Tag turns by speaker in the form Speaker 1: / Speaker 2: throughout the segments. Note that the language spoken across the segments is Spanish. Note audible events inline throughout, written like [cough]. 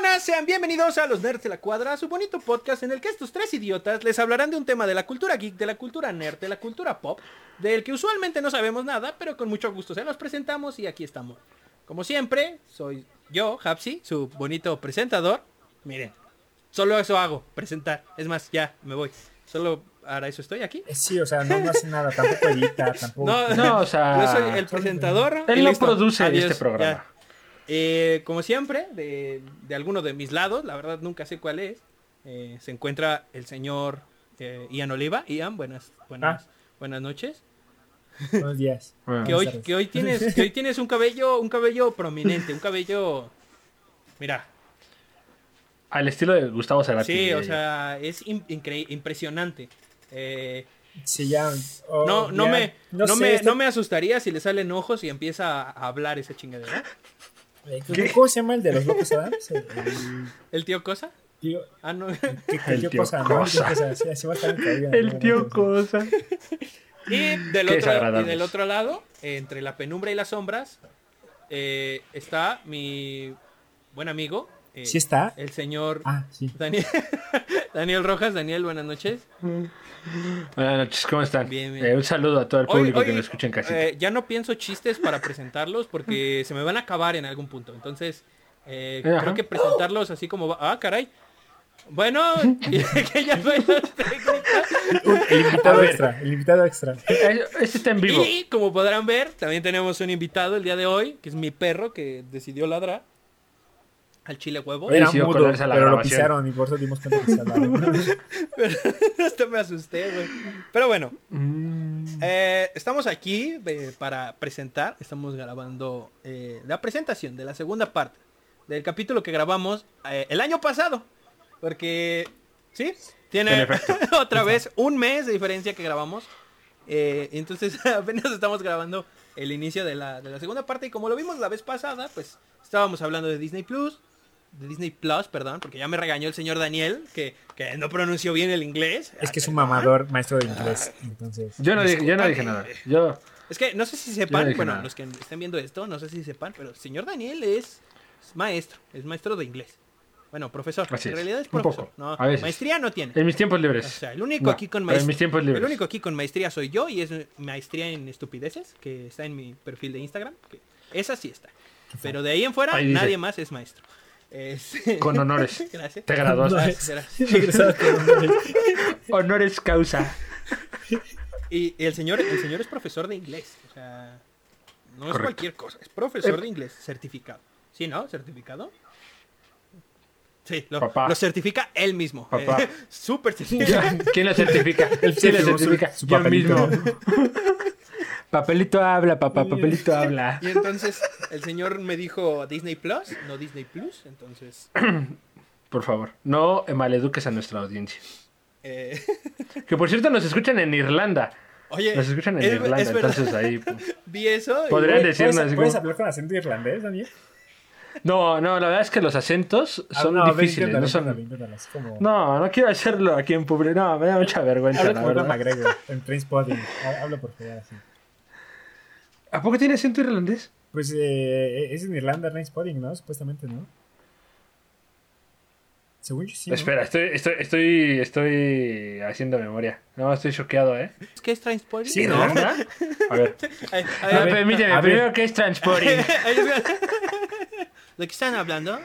Speaker 1: días, sean bienvenidos a Los Nerds de la Cuadra, su bonito podcast en el que estos tres idiotas les hablarán de un tema de la cultura geek, de la cultura nerd, de la cultura pop, del que usualmente no sabemos nada, pero con mucho gusto se los presentamos y aquí estamos. Como siempre, soy yo, Hapsi, su bonito presentador. Miren, solo eso hago, presentar. Es más, ya, me voy. Solo para eso estoy aquí.
Speaker 2: Eh, Sí, o sea, no, no hace nada, tampoco edita, tampoco.
Speaker 1: No,
Speaker 3: [laughs] No,
Speaker 1: [laughs]
Speaker 3: o sea,
Speaker 1: Yo soy el presentador.
Speaker 3: Él
Speaker 1: y
Speaker 3: no
Speaker 1: listo.
Speaker 3: produce
Speaker 1: Adiós,
Speaker 3: este programa.
Speaker 1: ya. Eh, como siempre, de, de alguno de mis lados, la verdad nunca sé cuál es, eh, se encuentra el señor eh, Ian Oliva. Ian, buenas, buenas,
Speaker 2: Ah.
Speaker 1: buenas noches.
Speaker 3: Ah,
Speaker 2: Buenos días.
Speaker 3: Bueno.
Speaker 1: Que hoy,
Speaker 2: tardes.
Speaker 1: que hoy
Speaker 3: [laughs]
Speaker 1: tienes, que hoy tienes un cabello, un cabello prominente, un cabello. Mira,
Speaker 3: Al estilo de Gustavo Cerati.
Speaker 1: sí, o
Speaker 3: eh,
Speaker 1: sea, es in- incre- impresionante. Eh,
Speaker 2: Sí, ya. oh,
Speaker 1: no, no
Speaker 2: ya.
Speaker 1: me, no,
Speaker 2: sé,
Speaker 1: me,
Speaker 2: este-
Speaker 1: no me asustaría si le salen ojos y empieza a hablar esa chingadera.
Speaker 2: eh, ¿Cómo se llama el de los locos Adams? El, el
Speaker 1: ¿El tío cosa?
Speaker 2: tío.
Speaker 1: Ah, no. [laughs]
Speaker 3: [laughs]
Speaker 2: ¿qué- qué
Speaker 3: El
Speaker 2: tío
Speaker 3: tío
Speaker 2: cosa, ¿no? El tío
Speaker 3: Cosa.
Speaker 2: cosa, sí, así va a estar mi cabello, ¿no?
Speaker 3: El tío Cosa.
Speaker 1: Y del,
Speaker 3: Qué
Speaker 1: otro, y
Speaker 3: desagradables.
Speaker 1: del otro lado, entre la penumbra y las sombras, eh, está mi buen amigo, eh,
Speaker 2: ¿Sí está?
Speaker 1: el señor
Speaker 2: Ah,
Speaker 3: [laughs]
Speaker 2: sí.
Speaker 1: Daniel, [laughs] Daniel Rojas. Daniel, buenas noches.
Speaker 3: Buenas noches, ¿cómo están?
Speaker 1: Bien, bien.
Speaker 3: Eh, un saludo a todo el
Speaker 1: Hoy-
Speaker 3: público que
Speaker 1: hoy,
Speaker 3: nos escucha en casita.
Speaker 1: eh, ya no pienso chistes para presentarlos porque se me van a acabar en algún punto. Entonces, eh,
Speaker 3: Ajá.
Speaker 1: creo que presentarlos así como va. Ah, caray. Bueno, [laughs] que ya no hay las técnicas.
Speaker 2: El invitado
Speaker 3: ver.
Speaker 2: extra, el invitado extra.
Speaker 3: Eh, Este está en vivo.
Speaker 1: Y como podrán ver, también tenemos un invitado el día de hoy, que es mi perro que decidió ladrar al chile huevo.
Speaker 3: Oye,
Speaker 2: Era
Speaker 3: decidió
Speaker 2: mudo, pero
Speaker 3: colarse a la
Speaker 2: lo
Speaker 3: grabación.
Speaker 2: pisaron y por eso dimos cuenta que se
Speaker 3: [laughs]
Speaker 2: hablaron.
Speaker 1: Pero [laughs] hasta me asusté, güey. Pero bueno,
Speaker 3: Mm.
Speaker 1: eh, estamos aquí eh, para presentar, estamos grabando eh, la presentación de la segunda parte del capítulo que grabamos eh, el año pasado. Porque, ¿sí?
Speaker 3: En
Speaker 1: Tiene
Speaker 3: efecto.
Speaker 1: [laughs] otra vez un mes de diferencia que grabamos. Eh, entonces [laughs] apenas estamos grabando el inicio de la, de la segunda parte y como lo vimos la vez pasada, pues estábamos hablando de Disney Plus, de Disney Plus, perdón, porque ya me regañó el señor Daniel que, que no pronunció bien el inglés. Ah,
Speaker 2: Es que es un mamador maestro de inglés, entonces. [laughs]
Speaker 3: Yo no, dije, yo no dije
Speaker 1: eh,
Speaker 3: nada. Yo,
Speaker 1: Es que no sé si
Speaker 3: Yo no
Speaker 1: sepan,
Speaker 3: dije
Speaker 1: bueno,
Speaker 3: nada.
Speaker 1: los que estén viendo esto, no sé si sepan, pero el señor Daniel es, es maestro, es maestro de inglés. Bueno, profesor,
Speaker 3: Así
Speaker 1: en
Speaker 3: es,
Speaker 1: realidad es
Speaker 3: un
Speaker 1: profesor.
Speaker 3: poco,
Speaker 1: no,
Speaker 3: a veces.
Speaker 1: maestría no tiene.
Speaker 3: en mis tiempos libres.
Speaker 1: O sea, el único
Speaker 3: No,
Speaker 1: aquí con
Speaker 3: pero En mis
Speaker 1: maestría.
Speaker 3: tiempos libres.
Speaker 1: El único aquí con maestría soy yo y es maestría en estupideces, que está en mi perfil de Instagram. que esa sí está. Pero de ahí en fuera,
Speaker 3: Ahí dice.
Speaker 1: nadie más es maestro. Este,
Speaker 3: Con honores.
Speaker 1: [laughs] Gracias.
Speaker 3: Te graduaste.
Speaker 1: Gracias, gracias.
Speaker 2: Regresaba con un-
Speaker 3: eh. Honores causa.
Speaker 1: Y, y el señor, el señor es profesor de inglés. O sea, no es
Speaker 3: Correcto. Eh,
Speaker 1: cualquier cosa, es profesor de inglés certificado. ¿Sí, no? ¿Certificado? Sí, lo,
Speaker 3: Papá.
Speaker 1: lo certifica él mismo.
Speaker 3: Papá.
Speaker 1: Eh, [laughs] Súper
Speaker 3: Yo-
Speaker 1: certificado.
Speaker 3: ¿Quién lo [laughs] certifica? ¿Quién lo
Speaker 2: firmó su-
Speaker 3: certifica?
Speaker 2: su
Speaker 3: Yo
Speaker 2: papelito.
Speaker 3: mismo. [laughs] Papelito habla, papá, papelito habla.
Speaker 1: Y entonces el señor me dijo Disney Plus, no Disney Plus, entonces...
Speaker 3: Por favor, no maleduques a nuestra audiencia.
Speaker 1: eh, [laughs]
Speaker 3: Que por cierto nos escuchan en Irlanda.
Speaker 1: oye,
Speaker 3: Nos escuchan en
Speaker 1: es-
Speaker 3: Irlanda,
Speaker 1: es verdad.
Speaker 3: entonces
Speaker 2: [laughs]
Speaker 3: ahí. pues.
Speaker 1: Vi eso y-
Speaker 3: Podrían
Speaker 2: ¿Puedes-
Speaker 3: decirnos.
Speaker 2: ¿Puedes,
Speaker 3: como-
Speaker 2: puedes hablar con acento irlandés, Daniel?
Speaker 3: No, no, la verdad es que los acentos son
Speaker 2: Ah, no, ve,
Speaker 3: difíciles.
Speaker 2: inténtalo,
Speaker 3: no, son-
Speaker 2: inténtalo, inténtalo, es como-
Speaker 3: no, no quiero hacerlo aquí en público. No, me da mucha vergüenza,
Speaker 2: Habla
Speaker 3: la
Speaker 2: como Ewan
Speaker 3: verdad.
Speaker 2: McGregor en Trainspotting. Ha- Habla por favor así.
Speaker 3: ¿A poco tiene acento irlandés?
Speaker 2: Pues eh, es en Irlanda Trainspotting, ¿no? Supuestamente, ¿no? Según yo sí. ¿no?
Speaker 3: Espera, estoy, estoy, estoy, estoy haciendo memoria. No, estoy choqueado, ¿eh?
Speaker 1: ¿Es que es Transporting?
Speaker 2: Sí, ¿no?
Speaker 1: [laughs]
Speaker 3: ¿Irlanda? A ver.
Speaker 1: Ay, ay,
Speaker 3: A
Speaker 2: ver,
Speaker 3: ver, permíteme,
Speaker 2: a ver.
Speaker 3: primero que es transporting.
Speaker 1: ay, [laughs] es- ¿De qué están hablando?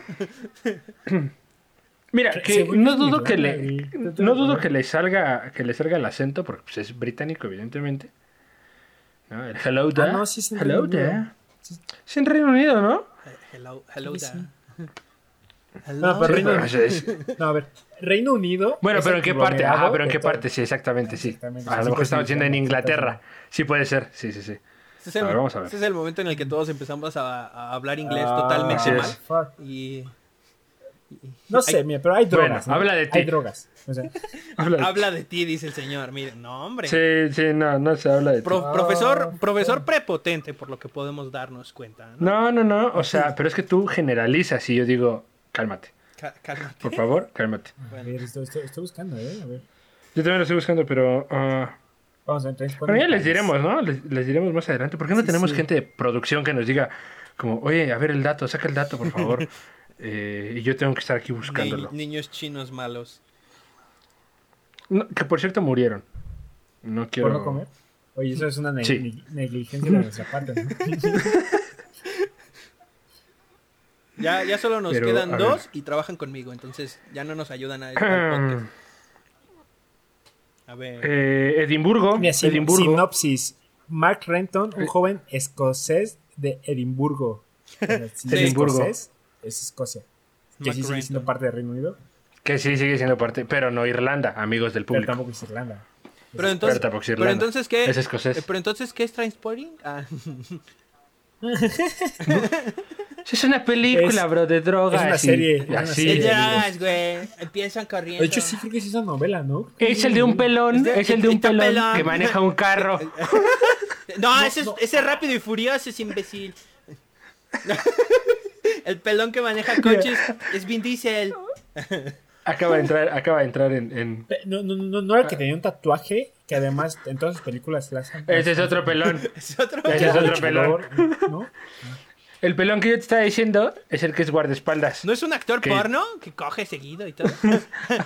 Speaker 3: Mira,
Speaker 2: Que
Speaker 3: que
Speaker 2: según
Speaker 3: no
Speaker 2: es
Speaker 3: dudo
Speaker 2: Irlanda,
Speaker 3: que
Speaker 2: güey.
Speaker 3: le,
Speaker 2: Yo te lo
Speaker 3: no dudo
Speaker 2: prometo.
Speaker 3: que le salga, que le salga el acento, porque pues, es británico, evidentemente. ¿No? El hello
Speaker 2: Ah,
Speaker 3: there.
Speaker 2: no, sí es en
Speaker 3: hello
Speaker 2: Reino Unido.
Speaker 3: there.
Speaker 2: Sí.
Speaker 3: Es en Reino Unido, ¿no?
Speaker 1: Hello, hello
Speaker 2: Sí, sí.
Speaker 1: there.
Speaker 3: Ah,
Speaker 1: Hello.
Speaker 2: No, pero
Speaker 3: Sí,
Speaker 2: Reino
Speaker 3: pero
Speaker 2: Unido.
Speaker 3: es-
Speaker 2: No, a ver. Reino Unido.
Speaker 3: [laughs] Bueno,
Speaker 2: es
Speaker 3: pero
Speaker 2: el
Speaker 3: ¿en qué parte? Ah,
Speaker 2: conglomerado
Speaker 3: pero ¿en
Speaker 2: de
Speaker 3: qué
Speaker 2: todo.
Speaker 3: parte? Sí, exactamente, sí.
Speaker 2: eh, Exactamente,
Speaker 3: A
Speaker 2: sí,
Speaker 3: lo mejor
Speaker 2: sí,
Speaker 3: estamos
Speaker 2: sí,
Speaker 3: diciendo en
Speaker 2: sí,
Speaker 3: Inglaterra. Sí, puede ser. Sí, sí, sí.
Speaker 1: Este es, el,
Speaker 3: A ver, vamos a ver.
Speaker 1: este es el momento en el que todos empezamos a, a hablar inglés
Speaker 2: Ah,
Speaker 1: totalmente
Speaker 3: así
Speaker 1: mal.
Speaker 3: es.
Speaker 2: fuck.
Speaker 1: Y, y-
Speaker 2: No
Speaker 1: hay-
Speaker 2: sé, mira, pero hay drogas.
Speaker 3: Bueno,
Speaker 2: ¿no?
Speaker 3: habla de ti.
Speaker 2: Hay drogas.
Speaker 1: [laughs]
Speaker 2: O sea,
Speaker 3: Habla de-
Speaker 1: habla de ti, dice el señor. Miren, no, hombre.
Speaker 3: Sí, sí, no, no se habla de ti.
Speaker 1: Pro-
Speaker 2: Ah,
Speaker 1: profesor, profesor prepotente, por lo que podemos darnos cuenta. ¿no?
Speaker 3: No, no, no. O sea, pero es que tú generalizas y yo digo, cálmate.
Speaker 1: Cá- cálmate.
Speaker 3: Por favor, cálmate.
Speaker 2: a ver, estoy, estoy- estoy buscando, ¿eh? A ver.
Speaker 3: Yo también lo estoy buscando, pero. ah,
Speaker 2: Vamos a ver, Trainspotting.
Speaker 3: Bueno, ya les diremos, ¿no? Les, les diremos más adelante. ¿Por qué no
Speaker 2: Sí,
Speaker 3: tenemos
Speaker 2: sí. [laughs]
Speaker 3: gente de producción que nos diga, como, oye, a ver el dato, saca el dato, por favor? eh, y yo tengo que estar aquí buscándolo.
Speaker 1: Ni- niños chinos malos.
Speaker 3: No, que por cierto murieron. No quiero.
Speaker 2: ¿Por
Speaker 1: [clears throat]
Speaker 2: no comer? Oye, eso es una neg-
Speaker 3: Sí.
Speaker 2: neg- negligencia de nuestra parte. ¿no? [laughs]
Speaker 1: Ya, ya solo nos
Speaker 3: Pero,
Speaker 1: quedan
Speaker 3: a ver.
Speaker 1: dos y trabajan conmigo, entonces ya no nos ayudan a, al podcast. A ver.
Speaker 3: Eh, Edimburgo.
Speaker 2: Mira, sin-
Speaker 3: Edimburgo.
Speaker 2: sinopsis. Mark Renton, un joven escocés de Edimburgo. Sí,
Speaker 3: Edimburgo.
Speaker 2: escocés, es Escocia. Que
Speaker 1: Mark
Speaker 2: sí sigue siendo
Speaker 1: Renton.
Speaker 2: parte de Reino Unido,
Speaker 3: Que sí sigue siendo parte, pero no Irlanda, amigos del
Speaker 2: pero
Speaker 3: público.
Speaker 2: tampoco es Irlanda.
Speaker 1: Pero entonces,
Speaker 3: tampoco es
Speaker 1: pero
Speaker 3: Irlanda.
Speaker 1: entonces ¿qué?
Speaker 3: Es escocés.
Speaker 1: eh, Pero entonces, ¿qué es Trainspotting? Ah, [laughs]
Speaker 3: Es una película,
Speaker 2: Es-
Speaker 3: bro, de drogas.
Speaker 2: es una serie, es una
Speaker 3: así.
Speaker 2: serie.
Speaker 1: ya, güey. Empiezan corriendo.
Speaker 2: De hecho, sí creo que sí es una novela, ¿no?
Speaker 3: Es el de un pelón,
Speaker 1: Este-
Speaker 3: es el de un
Speaker 1: este
Speaker 3: pelón,
Speaker 1: pelón.
Speaker 3: que maneja
Speaker 1: [laughs]
Speaker 3: un carro.
Speaker 1: No, ese, es, ese es rápido y furioso, es imbécil. [laughs] El pelón que maneja coches es Vin Diesel.
Speaker 3: Acaba de entrar, acaba de entrar en. en-
Speaker 2: Pe- No, no, no, no era el que tenía un tatuaje, que además en todas sus películas las han-
Speaker 3: Ese es otro pelón. [laughs]
Speaker 1: Es otro.
Speaker 3: Ese es
Speaker 2: Era
Speaker 3: otro pelón.
Speaker 2: luchador, ¿no?
Speaker 3: El pelón que yo te estaba diciendo es el que es guardaespaldas.
Speaker 1: ¿No es un actor
Speaker 3: ¿Qué?
Speaker 1: porno que coge seguido y todo?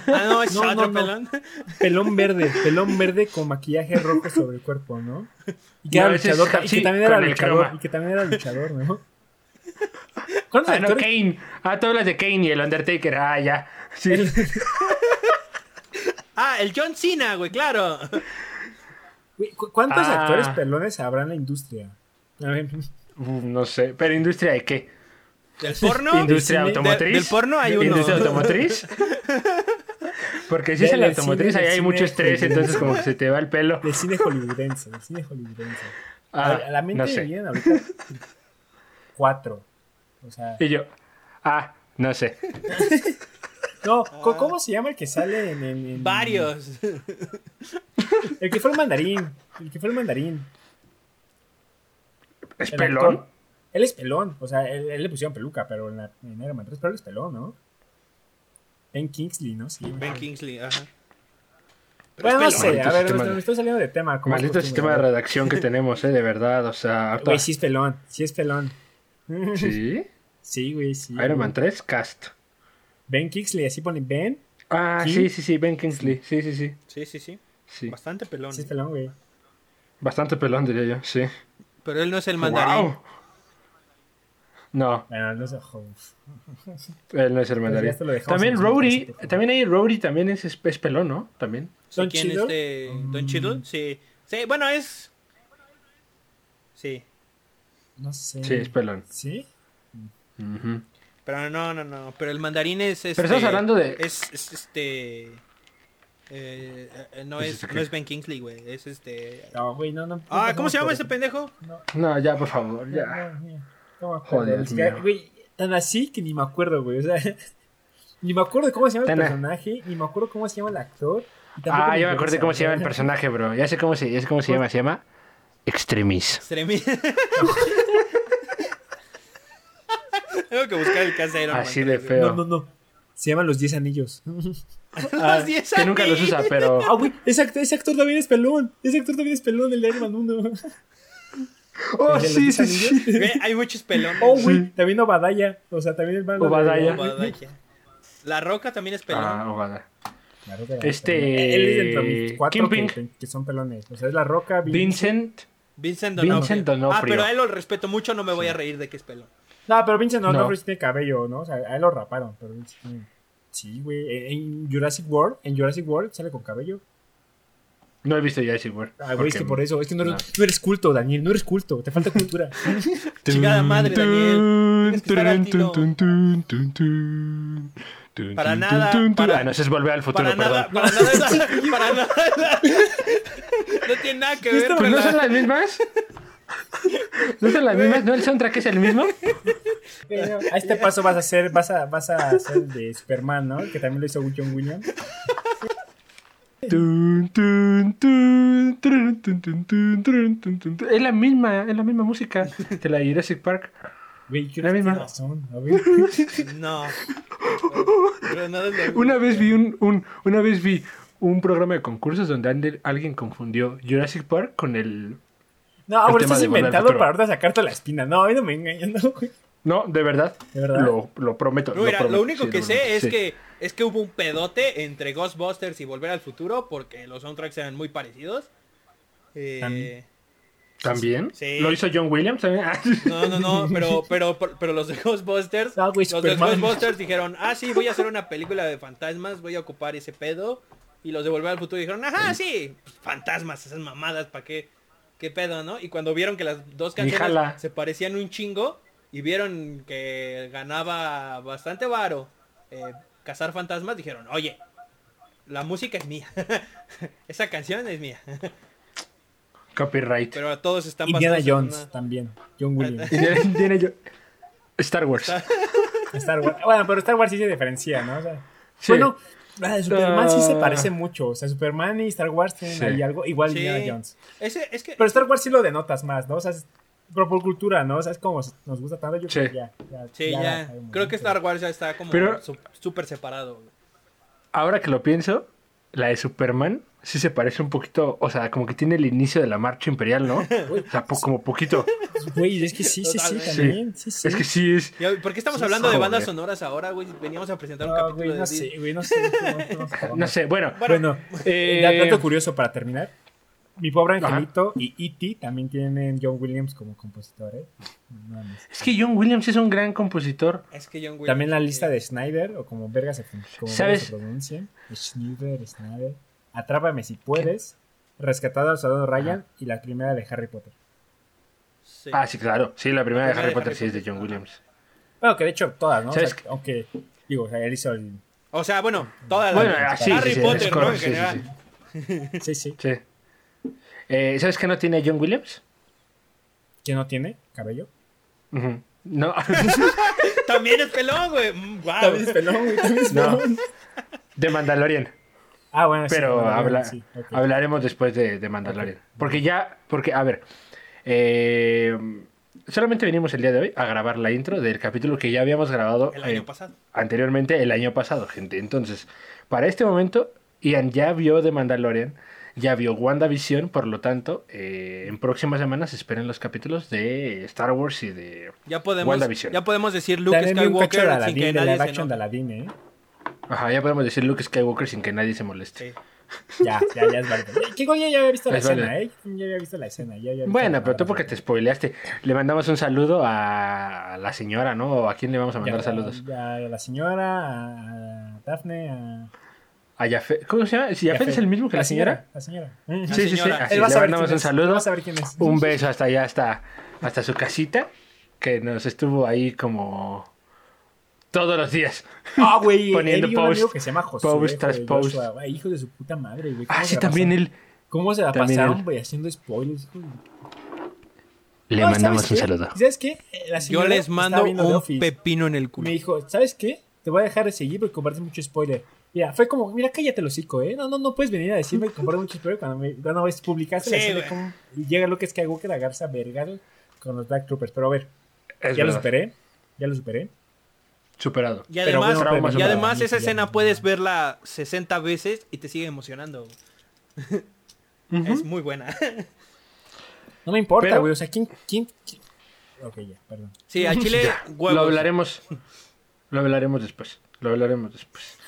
Speaker 1: Ah, no, es
Speaker 2: No, no,
Speaker 1: otro
Speaker 2: no.
Speaker 1: pelón.
Speaker 2: Pelón verde, pelón verde con maquillaje rojo sobre el cuerpo, ¿no? Y que
Speaker 3: No,
Speaker 2: era
Speaker 3: ese es
Speaker 2: luchador,
Speaker 3: Ja-
Speaker 2: y
Speaker 3: sí,
Speaker 2: que también era
Speaker 3: con el
Speaker 2: luchador,
Speaker 3: croma.
Speaker 2: y que también era luchador, ¿no? ¿Cuántos
Speaker 3: Ah, no,
Speaker 2: actores?
Speaker 3: Kane. Ah, todas las de Kane y el Undertaker. Ah, ya. Sí.
Speaker 1: Ah, el John Cena, güey, claro.
Speaker 2: güey, cu- ¿Cuántos
Speaker 3: Ah.
Speaker 2: actores pelones habrá en la industria? A ver,
Speaker 3: [laughs]
Speaker 2: [laughs]
Speaker 3: Uf, no sé. ¿Pero industria de qué?
Speaker 1: ¿Del porno?
Speaker 3: ¿Industria
Speaker 2: del cine-
Speaker 3: automotriz?
Speaker 1: de- del porno hay
Speaker 3: ¿De
Speaker 1: uno.
Speaker 3: ¿Industria
Speaker 2: [laughs]
Speaker 3: automotriz? Porque si es en la
Speaker 2: Del cine,
Speaker 3: automotriz, ahí
Speaker 2: del
Speaker 3: hay
Speaker 2: cine,
Speaker 3: mucho estrés,
Speaker 2: del-
Speaker 3: entonces como que se te va el pelo.
Speaker 2: de cine hollywoodense, de cine hollywoodense. a,
Speaker 3: Ah,
Speaker 2: ver, [laughs] a la mente
Speaker 3: no
Speaker 2: me
Speaker 3: sé.
Speaker 2: vienen ahorita cuatro. O sea,
Speaker 3: Y yo, ah, no sé.
Speaker 2: no, co- ¿cómo se llama el que sale en, en- en-
Speaker 1: Ah. Varios.
Speaker 2: El que fue el mandarín, el que fue el mandarín.
Speaker 3: ¿Es
Speaker 2: El
Speaker 3: pelón?
Speaker 2: actor. Él es pelón, o sea, él, él le pusieron peluca, pero en, la, en Iron Man 3, pero él es pelón, ¿no? Ben Kingsley, ¿no? Sí.
Speaker 1: Ben Kingsley, ajá. Pero
Speaker 2: Bueno, no
Speaker 1: es pelón.
Speaker 2: sé, a
Speaker 3: Maldito
Speaker 2: ver,
Speaker 3: sistema
Speaker 2: me,
Speaker 3: de-
Speaker 2: me estoy saliendo de tema. como es
Speaker 3: Maldito
Speaker 2: costumbre,
Speaker 3: sistema de
Speaker 2: ¿verdad?
Speaker 3: redacción que tenemos, ¿eh? De verdad, o sea... harta-
Speaker 2: Güey, sí es pelón, sí es pelón. [laughs]
Speaker 3: ¿Sí?
Speaker 2: Sí, güey, sí.
Speaker 3: Iron Man 3, cast.
Speaker 2: Ben Kingsley, así ponen Ben,
Speaker 3: Ah,
Speaker 2: ¿Sí?
Speaker 3: sí, sí, sí, Ben Kingsley. Sí, sí, sí.
Speaker 1: Sí, sí, sí.
Speaker 3: sí.
Speaker 1: Bastante pelón.
Speaker 2: sí es pelón, güey.
Speaker 3: Bastante pelón, diría yo, sí.
Speaker 1: Pero él no es el mandarín.
Speaker 3: Wow. No,
Speaker 2: Bueno, no sé, ojo, uf.
Speaker 3: él no es el mandarín.
Speaker 2: Pues ya te lo dejamos
Speaker 3: También
Speaker 2: en los
Speaker 3: Rory,
Speaker 2: mensajes, por favor.
Speaker 3: también hay Rory, también es, es pelón, ¿no? También.
Speaker 1: ¿Sí,
Speaker 2: ¿Don
Speaker 1: ¿Quién
Speaker 2: Cheadle? Mm.
Speaker 1: este? ¿Don Cheadle? Sí. Sí, bueno, es... Sí.
Speaker 2: No sé.
Speaker 3: Sí, es pelón.
Speaker 2: ¿Sí?
Speaker 3: Ujú.
Speaker 1: Pero no, no, no. Pero el mandarín es este...
Speaker 3: Pero estamos hablando de-
Speaker 1: Es, es, este... eh, eh, eh, no,
Speaker 3: ¿Es
Speaker 1: es,
Speaker 3: este
Speaker 1: no
Speaker 3: qué?
Speaker 1: es Ben Kingsley, güey. Es este...
Speaker 2: No, güey, no, no.
Speaker 1: Ah,
Speaker 2: no,
Speaker 1: ¿cómo se llama
Speaker 2: pero-
Speaker 1: ese pendejo?
Speaker 3: No, ya, por favor, ya.
Speaker 2: No, mira, ¿cómo?
Speaker 3: Joder,
Speaker 2: Pero, es que,
Speaker 3: mío.
Speaker 2: Güey, tan así que ni me acuerdo, güey. O sea, [laughs] ni me acuerdo de cómo se llama el
Speaker 3: Tan a-
Speaker 2: personaje, ni me acuerdo cómo se llama el actor. y tampoco
Speaker 3: Ah, ya me acordé
Speaker 2: interesa,
Speaker 3: cómo se llama
Speaker 2: [laughs]
Speaker 3: el
Speaker 2: ¿no?
Speaker 3: personaje, bro. Ya sé cómo se, ya sé cómo se llama. Se llama Extremis.
Speaker 1: Extremi-
Speaker 3: [laughs]
Speaker 1: [laughs] Tengo que buscar el caso de Iron Man
Speaker 3: Así de
Speaker 1: 3, [laughs]
Speaker 3: feo.
Speaker 2: No, no, no. Se llaman Los Diez Anillos.
Speaker 1: güey.
Speaker 3: Ah,
Speaker 1: Los 10
Speaker 3: que nunca los
Speaker 1: anillos.
Speaker 3: usa,
Speaker 1: [laughs]
Speaker 3: pero.
Speaker 2: Ah, güey, ese actor, ese actor también es pelón. Ese actor también es pelón, el de Iron Man 1. [laughs]
Speaker 3: Oh,
Speaker 2: ¿El de los
Speaker 3: sí,
Speaker 2: diez
Speaker 3: sí, sí.
Speaker 2: anillos?
Speaker 1: Güey, Hay muchos pelones.
Speaker 2: Oh, güey, también Obadaya. O sea, también el hermano de-
Speaker 3: Obadiah.
Speaker 1: Obadiah. La Roca también es pelón.
Speaker 3: Ah, Obada.
Speaker 2: La Roca era
Speaker 3: Este-
Speaker 2: pelón. Él es dentro de mis cuatro
Speaker 3: Kingpin.
Speaker 2: que, que son pelones. O sea, es La Roca, Vin-
Speaker 3: Vincent.
Speaker 1: Vincent Donofrio.
Speaker 3: Vincent D'Onofrio.
Speaker 1: Ah, pero a él lo respeto mucho, no me voy a reír de que es pelón.
Speaker 2: No, pero Vincent no,
Speaker 3: No.
Speaker 2: no. Bruce tiene cabello, ¿no? O sea, a él lo raparon, pero Vincent tiene- Sí, güey. eh, En Jurassic World, en Jurassic World sale con cabello.
Speaker 3: No he visto Jurassic World.
Speaker 2: Ah, güey, es que por eso, es que no,
Speaker 3: no.
Speaker 2: eres- no eres culto, Daniel, no eres culto, te falta
Speaker 3: [laughs]
Speaker 2: cultura.
Speaker 1: Chingada madre, Daniel. Tienes que estar al tiro. Para nada, para-
Speaker 3: Ah, no, eso es volver al futuro,
Speaker 1: Para
Speaker 3: perdón.
Speaker 1: nada, para nada, es la- para
Speaker 3: [laughs]
Speaker 1: nada. es la- No tiene nada que ver
Speaker 2: Esto-
Speaker 1: con
Speaker 3: Pues no
Speaker 1: la-
Speaker 3: son las mismas. No son las mismas, ¿no? El soundtrack es el mismo.
Speaker 2: Pero a este paso vas a ser, vas a, vas a ser el de Superman, ¿no? Que también lo hizo John Williams.
Speaker 3: Tun, tun, tun, trun, tun, tun, tun, trun, tun, tun, tun. Es la misma, es la misma música de la de Jurassic Park.
Speaker 2: Güey, yo
Speaker 3: La
Speaker 2: no
Speaker 3: misma.
Speaker 2: tengo razón, a ver.
Speaker 1: No. Pero nada es lo-
Speaker 3: Una vez vi un, un- una vez vi un programa de concursos donde ande- alguien confundió Jurassic Park con el
Speaker 2: No, ahora
Speaker 3: tema
Speaker 2: estás
Speaker 3: de volver al
Speaker 2: inventado
Speaker 3: futuro.
Speaker 2: para ahorita sacarte la espina. No, a mí no me engañan, no, güey.
Speaker 3: No, de verdad.
Speaker 2: ¿De verdad?
Speaker 3: Lo, lo prometo.
Speaker 1: No, mira, lo
Speaker 3: prometo,
Speaker 1: único
Speaker 3: sí,
Speaker 1: que
Speaker 3: lo
Speaker 1: sé
Speaker 3: prometo,
Speaker 1: es
Speaker 3: sí.
Speaker 1: que es que hubo un pedote entre Ghostbusters y Volver al Futuro porque los soundtracks eran muy parecidos. Eh,
Speaker 2: También.
Speaker 3: ¿También?
Speaker 1: Sí.
Speaker 3: ¿Lo hizo John Williams también? [laughs] Ah, sí.
Speaker 1: no, no, no,
Speaker 2: [laughs]
Speaker 1: pero, pero, pero los de Ghostbusters,
Speaker 2: Ah, güey,
Speaker 1: los de
Speaker 2: Superman.
Speaker 1: Ghostbusters dijeron, ah, sí, voy a hacer una película de fantasmas, voy a ocupar ese pedo. Y los de Volver al Futuro dijeron, ajá, sí, pues, fantasmas, esas mamadas, ¿para qué? ¿Qué pedo, no? Y cuando vieron que las dos
Speaker 3: Ni
Speaker 1: canciones
Speaker 3: jala.
Speaker 1: se parecían un chingo y vieron que ganaba bastante varo eh, cazar fantasmas, dijeron, oye, la música es mía, [laughs] esa canción es mía.
Speaker 3: [laughs] Copyright.
Speaker 1: Pero todos están
Speaker 2: Indiana
Speaker 1: basados en
Speaker 2: Jones
Speaker 1: una-
Speaker 2: también. John Williams.
Speaker 3: Tiene- tiene yo- Star Wars.
Speaker 2: Star Wars. Bueno, pero Star Wars sí se diferencia, ¿no? O sea,
Speaker 3: Sí.
Speaker 2: Bueno, la de Superman sí se
Speaker 3: Ah.
Speaker 2: parece mucho. O sea, Superman y Star Wars tienen
Speaker 3: Sí.
Speaker 2: ahí algo. Igual
Speaker 1: Sí.
Speaker 2: Indiana Jones.
Speaker 1: Ese- es que
Speaker 2: Pero Star Wars sí lo denotas más, ¿no? O sea, es, pero por cultura, ¿no? O sea, es como nos gusta tanto. Yo
Speaker 3: Sí.
Speaker 2: creo que ya, ya,
Speaker 1: Sí, ya.
Speaker 2: la sabemos,
Speaker 1: Creo
Speaker 2: ¿no?
Speaker 1: que Star Wars ya está como
Speaker 3: Pero-
Speaker 1: su- súper separado. güey.
Speaker 3: Ahora que lo pienso, la de Superman sí se parece un poquito, o sea, como que tiene el inicio de la marcha imperial, [laughs] ¿no? O sea, po- como poquito.
Speaker 2: Güey, es que sí, sí, sí,
Speaker 1: Totalmente.
Speaker 2: también. Sí, sí.
Speaker 3: Es que sí es...
Speaker 1: Ya, ¿Por qué estamos
Speaker 3: Sí,
Speaker 1: hablando de
Speaker 3: joder.
Speaker 1: bandas sonoras ahora, güey? Veníamos a presentar un
Speaker 2: No,
Speaker 1: capítulo
Speaker 2: Ah, güey,
Speaker 1: de
Speaker 2: no
Speaker 1: Disney.
Speaker 2: sé, güey, no sé. no sé.
Speaker 3: No sé, bueno.
Speaker 2: Bueno,
Speaker 3: eh,
Speaker 2: da- dato curioso para terminar. Mi pobre
Speaker 3: Ajá.
Speaker 2: angelito y E.T. también tienen John Williams como compositor, ¿eh? No mames.
Speaker 3: Es que John Williams es un gran compositor.
Speaker 1: Es que John Williams,
Speaker 2: También la lista
Speaker 1: eh,
Speaker 2: de Snyder, o como verga se, como verga
Speaker 3: ¿Sabes?
Speaker 2: se pronuncia. Schneider, Snyder. Atrápame si puedes. Rescatado al soldado Ryan. Y la primera de Harry Potter.
Speaker 1: sí.
Speaker 3: Ah, sí, claro. Sí, la primera de Harry Potter sí es de John
Speaker 1: Ajá.
Speaker 3: Williams.
Speaker 2: Bueno, que de hecho todas, ¿no? O sea,
Speaker 3: ¿Sabes?
Speaker 2: aunque, digo, o sea, él hizo el...
Speaker 1: O sea, bueno, todas las...
Speaker 3: Bueno, ah, sí,
Speaker 1: Harry
Speaker 3: sí, sí,
Speaker 1: Potter,
Speaker 3: es
Speaker 1: ¿no? En
Speaker 3: correcto, sí, sí,
Speaker 1: general.
Speaker 3: sí.
Speaker 2: Sí, sí.
Speaker 3: Sí. Eh, ¿Sabes qué no tiene John Williams?
Speaker 2: ¿Quién no tiene cabello?
Speaker 3: Ujú. [laughs] No,
Speaker 1: También es pelón, güey. Mm, wow.
Speaker 2: También es pelón, güey, también es
Speaker 3: no.
Speaker 2: pelón.
Speaker 3: De Mandalorian.
Speaker 2: Ah, bueno, sí,
Speaker 3: Pero
Speaker 2: bueno,
Speaker 3: habla-
Speaker 2: sí, ok.
Speaker 3: hablaremos después de, de Mandalorian. Porque ya, porque, a ver, eh, solamente venimos el día de hoy a grabar la intro del capítulo que ya habíamos grabado
Speaker 1: El año
Speaker 3: eh,
Speaker 1: pasado.
Speaker 3: anteriormente el año pasado, gente. Entonces, para este momento, Ian ya vio The Mandalorian, ya vio WandaVision, por lo tanto, eh, en próximas semanas esperen los capítulos de Star Wars y de...
Speaker 1: Ya podemos,
Speaker 3: WandaVision.
Speaker 1: ya podemos decir Luke
Speaker 2: También vi un cacho de
Speaker 1: Skywalker sin
Speaker 2: Aladdin,
Speaker 1: que
Speaker 2: de live
Speaker 1: nadie se
Speaker 2: action de
Speaker 1: note.
Speaker 2: Aladdin, ¿eh?
Speaker 3: Ajá, ya podemos decir Luke Skywalker sin que nadie se moleste.
Speaker 1: Sí.
Speaker 2: Ya, ya, ya es válido. Que igual ya, ya había visto la
Speaker 3: Es
Speaker 2: escena, ¿eh?
Speaker 3: válido.
Speaker 2: Ya había visto la escena. Ya, había visto
Speaker 3: Bueno,
Speaker 2: la-
Speaker 3: pero tú porque te spoileaste. Le mandamos un saludo a la señora, ¿no? ¿O ¿A quién le vamos a
Speaker 2: Ya,
Speaker 3: mandar saludos?
Speaker 2: ya, a la señora, a, a Daphne, a...
Speaker 3: A Jafet. ¿Cómo se llama? ¿Si Jafet
Speaker 2: Jafet.
Speaker 3: es el mismo que la señora?
Speaker 2: La señora.
Speaker 1: La
Speaker 3: Sí, sí, sí.
Speaker 1: señora.
Speaker 2: [laughs]
Speaker 3: Así,
Speaker 2: Él va a
Speaker 3: le
Speaker 2: saber
Speaker 3: mandamos
Speaker 2: quién
Speaker 3: un
Speaker 2: es,
Speaker 3: saludo.
Speaker 2: él va a saber quién es.
Speaker 3: Un beso hasta allá, hasta, hasta su casita, que nos estuvo ahí como todos los días.
Speaker 2: Ah, güey.
Speaker 3: [laughs] Poniendo
Speaker 2: él y un amigo
Speaker 3: post,
Speaker 2: que se llama José,
Speaker 3: post
Speaker 2: güey,
Speaker 3: tras
Speaker 2: Joshua, güey, hijo de su puta madre, güey.
Speaker 3: Ah,
Speaker 2: ¿cómo
Speaker 3: sí,
Speaker 2: se la
Speaker 3: también
Speaker 2: pasaron?
Speaker 3: él.
Speaker 2: ¿Cómo se la
Speaker 3: también
Speaker 2: pasaron,
Speaker 3: él.
Speaker 2: güey, haciendo spoilers? hijo de-
Speaker 3: Le
Speaker 2: No, ¿sabes
Speaker 3: mandamos un
Speaker 2: qué?
Speaker 3: saludo.
Speaker 2: ¿Y ¿Sabes qué? La
Speaker 1: Yo
Speaker 2: señora
Speaker 1: les
Speaker 2: estaba
Speaker 1: mando
Speaker 2: ¿eh? viendo The
Speaker 1: un
Speaker 2: Office.
Speaker 1: pepino en el
Speaker 2: Me
Speaker 1: culo.
Speaker 2: dijo, ¿sabes qué? Te voy a dejar de seguir porque compartes mucho spoiler. Mira, fue como, mira, cállate el hocico, ¿eh? No, no, no puedes venir a decirme que compartes mucho spoiler cuando, me, cuando ves- publicaste la
Speaker 1: Sí,
Speaker 2: escena
Speaker 1: güey.
Speaker 2: como- y llega lo que es que hago que la garza vergal con los Black Troopers. Pero a ver,
Speaker 3: Es
Speaker 2: ya lo
Speaker 3: verdad.
Speaker 2: superé, ya lo superé.
Speaker 3: Superado.
Speaker 1: Y
Speaker 3: Pero
Speaker 1: además,
Speaker 3: bueno, trauma
Speaker 1: y
Speaker 2: superado.
Speaker 1: además esa
Speaker 2: Ya.
Speaker 1: escena puedes verla 60 veces y te sigue emocionando. güey.
Speaker 3: superado.
Speaker 1: Es
Speaker 3: Ujú.
Speaker 1: muy buena. [laughs]
Speaker 2: No me importa,
Speaker 3: Pero-
Speaker 2: güey, o sea, ¿quién, quién, quién? Ok, ya, perdón.
Speaker 1: Sí, a Chile,
Speaker 3: Ya, Lo
Speaker 1: huevos.
Speaker 3: hablaremos. Lo hablaremos después. Lo hablaremos después.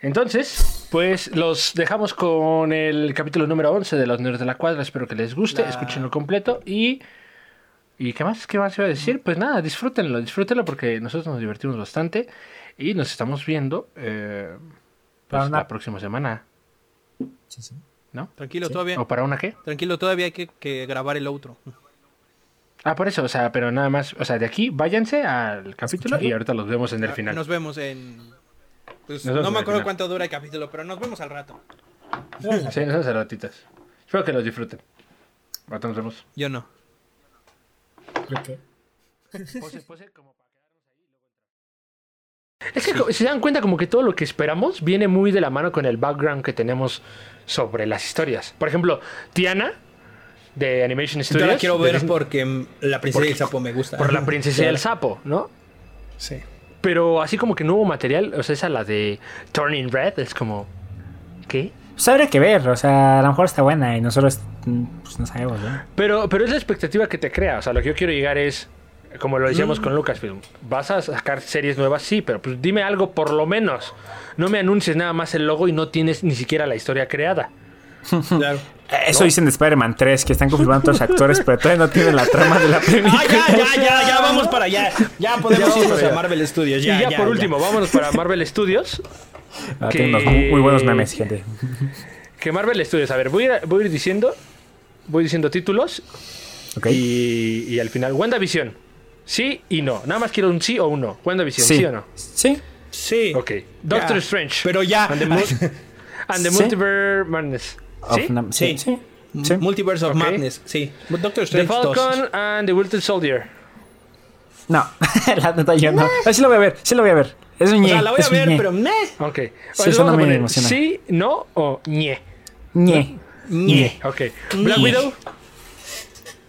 Speaker 3: Entonces, pues los dejamos con el capítulo número 11 de Los Nerds de la Cuadra. Espero que les guste,
Speaker 1: La-
Speaker 3: escúchenlo completo y... ¿Y qué más? ¿Qué más iba a decir? Pues nada, disfrútenlo, disfrútenlo porque nosotros nos divertimos bastante y nos estamos viendo eh, pues,
Speaker 2: Para una-
Speaker 3: la próxima semana,
Speaker 2: Sí, sí.
Speaker 3: ¿no?
Speaker 1: Tranquilo,
Speaker 2: Sí.
Speaker 1: todavía.
Speaker 3: ¿O para una qué?
Speaker 1: Tranquilo, todavía hay que, que grabar el outro.
Speaker 3: Ah, por eso, o sea, pero nada más, o sea, de aquí váyanse al capítulo y ahorita los vemos en el final.
Speaker 1: Nos vemos en. pues,
Speaker 3: Nos vemos
Speaker 1: no
Speaker 3: en
Speaker 1: me
Speaker 3: el
Speaker 1: acuerdo
Speaker 3: final.
Speaker 1: cuánto dura el capítulo, pero nos vemos al rato.
Speaker 3: Sí, nos vemos a ratitas. Espero que los disfruten. Ahorita nos vemos.
Speaker 1: Yo no.
Speaker 2: Creo que-
Speaker 3: Es que co- si se dan cuenta como que todo lo que esperamos viene muy de la mano con el background que tenemos sobre las historias. Por ejemplo, Tiana de Animation
Speaker 1: Yo
Speaker 3: Studios.
Speaker 1: la quiero ver
Speaker 3: de-
Speaker 1: porque mm, la princesa
Speaker 3: Porque-
Speaker 1: y el sapo me gusta.
Speaker 3: por la princesa
Speaker 1: [laughs]
Speaker 3: y el sapo, ¿no?
Speaker 1: Sí.
Speaker 3: Pero así como que no hubo material, o sea, esa la de Turning Red es como ¿qué?
Speaker 2: Pues habría que ver, o sea, a lo mejor está buena y nosotros mm, pues no sabemos, ¿no?
Speaker 3: Pero, pero es la expectativa que te crea. O sea, lo que yo quiero llegar es. Como lo decíamos
Speaker 1: Mm.
Speaker 3: con Lucasfilm, ¿vas a sacar series nuevas? Sí, pero pues dime algo por lo menos. No me anuncies nada más el logo y no tienes ni siquiera la historia creada. [laughs]
Speaker 4: Claro.
Speaker 2: Eso dicen de Spider-Man 3, que están confirmando todos los actores, pero todavía no tienen la trama de la película.
Speaker 1: Ah, ya, ya, ya, ya, vamos para allá. Ya podemos irnos a Marvel Studios. Ya,
Speaker 3: y ya,
Speaker 1: ya,
Speaker 3: por último, vámonos para
Speaker 1: [laughs]
Speaker 3: Marvel Studios.
Speaker 2: Ah, tienen unos muy, muy buenos memes, gente.
Speaker 3: Que Marvel Studios, a ver, voy a, voy a ir diciendo, voy diciendo títulos
Speaker 2: Ok.
Speaker 3: y, y al final, WandaVision. Sí y no. Nada más quiero un sí o un no. WandaVision, sí,
Speaker 2: Sí.
Speaker 3: o no.
Speaker 2: Sí.
Speaker 1: Sí.
Speaker 3: Ok. Doctor
Speaker 1: Ya.
Speaker 3: Strange.
Speaker 1: Pero ya.
Speaker 3: And the,
Speaker 1: [laughs]
Speaker 3: mul- and the
Speaker 2: Sí.
Speaker 3: Multiverse Madness.
Speaker 2: Of
Speaker 3: Ah, ¿Sí?
Speaker 2: Nam- Sí.
Speaker 1: Sí.
Speaker 2: Sí.
Speaker 1: M- Multiverse of
Speaker 3: Ok.
Speaker 1: Madness, sí. Doctor
Speaker 3: The
Speaker 1: Strange 2.
Speaker 3: Falcon and the Winter Soldier.
Speaker 2: No, [laughs] la neta yo no. Ah, sí lo voy a ver, sí lo voy a ver. Es un
Speaker 1: O
Speaker 2: ñe.
Speaker 1: sea, la voy
Speaker 2: es
Speaker 1: a
Speaker 2: un
Speaker 1: ver,
Speaker 2: ñe.
Speaker 1: pero meh.
Speaker 3: Ok.
Speaker 2: Sí,
Speaker 3: Oye,
Speaker 2: eso
Speaker 3: vamos
Speaker 2: no
Speaker 3: a
Speaker 2: me
Speaker 3: poner
Speaker 2: emociona.
Speaker 3: Sí, no o ñe.
Speaker 2: ñe.
Speaker 1: Ñe.
Speaker 3: Ok. Black Widow.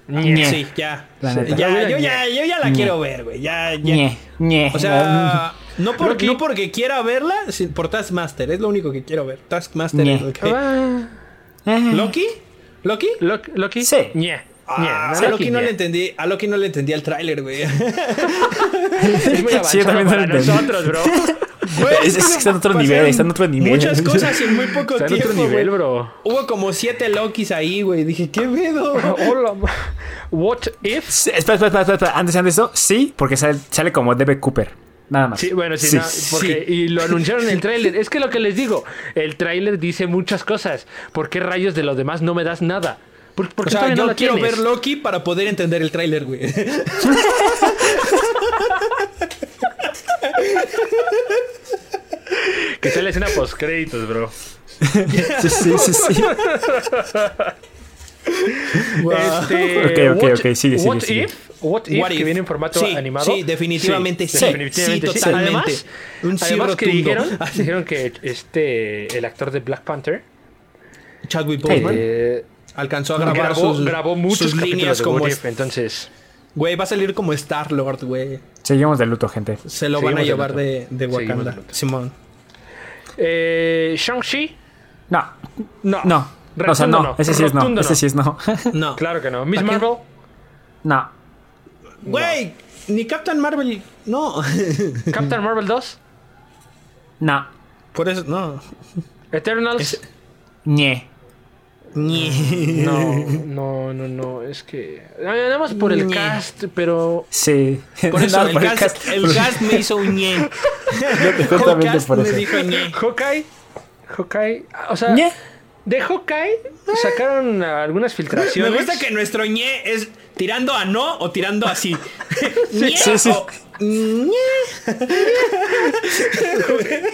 Speaker 2: Ñe.
Speaker 1: Sí, ya.
Speaker 2: La neta.
Speaker 1: Ya,
Speaker 3: Ñe.
Speaker 1: yo ya, yo ya la quiero ver, güey. Ya, ya.
Speaker 2: ñe. ñe. [laughs]
Speaker 1: O sea, no, por-
Speaker 3: Rocky.
Speaker 1: no porque quiera verla, si- por Taskmaster, es lo único que quiero ver. Taskmaster
Speaker 2: Ñe.
Speaker 1: es lo que-
Speaker 3: Ah,
Speaker 2: Ah,
Speaker 1: ¿Loki? ¿Loki?
Speaker 3: Loki. Loki.
Speaker 2: Sí.
Speaker 3: Ñe. Ñe.
Speaker 1: Ah,
Speaker 3: No,
Speaker 1: a Loki no
Speaker 3: ñe.
Speaker 1: le entendí, a Loki no le entendí el tráiler, güey.
Speaker 3: [laughs] Es [laughs] muy
Speaker 2: Sí, yo
Speaker 3: avanzado
Speaker 2: también no
Speaker 3: para
Speaker 2: lo entendí.
Speaker 3: nosotros, bro.
Speaker 2: Es- es que está en otro
Speaker 1: Pasaron
Speaker 2: nivel, está en otro nivel.
Speaker 1: Muchas cosas en muy poco
Speaker 3: Está en
Speaker 1: tiempo.
Speaker 3: otro nivel,
Speaker 1: güey.
Speaker 3: bro.
Speaker 1: Hubo como siete Lokis ahí, güey. Dije, ¿qué pedo?
Speaker 3: [laughs] Hola. ma- What if?
Speaker 2: Sí, espera, espera, espera, espera, espera. Antes, antes de eso, sí, porque sale, sale como DB Cooper. Nada más.
Speaker 3: Sí, bueno, sí, no, porque, y lo anunciaron en el tráiler. Es que lo que les digo, el tráiler dice muchas cosas. ¿Por qué rayos de los demás no me das nada? ¿Por, por
Speaker 1: O
Speaker 3: qué
Speaker 1: sea,
Speaker 3: todavía
Speaker 1: yo
Speaker 3: no la
Speaker 1: quiero
Speaker 3: tienes?
Speaker 1: ver Loki para poder entender el tráiler, güey. [laughs]
Speaker 3: Que sea la escena post créditos, bro.
Speaker 2: sí, sí, sí, sí.
Speaker 3: Este,
Speaker 2: Ok, ok, ok, sigue, sigue,
Speaker 3: what
Speaker 2: sigue.
Speaker 3: If, what if,
Speaker 1: What
Speaker 3: que
Speaker 1: if?
Speaker 3: viene en formato
Speaker 1: Sí,
Speaker 3: animado.
Speaker 1: sí, definitivamente sí.
Speaker 3: definitivamente
Speaker 1: Sí, totalmente.
Speaker 3: Además,
Speaker 1: Un sí
Speaker 3: además que
Speaker 1: rotundo. [laughs]
Speaker 3: dijeron, dijeron que este, el actor de Black Panther
Speaker 1: Chadwick Boseman
Speaker 3: eh,
Speaker 1: alcanzó a grabar
Speaker 3: grabó,
Speaker 1: sus,
Speaker 3: grabó muchos
Speaker 1: sus
Speaker 3: capítulos
Speaker 1: líneas
Speaker 3: de
Speaker 1: como...
Speaker 3: What If, entonces...
Speaker 1: Güey, va a salir como Star-Lord, güey.
Speaker 2: Seguimos de luto, gente.
Speaker 1: Se lo van a
Speaker 3: Seguimos de
Speaker 1: llevar
Speaker 3: luto.
Speaker 1: de, de
Speaker 3: Seguimos de
Speaker 1: Wakanda.
Speaker 3: luto.
Speaker 1: Simón.
Speaker 3: Eh, Shang-Chi,
Speaker 2: No,
Speaker 3: no.
Speaker 2: no. O sea,
Speaker 3: Rotundo
Speaker 2: no. Ese sí es no.
Speaker 3: Rotundo
Speaker 2: Ese sí es no. [laughs]
Speaker 1: No.
Speaker 3: Claro que no. Miss Marvel,
Speaker 2: No.
Speaker 1: Güey, ni Captain Marvel... No. [laughs]
Speaker 3: Captain Marvel 2,
Speaker 2: No.
Speaker 1: Por eso, no.
Speaker 3: Eternals.
Speaker 2: ñe.
Speaker 3: [laughs]
Speaker 1: Ni-
Speaker 3: No, no, no, no. Es que. Nada más por el
Speaker 1: Ñe.
Speaker 3: cast, pero.
Speaker 2: Sí.
Speaker 1: Por
Speaker 2: [laughs]
Speaker 1: eso,
Speaker 2: No,
Speaker 1: el, cast, el cast me hizo un ñe. el
Speaker 2: Justamente
Speaker 1: cast
Speaker 2: por
Speaker 1: me
Speaker 2: eso.
Speaker 1: dijo ñe.
Speaker 3: Hawkeye. Hawkeye. ah, O sea,
Speaker 2: [laughs] ñe.
Speaker 3: de Hawkeye sacaron algunas
Speaker 1: Me
Speaker 3: filtraciones.
Speaker 1: gusta que nuestro ñe es tirando a no o tirando así. ñe
Speaker 2: Sí, sí.
Speaker 1: o ñe.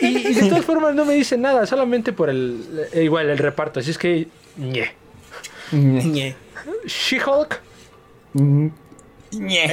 Speaker 3: Y, y de todas formas no me dicen nada, solamente por el. eh, igual, el reparto. Así es que. ñe.
Speaker 2: ñe.
Speaker 1: ñe.
Speaker 3: She-Hulk.
Speaker 2: ñe.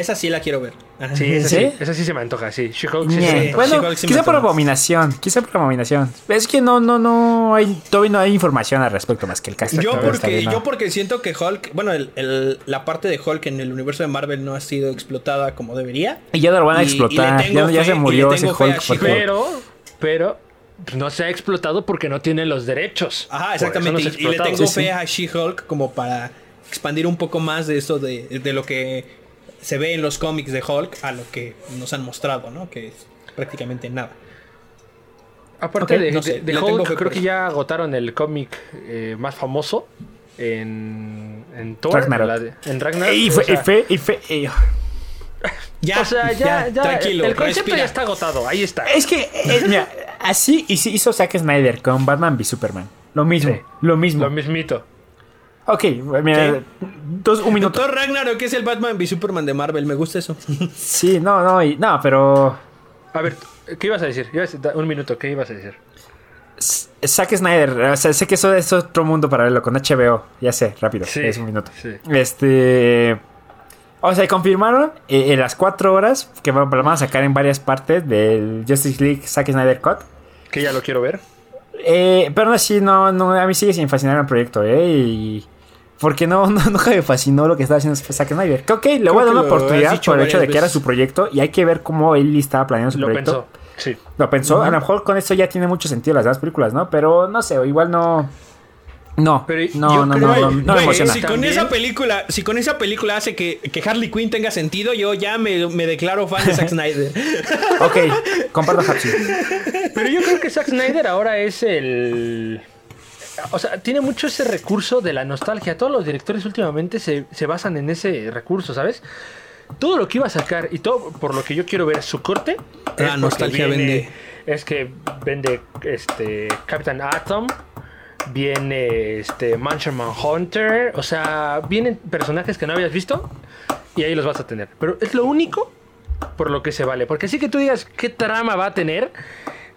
Speaker 1: Esa sí la quiero ver. Ajá.
Speaker 3: Eh. Sí, esa sí.
Speaker 2: ¿Sí?
Speaker 3: Esa sí se me antoja, sí. She-Hulk sí, se me
Speaker 2: Ñe.
Speaker 1: sí,
Speaker 3: antoja.
Speaker 2: Bueno,
Speaker 1: sí, sí me
Speaker 2: quizá por
Speaker 1: tomas.
Speaker 2: abominación, quizá por abominación. Es que no, no, no hay, todavía no hay información al respecto más que el cast.
Speaker 1: Yo
Speaker 2: Todavía está
Speaker 1: porque,
Speaker 2: bien, ¿no?
Speaker 1: yo porque siento que Hulk, bueno, el- el- la parte de Hulk en el universo de Marvel no ha sido explotada como debería.
Speaker 2: Y ya lo van a
Speaker 1: y- y le
Speaker 2: explotar, ya,
Speaker 1: tengo fe-
Speaker 2: ya
Speaker 1: y
Speaker 2: se
Speaker 1: le
Speaker 2: murió ese
Speaker 1: tengo fe a
Speaker 2: Hulk. por
Speaker 1: She-Hulk.
Speaker 2: favor.
Speaker 3: Pero. Pero. pues, No se ha explotado porque no tienen los derechos.
Speaker 1: Ajá,
Speaker 3: Por eso no
Speaker 1: exactamente.
Speaker 3: se ha
Speaker 1: y, y le
Speaker 3: explotado.
Speaker 1: tengo
Speaker 2: Sí, sí.
Speaker 1: fe a She-Hulk como para expandir un poco más de eso de, de lo que se ve en los cómics de Hulk a lo que nos han mostrado, ¿no? Que es prácticamente nada.
Speaker 3: Aparte
Speaker 1: Ok,
Speaker 3: de,
Speaker 1: no sé,
Speaker 3: de- de
Speaker 1: le tengo fe
Speaker 3: Hulk,
Speaker 1: por
Speaker 3: creo que
Speaker 1: eso.
Speaker 3: ya agotaron el cómic eh, más famoso en, en Thor.
Speaker 2: Ragnarok.
Speaker 3: la de- en Ragnarok.
Speaker 2: Y
Speaker 3: o
Speaker 2: fue, y
Speaker 3: sea-
Speaker 2: fue, y fue. y-
Speaker 1: Ya,
Speaker 3: o sea, ya, ya,
Speaker 1: tranquilo,
Speaker 3: el concepto
Speaker 1: respira.
Speaker 3: ya está agotado, ahí está.
Speaker 2: Es que, eh, mira, así y sí hizo Zack Snyder con Batman v Superman. Lo mismo,
Speaker 3: Sí.
Speaker 2: lo mismo.
Speaker 3: Lo mismito.
Speaker 2: Ok, mira,
Speaker 1: Sí.
Speaker 2: dos, un minuto.
Speaker 1: Thor Ragnarok es el Batman v Superman de Marvel, me gusta eso. [laughs]
Speaker 2: Sí, no, no, y, no, pero
Speaker 3: A ver, ¿qué ibas a decir? Ibas a- Un minuto, ¿qué ibas a decir?
Speaker 2: S- Zack Snyder, o sea, sé que eso es otro mundo paralelo con HBO, ya sé, rápido,
Speaker 3: Sí,
Speaker 2: es un minuto.
Speaker 3: sí.
Speaker 2: Este, o sea, confirmaron eh, en las cuatro horas que van- van a sacar en varias partes del Justice League Zack Snyder Cut.
Speaker 3: Que ya lo quiero ver.
Speaker 2: Eh, pero aún así, no, no, a mí sigue sin fascinar el proyecto, ¿eh? Y- porque no, [laughs] no, nunca me fascinó lo que estaba haciendo Zack Snyder. Creo que le voy a dar
Speaker 1: que lo
Speaker 2: una
Speaker 1: has
Speaker 2: oportunidad
Speaker 1: dicho
Speaker 2: por el hecho
Speaker 1: varias
Speaker 2: de que era
Speaker 1: veces.
Speaker 2: su proyecto y hay que ver cómo él estaba planeando su
Speaker 3: Lo
Speaker 2: proyecto.
Speaker 3: pensó. Sí.
Speaker 2: Lo pensó. A lo mejor con esto ya tiene mucho sentido las demás películas, ¿no? Pero no sé, o igual no. No,
Speaker 3: Pero yo
Speaker 2: no, no, no,
Speaker 3: creo-
Speaker 2: no, no me
Speaker 1: Güey,
Speaker 2: emociona.
Speaker 1: Si con
Speaker 3: También.
Speaker 1: esa película, si con esa película hace que, que Harley Quinn tenga sentido, yo ya me, me declaro fan de
Speaker 2: [laughs]
Speaker 1: Zack Snyder.
Speaker 2: Ok, comparto Hapsi.
Speaker 3: Pero yo creo que Zack Snyder ahora es el. O sea, tiene mucho ese recurso de la nostalgia. Todos los directores últimamente se, se basan en ese recurso, ¿sabes? Todo lo que iba a sacar y todo por lo que yo quiero ver su corte.
Speaker 1: La
Speaker 3: es porque
Speaker 1: nostalgia vende.
Speaker 3: Es que vende este Captain Atom. Viene este Mansion Manhunter. O sea, vienen personajes que no habías visto. Y ahí los vas a tener. Pero es lo único por lo que se vale. Porque así que tú digas qué trama va a tener,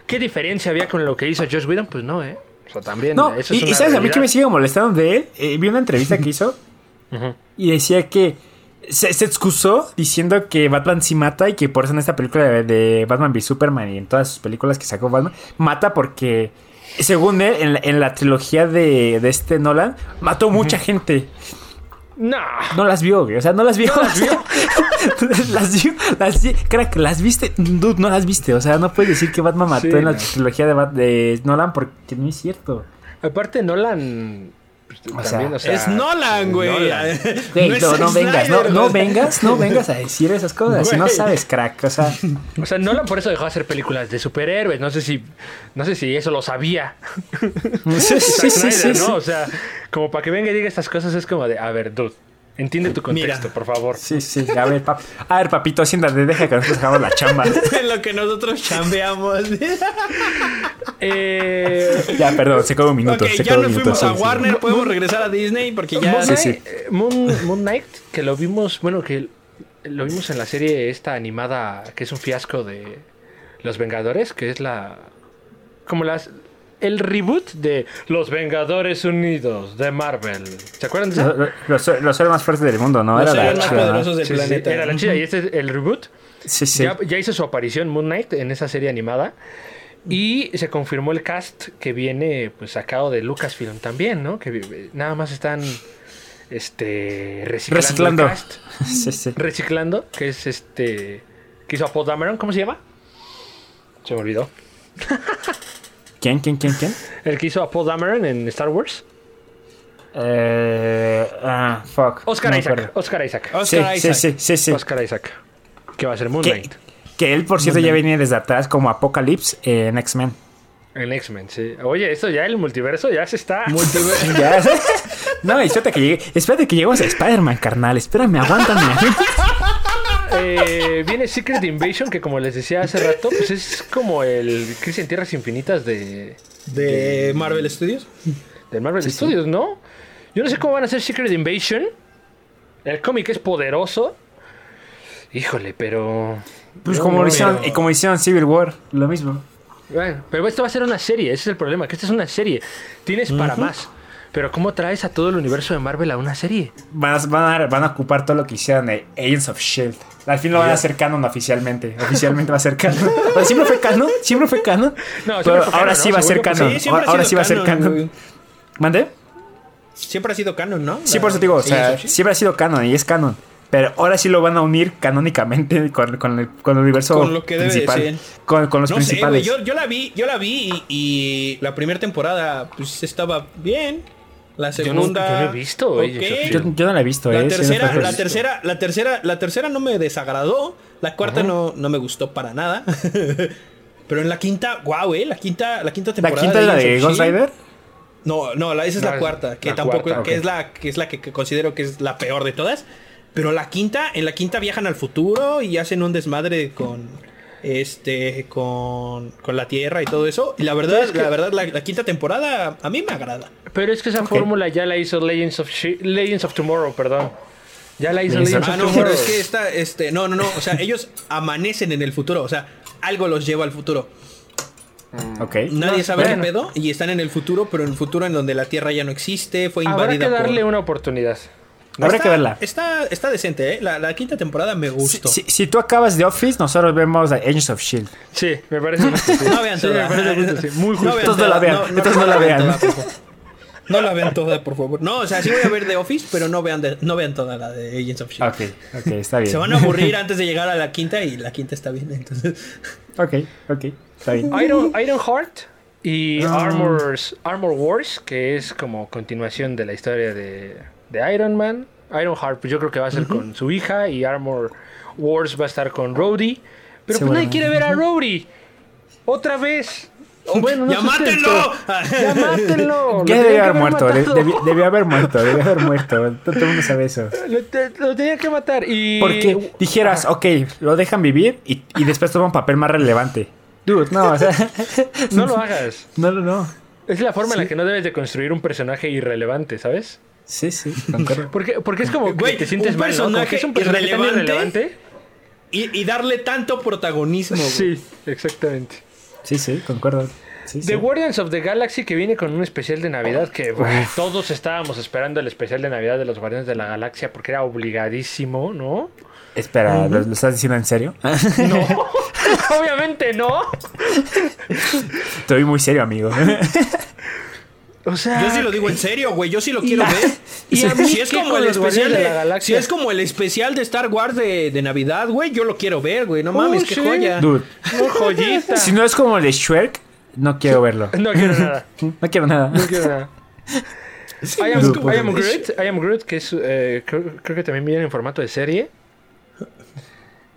Speaker 3: qué diferencia había con lo que hizo Josh Whedon, pues no, ¿eh? O sea, también.
Speaker 2: No,
Speaker 3: eso
Speaker 2: y,
Speaker 3: es
Speaker 2: y
Speaker 3: una
Speaker 2: sabes, a mí que me
Speaker 3: realidad.
Speaker 2: sigue molestando de él, eh, vi una entrevista
Speaker 3: [laughs]
Speaker 2: que hizo
Speaker 3: Ujú.
Speaker 2: y decía que se, se excusó diciendo que Batman sí mata y que por eso en esta película de, de Batman v Superman y en todas sus películas que sacó Batman, mata porque, según él, en la, en la trilogía de, de este Nolan, mató mucha gente.
Speaker 3: No.
Speaker 2: No las vio, güey. O sea, no las vio. las vio. [laughs] las vio. Las vi- Crack, las viste. Dude, no las viste. O sea, no puedes decir que Batman mató
Speaker 3: Sí,
Speaker 2: en la
Speaker 3: no.
Speaker 2: trilogía de, Bat- de Nolan porque no es cierto.
Speaker 3: Aparte, Nolan. pues,
Speaker 2: O sea,
Speaker 3: también, o sea,
Speaker 1: es Nolan, güey. [laughs]
Speaker 3: Nolan.
Speaker 2: Güey,
Speaker 1: es
Speaker 2: no, no
Speaker 1: Zack
Speaker 2: vengas, no,
Speaker 1: Snyder,
Speaker 2: no
Speaker 1: güey.
Speaker 2: vengas, no vengas a decir esas cosas.
Speaker 3: Güey.
Speaker 2: No sabes, crack.
Speaker 1: [laughs]
Speaker 2: O sea,
Speaker 3: O sea, Nolan por eso dejó de hacer películas de superhéroes. No sé si, no sé si eso lo sabía.
Speaker 2: sí, sí,
Speaker 3: Zack
Speaker 2: sí, sí,
Speaker 3: Snyder, ¿no?
Speaker 2: sí.
Speaker 3: O sea, como para que venga y diga estas cosas es como de, a ver, dude, entiende tu contexto,
Speaker 1: Mira.
Speaker 3: por
Speaker 1: [laughs]
Speaker 3: favor.
Speaker 2: Sí, sí, a ver, pap- a ver, papito, siéntate, deja que nosotros hagamos la chamba.
Speaker 1: [laughs] En lo que nosotros
Speaker 2: [laughs]
Speaker 1: chambeamos.
Speaker 3: Eh,
Speaker 2: Ya, perdón, se quedó un minuto.
Speaker 1: ok,
Speaker 2: se
Speaker 1: ya
Speaker 2: quedó un
Speaker 1: nos
Speaker 2: minuto,
Speaker 1: fuimos
Speaker 2: sí,
Speaker 1: a
Speaker 2: sí.
Speaker 1: Warner, podemos regresar a Disney porque ya.
Speaker 3: Moon,
Speaker 2: Sí,
Speaker 3: Knight,
Speaker 2: sí.
Speaker 3: eh, Moon- Moon Knight, que lo vimos, bueno, que lo vimos en la serie esta animada que es un fiasco de Los Vengadores, que es la... como las... El reboot de Los Vengadores Unidos de Marvel. ¿Se acuerdan de esa?
Speaker 2: Los- Los los héroes más fuertes del mundo, ¿no?
Speaker 1: Los
Speaker 2: Era la
Speaker 1: héroes más
Speaker 2: chida, ¿no?
Speaker 1: poderosos del
Speaker 3: Sí, sí, sí,
Speaker 1: planeta.
Speaker 3: era la chida. Y este es el reboot.
Speaker 2: Sí, sí.
Speaker 3: Ya, ya hizo su aparición Moon Knight en esa serie animada. Y se confirmó el cast que viene pues sacado de Lucasfilm también, ¿no? Que eh, nada más están este reciclando,
Speaker 2: Reciclando.
Speaker 3: el cast.
Speaker 2: Sí, sí.
Speaker 3: Reciclando, que es este que hizo a Paul Dameron, ¿cómo se llama? Se me olvidó.
Speaker 2: ¿Quién, quién, quién, quién?
Speaker 3: El que hizo a Paul Dameron en Star Wars.
Speaker 2: Eh, ah, fuck.
Speaker 3: Oscar
Speaker 2: no me
Speaker 3: Isaac,
Speaker 2: acuerdo.
Speaker 3: Oscar Isaac.
Speaker 2: Sí,
Speaker 1: Oscar
Speaker 2: sí,
Speaker 1: Isaac.
Speaker 2: sí, sí, sí.
Speaker 3: Oscar Isaac. Que va a ser Moon
Speaker 2: Que,
Speaker 3: Knight.
Speaker 2: que él, por cierto, ya venía desde atrás como Apocalypse en X-Men.
Speaker 3: En X-Men, sí. Oye, esto ya el multiverso ya se está.
Speaker 2: Ya. No, espérate que llegue, espérate que lleguemos a Spider-Man, carnal. Espérame, aguántame.
Speaker 3: [laughs] Eh, viene Secret Invasion, que como les decía hace rato, pues es como el Crisis en Tierras Infinitas de,
Speaker 1: De Marvel Studios.
Speaker 3: de Marvel Studios, ¿no? Yo no sé cómo van a hacer Secret Invasion. El cómic es poderoso. Híjole, pero.
Speaker 2: Pues
Speaker 3: No,
Speaker 2: como,
Speaker 3: no,
Speaker 2: lo hicieron,
Speaker 3: pero-
Speaker 2: eh, como hicieron Civil War, lo mismo.
Speaker 3: Bueno, pero esto va a ser una serie, ese es el problema, que esta es una serie. Tienes para más. Pero ¿cómo traes a todo el universo de Marvel a una serie?
Speaker 2: Van a, van a, van a ocupar todo lo que hicieron de Agents of Shield. E Al fin lo van a hacer canon oficialmente. Oficialmente va a ser canon. O sea, siempre fue canon, siempre fue canon.
Speaker 3: siempre
Speaker 2: pero
Speaker 3: fue
Speaker 2: ahora
Speaker 3: canon,
Speaker 2: sí
Speaker 3: ¿no?
Speaker 2: va a ser
Speaker 3: Seguro que
Speaker 2: canon.
Speaker 1: pues sí, siempre
Speaker 2: ahora
Speaker 1: ha
Speaker 2: ahora
Speaker 1: sido
Speaker 2: sí va a ser
Speaker 1: canon,
Speaker 2: canon.
Speaker 1: güey.
Speaker 2: ¿Mande?
Speaker 1: Siempre ha sido canon, ¿no?
Speaker 2: Sí, por eso te digo, o sea,
Speaker 1: Sí, sí, sí.
Speaker 2: siempre ha sido canon y es canon. Pero ahora sí lo van a unir canónicamente con, con el, con el universo
Speaker 1: Con lo que debe de
Speaker 2: principal.
Speaker 1: ser.
Speaker 2: Con, con los
Speaker 1: No sé, güey,
Speaker 2: principales.
Speaker 1: yo, yo la vi, yo la vi y, y la primera temporada pues estaba bien. La
Speaker 3: Yo no-
Speaker 1: segunda
Speaker 3: yo no he visto, güey,
Speaker 1: ok.
Speaker 3: Agents of
Speaker 2: Yo, yo no la he visto,
Speaker 1: La
Speaker 2: eh. siendo
Speaker 1: tercera, la
Speaker 2: franco.
Speaker 1: tercera, la tercera, la tercera no me desagradó. La cuarta no, no me gustó para nada. [laughs] Pero en la quinta, wow, eh, la quinta, la quinta
Speaker 2: ¿La
Speaker 1: temporada.
Speaker 2: quinta es la de
Speaker 1: Agents of
Speaker 2: Ghost
Speaker 1: S.H.I.E.L.D.
Speaker 2: Rider?
Speaker 1: No, no, la- esa es
Speaker 3: No,
Speaker 1: la
Speaker 3: es
Speaker 1: cuarta, que
Speaker 3: la
Speaker 1: tampoco,
Speaker 3: cuarta,
Speaker 1: que
Speaker 3: ok.
Speaker 1: es la, que es la que, que considero que es la peor de todas. Pero la quinta, en la quinta viajan al futuro y hacen un desmadre con este, con, con la tierra y todo eso. Y la verdad, la verdad, la, la quinta temporada a mí me agrada.
Speaker 3: Pero es que esa fórmula ya la hizo Legends of, Shi- Legends of Tomorrow, perdón. Ya la hizo
Speaker 2: Legends of-
Speaker 3: Legends of
Speaker 1: Ah, no,
Speaker 3: Tomorrow.
Speaker 1: pero es que esta, este, no, no, no, o sea, ellos amanecen en el futuro, o sea, algo los lleva al futuro.
Speaker 2: Ok.
Speaker 1: Nadie
Speaker 3: No,
Speaker 1: sabe
Speaker 3: bueno.
Speaker 1: qué pedo y están en el futuro, pero en el futuro en donde la Tierra ya no existe, fue
Speaker 3: Habrá
Speaker 1: invadida
Speaker 3: que darle
Speaker 1: por...
Speaker 3: una oportunidad.
Speaker 2: Habrá
Speaker 1: Está-
Speaker 2: que verla.
Speaker 1: Está, está decente, ¿eh? La, la quinta temporada me
Speaker 2: Si,
Speaker 1: gustó.
Speaker 2: si- si tú acabas de Office, nosotros vemos a Agents of Shield.
Speaker 3: Sí, me parece justo. sí.
Speaker 1: No vean
Speaker 3: Sí,
Speaker 1: toda.
Speaker 3: me parece justo, sí. Muy justo.
Speaker 1: vean
Speaker 2: Entonces no la
Speaker 1: toda,
Speaker 2: vean, entonces no la vean.
Speaker 1: toda, por favor. No la vean toda, por favor. No, o sea, sí voy a ver The Office, pero no vean, de- no vean toda la de Agents of S.H.I.E.L.D.
Speaker 2: Ok, E ok, está bien.
Speaker 1: Se van a aburrir antes de llegar a la quinta y la quinta está bien, entonces...
Speaker 2: Ok, ok, está bien.
Speaker 3: Iron, Iron Heart, Y
Speaker 2: Ah.
Speaker 3: Armors, Armor Wars, que es como continuación de la historia de, de Iron Man. Iron Heart, pues yo creo que va a ser con su hija. Y Armor Wars va a estar con Rhodey. Pero pues nadie
Speaker 2: Seguramente.
Speaker 3: quiere ver a Rhodey. Otra vez.
Speaker 2: [laughs]
Speaker 3: O bueno, no
Speaker 1: ¡Ya
Speaker 3: sé ustedes,
Speaker 1: mátenlo! [laughs]
Speaker 3: pero- ¡Ya mátenlo! Lo
Speaker 2: ¿Qué
Speaker 3: tenían
Speaker 2: debió
Speaker 3: que
Speaker 2: haber muerto? De-
Speaker 3: matado.
Speaker 2: eh, debi- debió haber muerto, debió haber muerto. Todo el mundo sabe eso.
Speaker 3: Lo, te- lo tenían que matar. Y...
Speaker 2: Porque dijeras, ok, lo dejan vivir y, y después toma un papel más relevante. Dude, no, o sea. [laughs]
Speaker 3: No lo hagas.
Speaker 2: No, no, no.
Speaker 3: Es la forma en la que no debes de construir un personaje irrelevante, ¿sabes?
Speaker 2: Sí, sí, concuerdo.
Speaker 3: Porque, porque es como que
Speaker 1: Güey,
Speaker 3: te sientes
Speaker 1: un
Speaker 3: mal, ¿no? Como que es un personaje
Speaker 1: personaje
Speaker 3: tan
Speaker 1: irrelevante.
Speaker 3: irrelevante.
Speaker 1: Y, y darle tanto protagonismo. güey.
Speaker 3: Sí, exactamente.
Speaker 2: Sí, sí, concuerdo. Sí, sí.
Speaker 3: The Guardians of the Galaxy que viene con un especial de Navidad que bueno, todos estábamos esperando el especial de Navidad de los Guardianes de la Galaxia porque era obligadísimo, ¿no?
Speaker 2: Espera, ¿lo, lo estás diciendo en serio?
Speaker 3: [laughs]
Speaker 2: [laughs]
Speaker 3: No, [laughs] obviamente no.
Speaker 2: Te vi muy serio, amigo. [laughs]
Speaker 3: O sea,
Speaker 1: Yo sí lo digo en serio, güey. Yo sí lo quiero ver.
Speaker 3: [laughs] y a mí
Speaker 1: si es
Speaker 3: qué
Speaker 1: como
Speaker 3: con
Speaker 1: el
Speaker 3: los
Speaker 1: especial
Speaker 3: Guardianes de
Speaker 1: de,
Speaker 3: la Galaxia.
Speaker 1: si es como el especial de Star Wars de, de Navidad, güey, yo lo quiero ver, güey. No mames,
Speaker 3: Oh,
Speaker 1: qué
Speaker 3: sí.
Speaker 1: joya.
Speaker 2: Dude,
Speaker 3: no, joyita.
Speaker 2: si no es como el de Shrek, no quiero verlo.
Speaker 3: No quiero nada.
Speaker 2: No quiero nada.
Speaker 3: [laughs] No quiero nada. [laughs] I am,
Speaker 2: no puedo.
Speaker 3: I am Groot, I am Groot, que es, eh, creo, creo que también viene en formato de serie. [laughs]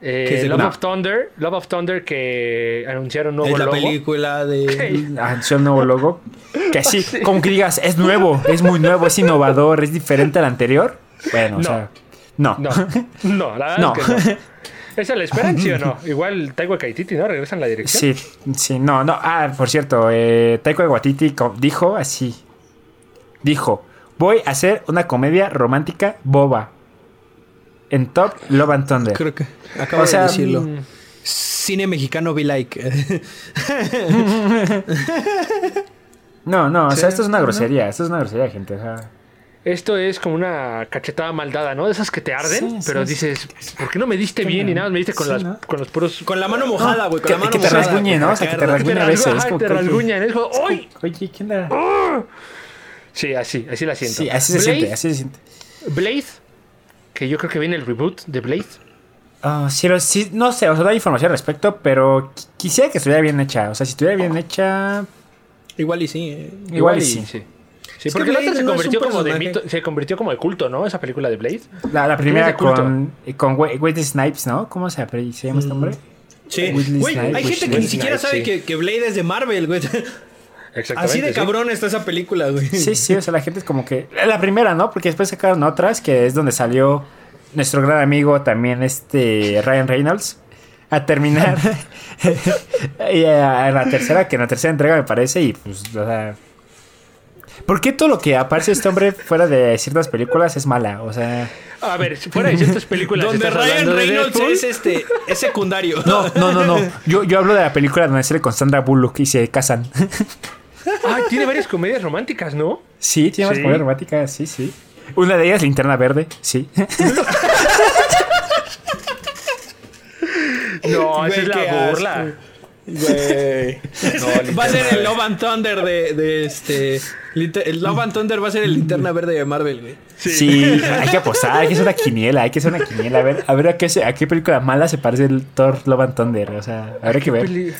Speaker 3: Eh,
Speaker 1: Que es el-
Speaker 3: Love
Speaker 1: no.
Speaker 3: of Thunder, Love of Thunder que anunciaron nuevo
Speaker 1: Es la
Speaker 3: logo.
Speaker 1: película de.
Speaker 3: Ok.
Speaker 2: Anunció Ah, un nuevo logo. Que así, como que digas, es nuevo, es muy nuevo, es innovador, es diferente al anterior. Bueno, o
Speaker 3: No.
Speaker 2: sea. No. [laughs]
Speaker 3: No, no, la verdad
Speaker 2: No.
Speaker 3: es
Speaker 2: [laughs]
Speaker 3: que no. ¿Esa la esperan, sí o no? Igual Taika Waititi, ¿no? Regresa en la dirección.
Speaker 2: Sí, sí, no, no. Ah, por cierto, eh, Taiko Watiti co- dijo así. Dijo, voy a hacer una comedia romántica boba. En Top Love and Thunder.
Speaker 1: Creo que acabo
Speaker 2: O sea,
Speaker 1: de decirlo.
Speaker 3: mm.
Speaker 1: Cine mexicano be like. [laughs]
Speaker 2: No, no, o sea, esto es una grosería, esto es una grosería, gente. O sea,
Speaker 3: Esto es como una cachetada maldada, ¿no? De esas que te arden,
Speaker 2: Sí, sí,
Speaker 3: pero
Speaker 2: sí.
Speaker 3: dices, ¿por qué no me diste bien y nada más me diste con,
Speaker 2: Sí,
Speaker 3: las,
Speaker 2: ¿no?
Speaker 3: con los puros...
Speaker 1: Con la mano mojada, güey. Con
Speaker 2: que,
Speaker 1: la mano
Speaker 2: que te
Speaker 1: mojada.
Speaker 2: rasguñe, ¿no? O sea, que te
Speaker 1: Te
Speaker 3: te
Speaker 2: rasguñe a
Speaker 3: rasgu-
Speaker 2: veces.
Speaker 3: ajá,
Speaker 2: como
Speaker 3: te
Speaker 2: que-
Speaker 3: rasguñan, es como, ¡ay!
Speaker 2: Oye, ¿quién era?
Speaker 3: Sí, así, así la siento.
Speaker 2: Sí, así se
Speaker 3: Blade,
Speaker 2: siente, así se siente.
Speaker 3: Blade, que yo creo que viene el reboot de Blade.
Speaker 2: Ah, sí, lo- sí, no sé, o sea, no hay información al respecto, pero qui- quisiera que estuviera bien hecha. O sea, si estuviera bien hecha,
Speaker 1: Igual y sí. eh.
Speaker 2: igual, y sí.
Speaker 3: Sí,
Speaker 1: Es
Speaker 3: porque
Speaker 1: que
Speaker 3: la otra
Speaker 1: Blade
Speaker 3: se
Speaker 1: no es
Speaker 3: convirtió
Speaker 1: un
Speaker 3: como de
Speaker 1: personaje.
Speaker 3: mito- se convirtió como de culto, ¿no? Esa película de Blade.
Speaker 2: La, la primera
Speaker 3: de culto.
Speaker 2: con, eh, con We- Wesley Snipes, ¿no? ¿Cómo se, apre- se llama este hombre?
Speaker 1: Sí.
Speaker 2: Whitley
Speaker 1: Güey,
Speaker 2: Snipes,
Speaker 1: hay gente que
Speaker 3: Whitley
Speaker 1: ni siquiera
Speaker 3: Snipes,
Speaker 1: sabe
Speaker 3: sí.
Speaker 1: que, que Blade es de Marvel, güey. [laughs]
Speaker 3: Exactamente.
Speaker 1: Así de
Speaker 3: sí.
Speaker 1: cabrón está esa película, güey.
Speaker 2: Sí, sí, o sea, la gente es como que... eh, La primera, ¿no? Porque después sacaron otras, que es donde salió nuestro gran amigo también, este Ryan Reynolds, a terminar. [laughs] y a, a la tercera, que en la tercera entrega me parece, y pues, o sea... ¿Por qué todo lo que aparece este hombre fuera de ciertas películas es mala? O sea...
Speaker 3: A ver, si fuera de ciertas películas.
Speaker 1: Donde
Speaker 3: ¿estás
Speaker 1: Ryan
Speaker 3: hablando de
Speaker 1: Reynolds
Speaker 3: Deadpool?
Speaker 1: es este. Es secundario. [laughs]
Speaker 2: No, no, no, no. Yo, yo hablo de la película donde sale con Sandra Bullock y se casan. [laughs]
Speaker 3: Ay, tiene varias comedias románticas, ¿no?
Speaker 2: Sí, tiene más
Speaker 3: Sí.
Speaker 2: poder romántica, sí, sí. Una de ellas, linterna verde, sí.
Speaker 3: No, esa
Speaker 1: Güey,
Speaker 3: es
Speaker 1: qué
Speaker 3: la
Speaker 1: asco.
Speaker 3: burla.
Speaker 1: Güey. va a ser el Love and Thunder de, de este. liter- El Love and Thunder va a ser el linterna verde de Marvel, güey.
Speaker 2: Sí. hay que apostar, hay que hacer una quiniela, hay que hacer una quiniela. A ver, a ver a qué, se- a qué película mala se parece el Thor Love and Thunder. O sea, habrá que ver.
Speaker 3: Peli-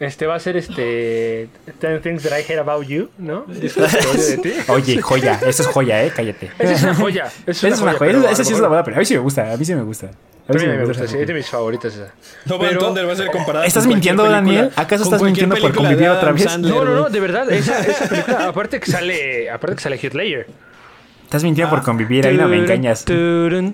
Speaker 3: Este va a ser este. Ten Things That I Hate About You, ¿no? Esto de
Speaker 2: [laughs]
Speaker 3: ti.
Speaker 2: Oye, joya, eso es joya, eh, cállate.
Speaker 3: Esa es una joya. Esa es
Speaker 2: Esa
Speaker 3: una
Speaker 2: es una
Speaker 3: joya.
Speaker 2: joya,
Speaker 3: pero
Speaker 2: esa-
Speaker 3: a
Speaker 2: esa sí
Speaker 3: lo
Speaker 2: es
Speaker 3: mejor-
Speaker 2: una buena película. A mí sí me gusta, a mí sí me gusta. A mí sí
Speaker 3: También me gusta,
Speaker 2: esa
Speaker 3: sí, es de mis favoritas esa.
Speaker 1: Love and
Speaker 3: Pero-
Speaker 1: Thunder va a ser comparada.
Speaker 2: ¿Estás
Speaker 1: con cualquier
Speaker 2: mintiendo,
Speaker 1: película-
Speaker 2: Daniel?
Speaker 1: con
Speaker 2: ¿Acaso estás
Speaker 1: cualquier
Speaker 2: mintiendo por
Speaker 1: película
Speaker 2: convivir
Speaker 1: de
Speaker 2: otra
Speaker 1: Adam
Speaker 2: vez?
Speaker 1: Sandler,
Speaker 3: No, no,
Speaker 1: güey.
Speaker 3: no, de verdad, esa, esa película, aparte que sale, aparte que sale Hitler.
Speaker 2: Estás mintiendo por convivir, ahí no me engañas.
Speaker 3: De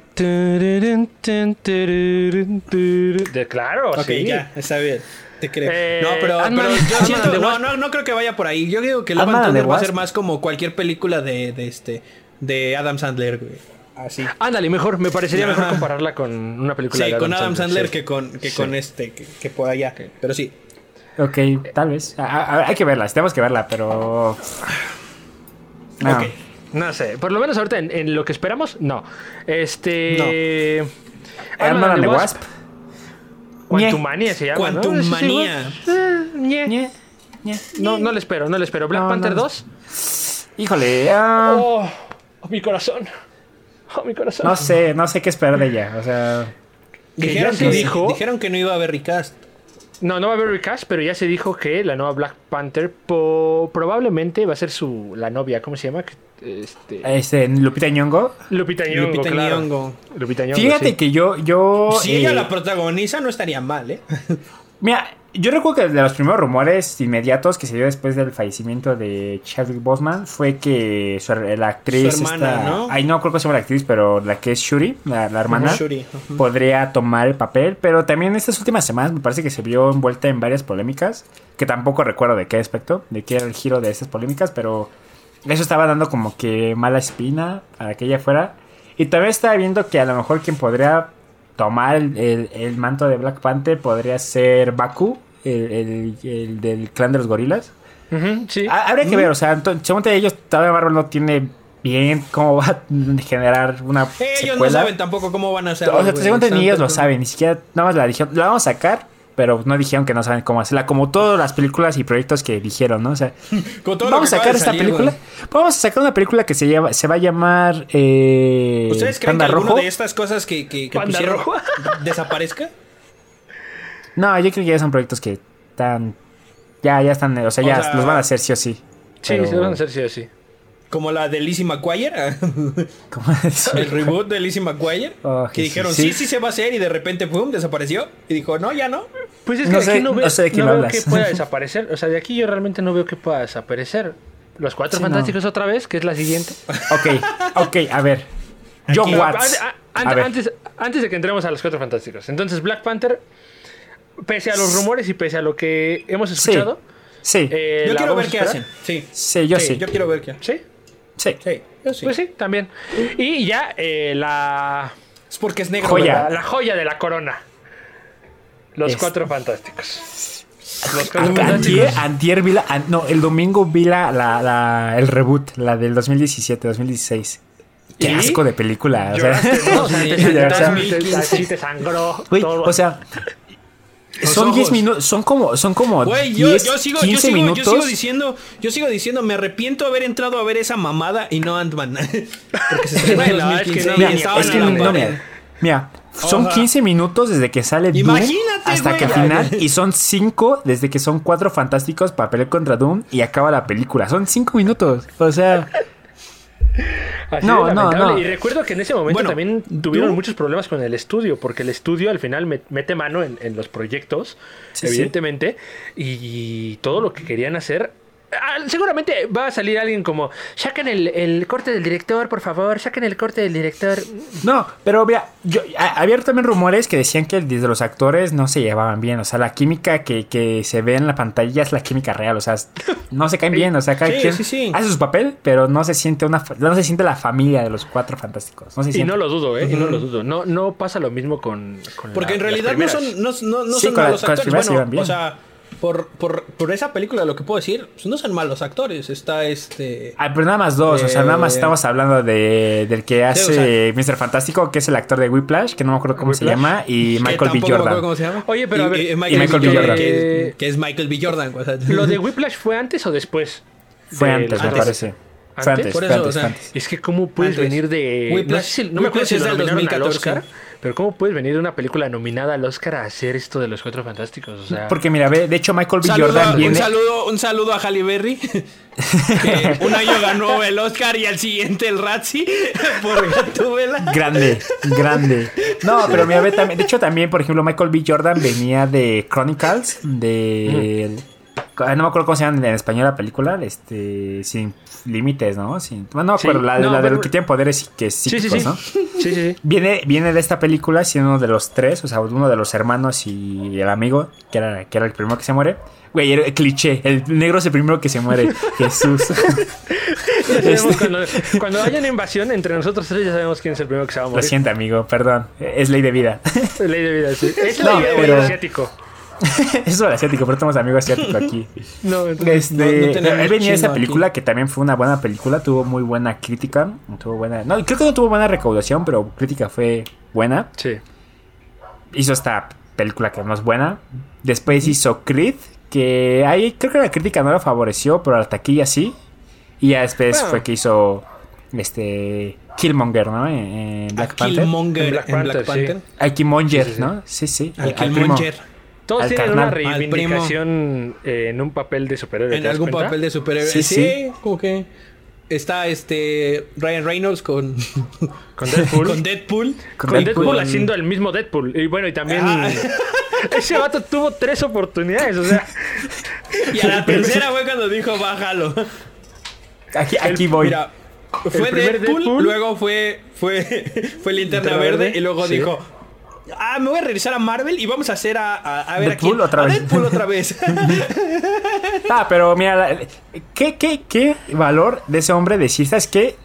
Speaker 3: claro,
Speaker 1: Ok,
Speaker 3: sí.
Speaker 1: ya, está bien. Te creo.
Speaker 3: Eh,
Speaker 1: no, pero,
Speaker 3: Ant-Man-
Speaker 1: pero yo
Speaker 3: Ant-Man
Speaker 1: siento.
Speaker 3: and the
Speaker 1: No,
Speaker 3: Wasp.
Speaker 1: no, no creo que vaya por ahí. Yo digo que Love
Speaker 2: Ant-Man
Speaker 1: and
Speaker 2: and the
Speaker 1: Thunder va a ser
Speaker 2: Wasp.
Speaker 1: más como cualquier película de, de este. De Adam Sandler, güey. Así.
Speaker 3: Ándale, mejor, me parecería mejor
Speaker 1: Ajá.
Speaker 3: compararla con una película
Speaker 1: Sí,
Speaker 3: de
Speaker 1: con Adam Sandler
Speaker 3: sí.
Speaker 1: que con, que con este, que, que por allá. Pero sí.
Speaker 2: Ok, tal vez. A- a- a- hay que verla, tenemos que verla, pero. No.
Speaker 1: Ok.
Speaker 3: No sé, por lo menos ahorita en, en lo que esperamos, no. Este...
Speaker 1: Ah,
Speaker 2: Ant-Man and the Wasp.
Speaker 3: Quantumania se llama, ¿no?
Speaker 1: Quantumania.
Speaker 3: Sí, sí, eh, ñe.
Speaker 2: Ñe, ñe.
Speaker 3: No, no le espero, no le espero. Black
Speaker 2: No,
Speaker 3: Panther
Speaker 2: no.
Speaker 3: 2.
Speaker 2: Híjole, ah,
Speaker 3: Oh, oh, mi corazón. Oh, mi corazón.
Speaker 2: no sé, no sé qué esperar de ella. O sea,
Speaker 3: Que
Speaker 1: Dijeron
Speaker 3: ya se
Speaker 1: que,
Speaker 3: dijo.
Speaker 1: dijeron que no iba a haber recast.
Speaker 3: No, no va a haber recast, pero ya se dijo que la nueva Black Panther po- probablemente va a ser su la novia, ¿cómo se llama? Que- Este,
Speaker 2: Este, Lupita Nyong'o.
Speaker 3: Lupita Nyong'o,
Speaker 1: Lupita
Speaker 3: claro. Oh,
Speaker 1: Nyong'o.
Speaker 3: Lupita Nyong'o,
Speaker 2: Fíjate
Speaker 3: sí.
Speaker 2: que yo, yo.
Speaker 1: Si ella
Speaker 2: eh,
Speaker 1: la protagoniza, no estaría mal, ¿eh?
Speaker 2: Mira, yo recuerdo que de los primeros rumores inmediatos que se dio después del fallecimiento de Chadwick Boseman fue que su her- la actriz.
Speaker 1: Su hermana,
Speaker 2: esta-
Speaker 1: ¿no?
Speaker 2: Ay, no creo que se llama la actriz, pero la que es Shuri, la, la hermana.
Speaker 1: Shuri, ajá.
Speaker 2: Podría tomar el papel, pero también estas últimas semanas me parece que se vio envuelta en varias polémicas, que tampoco recuerdo de qué aspecto, de qué era el giro de estas polémicas, pero eso estaba dando como que mala espina para que ella fuera. Y también estaba viendo que a lo mejor quien podría tomar el, el- el manto de Black Panther podría ser Baku, el, el- el del clan de los gorilas.
Speaker 3: Ujú, sí.
Speaker 2: Ha- Habría
Speaker 1: Mm.
Speaker 2: que ver, o sea, ento- según te- ellos, todavía Marvel no tiene bien cómo va a generar una
Speaker 1: Ellos no
Speaker 2: secuela.
Speaker 1: saben tampoco cómo van a hacer.
Speaker 2: O sea, según ni ellos lo saben, ni siquiera nada más la dijeron, la vamos a sacar, pero no dijeron que no saben cómo hacerla, como todas las películas y proyectos que dijeron, ¿no? O sea,
Speaker 1: Con todo lo
Speaker 2: vamos
Speaker 1: que
Speaker 2: a
Speaker 1: acaba
Speaker 2: sacar
Speaker 1: de
Speaker 2: esta
Speaker 1: salir,
Speaker 2: película, pues
Speaker 1: güey.
Speaker 2: vamos a sacar una película que se llama, se va a llamar eh,
Speaker 1: ¿Ustedes creen que
Speaker 2: Panda
Speaker 1: alguno
Speaker 2: Rojo.
Speaker 1: de estas cosas que, que, que
Speaker 3: Panda
Speaker 1: pusieron
Speaker 3: Rojo.
Speaker 1: [laughs] desaparezca?
Speaker 2: No, yo creo que ya son proyectos que están, ya, ya están, o sea,
Speaker 1: O
Speaker 2: ya
Speaker 1: sea-
Speaker 2: los van a hacer sí o sí.
Speaker 3: Sí,
Speaker 2: Pero-
Speaker 3: se van a hacer sí o sí.
Speaker 1: Como la de Lizzie McGuire, [laughs]
Speaker 2: ¿Cómo es?
Speaker 1: el reboot de Lizzie McGuire,
Speaker 2: Oh,
Speaker 1: que
Speaker 2: Jesús,
Speaker 1: dijeron
Speaker 2: sí.
Speaker 1: sí, sí se va a hacer y de repente, pum, desapareció. Y dijo, no, ya no.
Speaker 3: Pues es que
Speaker 2: No
Speaker 3: de
Speaker 2: sé-
Speaker 3: aquí no, ve-
Speaker 2: no sé de quién
Speaker 3: no veo
Speaker 2: hablas.
Speaker 3: que
Speaker 2: [laughs]
Speaker 3: pueda desaparecer. O sea, de aquí yo realmente no veo que pueda desaparecer. Los cuatro
Speaker 2: Sí,
Speaker 3: fantásticos otra vez, que es la
Speaker 2: [laughs]
Speaker 3: siguiente.
Speaker 2: Ok, ok, a ver. John
Speaker 3: Aquí-
Speaker 2: Watts.
Speaker 1: ah,
Speaker 3: An- an-
Speaker 2: A ver.
Speaker 3: ah, antes, antes de que entremos a los cuatro fantásticos. Entonces, Black Panther, pese a los rumores y pese a lo que hemos
Speaker 2: Sí,
Speaker 3: escuchado.
Speaker 2: sí,
Speaker 3: eh,
Speaker 1: Yo
Speaker 3: la
Speaker 1: quiero
Speaker 3: vamos
Speaker 1: ver
Speaker 3: a
Speaker 1: qué
Speaker 3: esperar.
Speaker 1: hacen. Sí.
Speaker 2: sí, yo sí,
Speaker 1: Yo quiero ver qué hacen.
Speaker 3: ¿Sí?
Speaker 2: sí.
Speaker 1: Sí, yo sí.
Speaker 3: Pues sí, también. Y ya eh, la,
Speaker 1: Es porque es negro.
Speaker 2: Joya.
Speaker 1: ¿verdad?
Speaker 3: la, la joya de la corona. Los
Speaker 2: Pues Es-
Speaker 3: cuatro fantásticos. Los cuatro
Speaker 2: Ant- Antier, antier vi la- an- no, el domingo vi la, la- la- el reboot, la del 2017, 2016. Qué
Speaker 3: ¿Y?
Speaker 2: asco de película. O sea, [laughs]
Speaker 3: Lloraste, ¿no? O sea, te
Speaker 2: Sí, o
Speaker 3: sangró,
Speaker 2: sea,
Speaker 3: te- así te sangró.
Speaker 2: güey,
Speaker 3: todo.
Speaker 2: o sea,
Speaker 1: Los
Speaker 2: son 10
Speaker 1: ojos.
Speaker 2: minutos, son como, son como
Speaker 1: Güey, yo,
Speaker 2: 10,
Speaker 1: yo sigo, yo
Speaker 2: 15
Speaker 1: sigo,
Speaker 2: minutos.
Speaker 1: yo sigo diciendo, yo sigo diciendo, me arrepiento de haber entrado a ver esa mamada y no Ant-Man. [laughs] Porque se estrenó en
Speaker 3: Bueno, es que
Speaker 1: 2015
Speaker 3: no,
Speaker 1: y
Speaker 2: Mira,
Speaker 3: ni
Speaker 1: estaban
Speaker 2: es que
Speaker 1: a la
Speaker 2: no,
Speaker 1: par.
Speaker 2: mira, mira, son
Speaker 1: Ojalá.
Speaker 2: 15 minutos desde que sale Doom
Speaker 1: Imagínate,
Speaker 2: hasta que
Speaker 1: güey.
Speaker 2: final y son 5 desde que son 4 fantásticos para pelear contra Doom y acaba la película. Son 5 minutos. O sea,
Speaker 3: Así
Speaker 2: No,
Speaker 3: de
Speaker 2: no,
Speaker 3: lamentable.
Speaker 2: no.
Speaker 3: Y recuerdo que en ese momento
Speaker 1: Bueno,
Speaker 3: también tuvieron
Speaker 1: tú-
Speaker 3: muchos problemas con el estudio, porque el estudio al final met- mete mano en, en los proyectos,
Speaker 2: Sí, sí.
Speaker 3: evidentemente, y todo lo que querían hacer. ah, seguramente va a salir alguien como, saquen el, el corte del director, por favor, saquen el corte del director.
Speaker 2: No, pero mira, yo, a- había también rumores que decían que desde los actores no se llevaban bien. O sea, la química que, que se ve en la pantalla es la química real. O sea, es- no se caen bien. O sea, cada
Speaker 1: Sí,
Speaker 2: quien
Speaker 1: sí, sí.
Speaker 2: hace su papel, pero no se siente una fa- no se siente la familia de los cuatro fantásticos. No se
Speaker 3: Y
Speaker 2: siente.
Speaker 3: no lo dudo, ¿eh? Y no lo dudo. No, no pasa lo mismo con... con
Speaker 1: Porque
Speaker 3: la-
Speaker 1: en
Speaker 3: las
Speaker 1: realidad no
Speaker 3: primeras.
Speaker 1: son, no, no, no
Speaker 2: Sí,
Speaker 1: son
Speaker 2: con la-
Speaker 1: malos
Speaker 2: con las
Speaker 1: actores.
Speaker 2: primeras
Speaker 1: Bueno,
Speaker 2: iban bien.
Speaker 1: o sea, por, por, por esa película lo que puedo decir, pues, no son malos actores. Está este.
Speaker 2: Ah, pero nada más dos, o sea, nada más
Speaker 1: Eh,
Speaker 2: estamos hablando de, del que
Speaker 1: sí,
Speaker 2: hace
Speaker 1: o
Speaker 2: Mr. Fantástico, que es el actor de Whiplash, que no me acuerdo cómo se
Speaker 3: Whiplash.
Speaker 2: llama, y
Speaker 1: que
Speaker 2: Michael B.
Speaker 1: tampoco me acuerdo
Speaker 2: Jordan.
Speaker 1: cómo se llama.
Speaker 3: Oye, pero
Speaker 1: Y-
Speaker 3: a ver,
Speaker 1: y
Speaker 2: y Michael B. Jordan.
Speaker 1: Que, que es Michael B. Jordan. o sea,
Speaker 3: ¿Lo de Whiplash fue antes o después?
Speaker 2: Fue
Speaker 3: de
Speaker 2: antes,
Speaker 3: los
Speaker 2: me
Speaker 1: antes.
Speaker 2: parece. Fue
Speaker 3: ¿Antes?
Speaker 2: antes,
Speaker 1: Por
Speaker 2: fue
Speaker 1: eso,
Speaker 2: antes,
Speaker 1: o sea,
Speaker 2: fue antes.
Speaker 3: Es que cómo puedes
Speaker 1: Antes.
Speaker 3: venir de...
Speaker 1: Whiplash-
Speaker 3: no, sé si- no me acuerdo
Speaker 1: Whiplash
Speaker 3: si
Speaker 1: es
Speaker 3: lo
Speaker 1: del
Speaker 3: nominaron al
Speaker 1: 2014.
Speaker 3: Oscar, pero cómo puedes venir de una película nominada al Oscar a hacer esto de los Cuatro Fantásticos. O sea,
Speaker 2: Porque mira, ve, de hecho Michael B.
Speaker 1: Saludo a-
Speaker 2: Jordan
Speaker 1: un,
Speaker 2: viene...
Speaker 1: saludo, un saludo a Halle
Speaker 2: [laughs]
Speaker 1: Berry. que un año ganó el Oscar y al siguiente el Razzie [laughs] por Gatúbela.
Speaker 2: Grande, grande. No, pero mira, ve también. De hecho, también, por ejemplo, Michael B. Jordan venía de Chronicles, de. ah, No me acuerdo cómo se llama en español la película, este, sin límites, ¿no? Sin, bueno, no me
Speaker 3: Sí,
Speaker 2: acuerdo, la, de
Speaker 3: no,
Speaker 2: la de
Speaker 3: pero-
Speaker 2: los que tienen poderes y que es
Speaker 3: sí, sí,
Speaker 2: psíquicos,
Speaker 3: sí.
Speaker 2: ¿no?
Speaker 3: sí, sí, sí.
Speaker 2: Viene, viene de esta película siendo uno de los tres, o sea, uno de los hermanos y el amigo, que era, que era el primero que se muere. Güey, era el cliché, el negro es el primero que se
Speaker 3: [laughs]
Speaker 2: muere. Jesús.
Speaker 3: Ya sabemos Cuando, cuando haya una invasión, entre nosotros tres ya sabemos quién es el primero que se va a
Speaker 2: Lo
Speaker 3: morir.
Speaker 2: siento, amigo, perdón. Es ley de vida. [laughs]
Speaker 3: [laughs] Ley de vida, sí. Es
Speaker 2: No,
Speaker 3: ley de
Speaker 2: pero-
Speaker 3: vida asiático.
Speaker 2: Eso es asiático, pero tenemos amigo asiático aquí.
Speaker 3: No,
Speaker 2: Este,
Speaker 1: No- no tenemos
Speaker 2: él venía de esta
Speaker 1: chino
Speaker 2: película que también fue una buena película, tuvo muy buena crítica, tuvo buena, no, creo que no tuvo buena recaudación, pero crítica fue buena.
Speaker 3: sí.
Speaker 2: Hizo esta película que no es buena. Después hizo Creed, que ahí creo que la crítica no la favoreció, pero la taquilla sí. Y ya después
Speaker 3: Bueno.
Speaker 2: fue que hizo este Killmonger, ¿no? En, en
Speaker 1: A
Speaker 2: Black Panther.
Speaker 1: Killmonger en Black Panther.
Speaker 3: Panther, sí.
Speaker 2: A Killmonger, ¿no? Sí, sí.
Speaker 1: Al
Speaker 2: Killmo-
Speaker 1: Killmonger.
Speaker 3: Todos
Speaker 2: Al
Speaker 3: tienen una
Speaker 2: carnal.
Speaker 1: Al primo.
Speaker 3: reivindicación eh, en un papel de superhéroe.
Speaker 1: En
Speaker 3: ¿te das
Speaker 1: algún
Speaker 3: cuenta?
Speaker 1: papel de superhéroe. Sí,
Speaker 2: Sí, sí.
Speaker 1: como que está este Ryan Reynolds con,
Speaker 3: Con
Speaker 1: [laughs]
Speaker 3: Deadpool.
Speaker 1: con Deadpool.
Speaker 3: Con
Speaker 2: Con
Speaker 3: Deadpool,
Speaker 2: Deadpool.
Speaker 3: haciendo el mismo Deadpool. Y bueno, y también.
Speaker 1: Ah.
Speaker 3: [laughs] Ese vato tuvo tres oportunidades. O sea,
Speaker 1: Y a
Speaker 2: [laughs]
Speaker 1: la tercera fue cuando dijo, bájalo.
Speaker 2: Aquí, aquí voy.
Speaker 1: Mira, fue
Speaker 3: primer
Speaker 1: Deadpool,
Speaker 3: Deadpool.
Speaker 1: luego fue, fue, [laughs] fue Linterna
Speaker 3: Linterna
Speaker 1: Verde,
Speaker 3: Verde,
Speaker 1: y luego
Speaker 3: sí.
Speaker 1: dijo... Ah, me voy a regresar a Marvel y vamos a hacer a, a, a ver a
Speaker 2: Deadpool
Speaker 1: quién.
Speaker 2: otra
Speaker 1: A
Speaker 2: vez.
Speaker 1: Deadpool
Speaker 3: [laughs]
Speaker 1: otra vez. [laughs]
Speaker 2: Ah, pero mira, la- ¿qué, qué, qué valor de ese hombre decir, ¿sabes qué?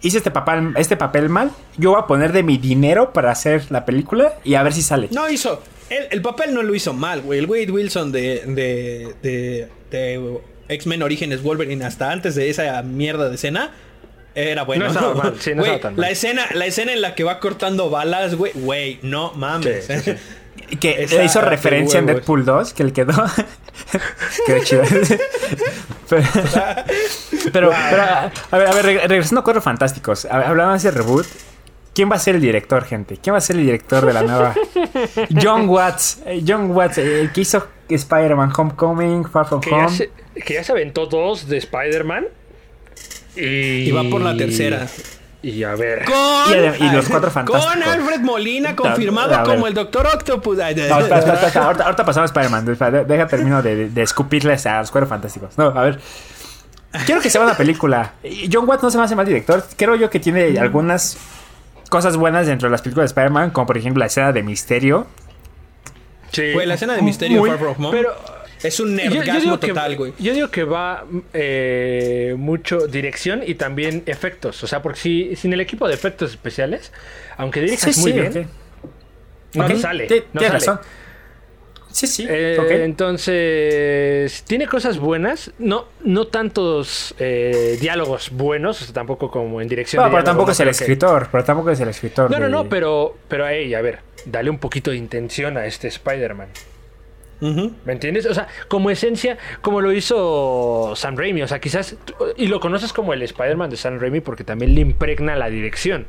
Speaker 2: Hice este papel, este papel mal, yo voy a poner de mi dinero para hacer la película y a ver si sale.
Speaker 1: No hizo. El, el papel no lo hizo mal, güey. El Wade Wilson de, de, de, de X-Men Orígenes Wolverine hasta antes de esa mierda de escena. Era bueno.
Speaker 3: No estaba mal, sí, no
Speaker 1: Güey,
Speaker 3: estaba tan mal.
Speaker 1: la escena, la escena en la que va cortando balas, güey. Güey, no mames. [laughs]
Speaker 3: Sí, sí,
Speaker 2: que
Speaker 1: esa-
Speaker 2: le hizo
Speaker 1: qué
Speaker 2: referencia en
Speaker 1: huevos.
Speaker 2: Deadpool 2, que él quedó. [laughs] Qué
Speaker 3: [laughs]
Speaker 2: chido. pero, pero, pero, a ver, a ver, reg- regresando a Cuatro Fantásticos, a- hablando de ese reboot, ¿quién va a ser el director, gente? ¿Quién va a ser el director de la
Speaker 3: [laughs]
Speaker 2: nueva? John Watts, eh, John Watts, eh, el que hizo Spider-Man Homecoming, Far From
Speaker 3: que, ya
Speaker 2: Home.
Speaker 3: se, que ya se aventó dos de Spider-Man. Y...
Speaker 1: Y va por la tercera.
Speaker 3: Y a ver.
Speaker 1: Con,
Speaker 2: Y adem- y los
Speaker 1: [laughs]
Speaker 2: cuatro
Speaker 1: Con
Speaker 2: fantásticos.
Speaker 1: Alfred Molina
Speaker 2: Puta, a
Speaker 1: confirmado
Speaker 2: ver.
Speaker 1: como el Doctor Octopus. Ay, de-
Speaker 2: No, espera, espera,
Speaker 3: [laughs]
Speaker 2: espera, espera, Ahorita, ahorita pasamos a Spider-Man. Deja, deja- termino de, de- de escupirles a los cueros fantásticos. No, a ver. Quiero que sea una película. Y John Watts no se me hace mal director. Creo yo que
Speaker 3: Mm.
Speaker 2: tiene algunas cosas buenas dentro de las películas de Spider-Man, como por ejemplo la escena de misterio.
Speaker 3: Sí.
Speaker 1: Güey, la escena de Misterio
Speaker 3: Muy-
Speaker 1: Far From Home
Speaker 3: pero-
Speaker 1: es un
Speaker 3: Yo- yo,
Speaker 1: nerdgasmo
Speaker 3: digo que,
Speaker 1: total, güey.
Speaker 3: yo digo que va eh, mucho dirección y también efectos. O sea, porque si, sin el equipo de efectos especiales, aunque dirijas muy bien,
Speaker 2: ok.
Speaker 3: no
Speaker 2: Ok,
Speaker 3: te sale.
Speaker 2: ti-
Speaker 3: no
Speaker 2: tienes
Speaker 3: sale.
Speaker 2: razón. Sí, sí.
Speaker 3: Eh,
Speaker 2: ok.
Speaker 3: Entonces, tiene cosas buenas, no, no tantos eh, diálogos buenos, o sea, tampoco como en dirección.
Speaker 2: No,
Speaker 3: de
Speaker 2: pero
Speaker 3: diálogo,
Speaker 2: tampoco
Speaker 3: no
Speaker 2: es el
Speaker 3: creo que-
Speaker 2: escritor. Pero tampoco es el escritor.
Speaker 3: No, no,
Speaker 2: de-
Speaker 3: no, pero, pero hey, a ver, dale un poquito de intención a este Spider-Man.
Speaker 1: Ujú.
Speaker 3: ¿Me entiendes? O sea, como esencia, como lo hizo Sam Raimi. O sea, quizás. Y lo conoces como el Spider-Man de Sam Raimi porque también le impregna la dirección.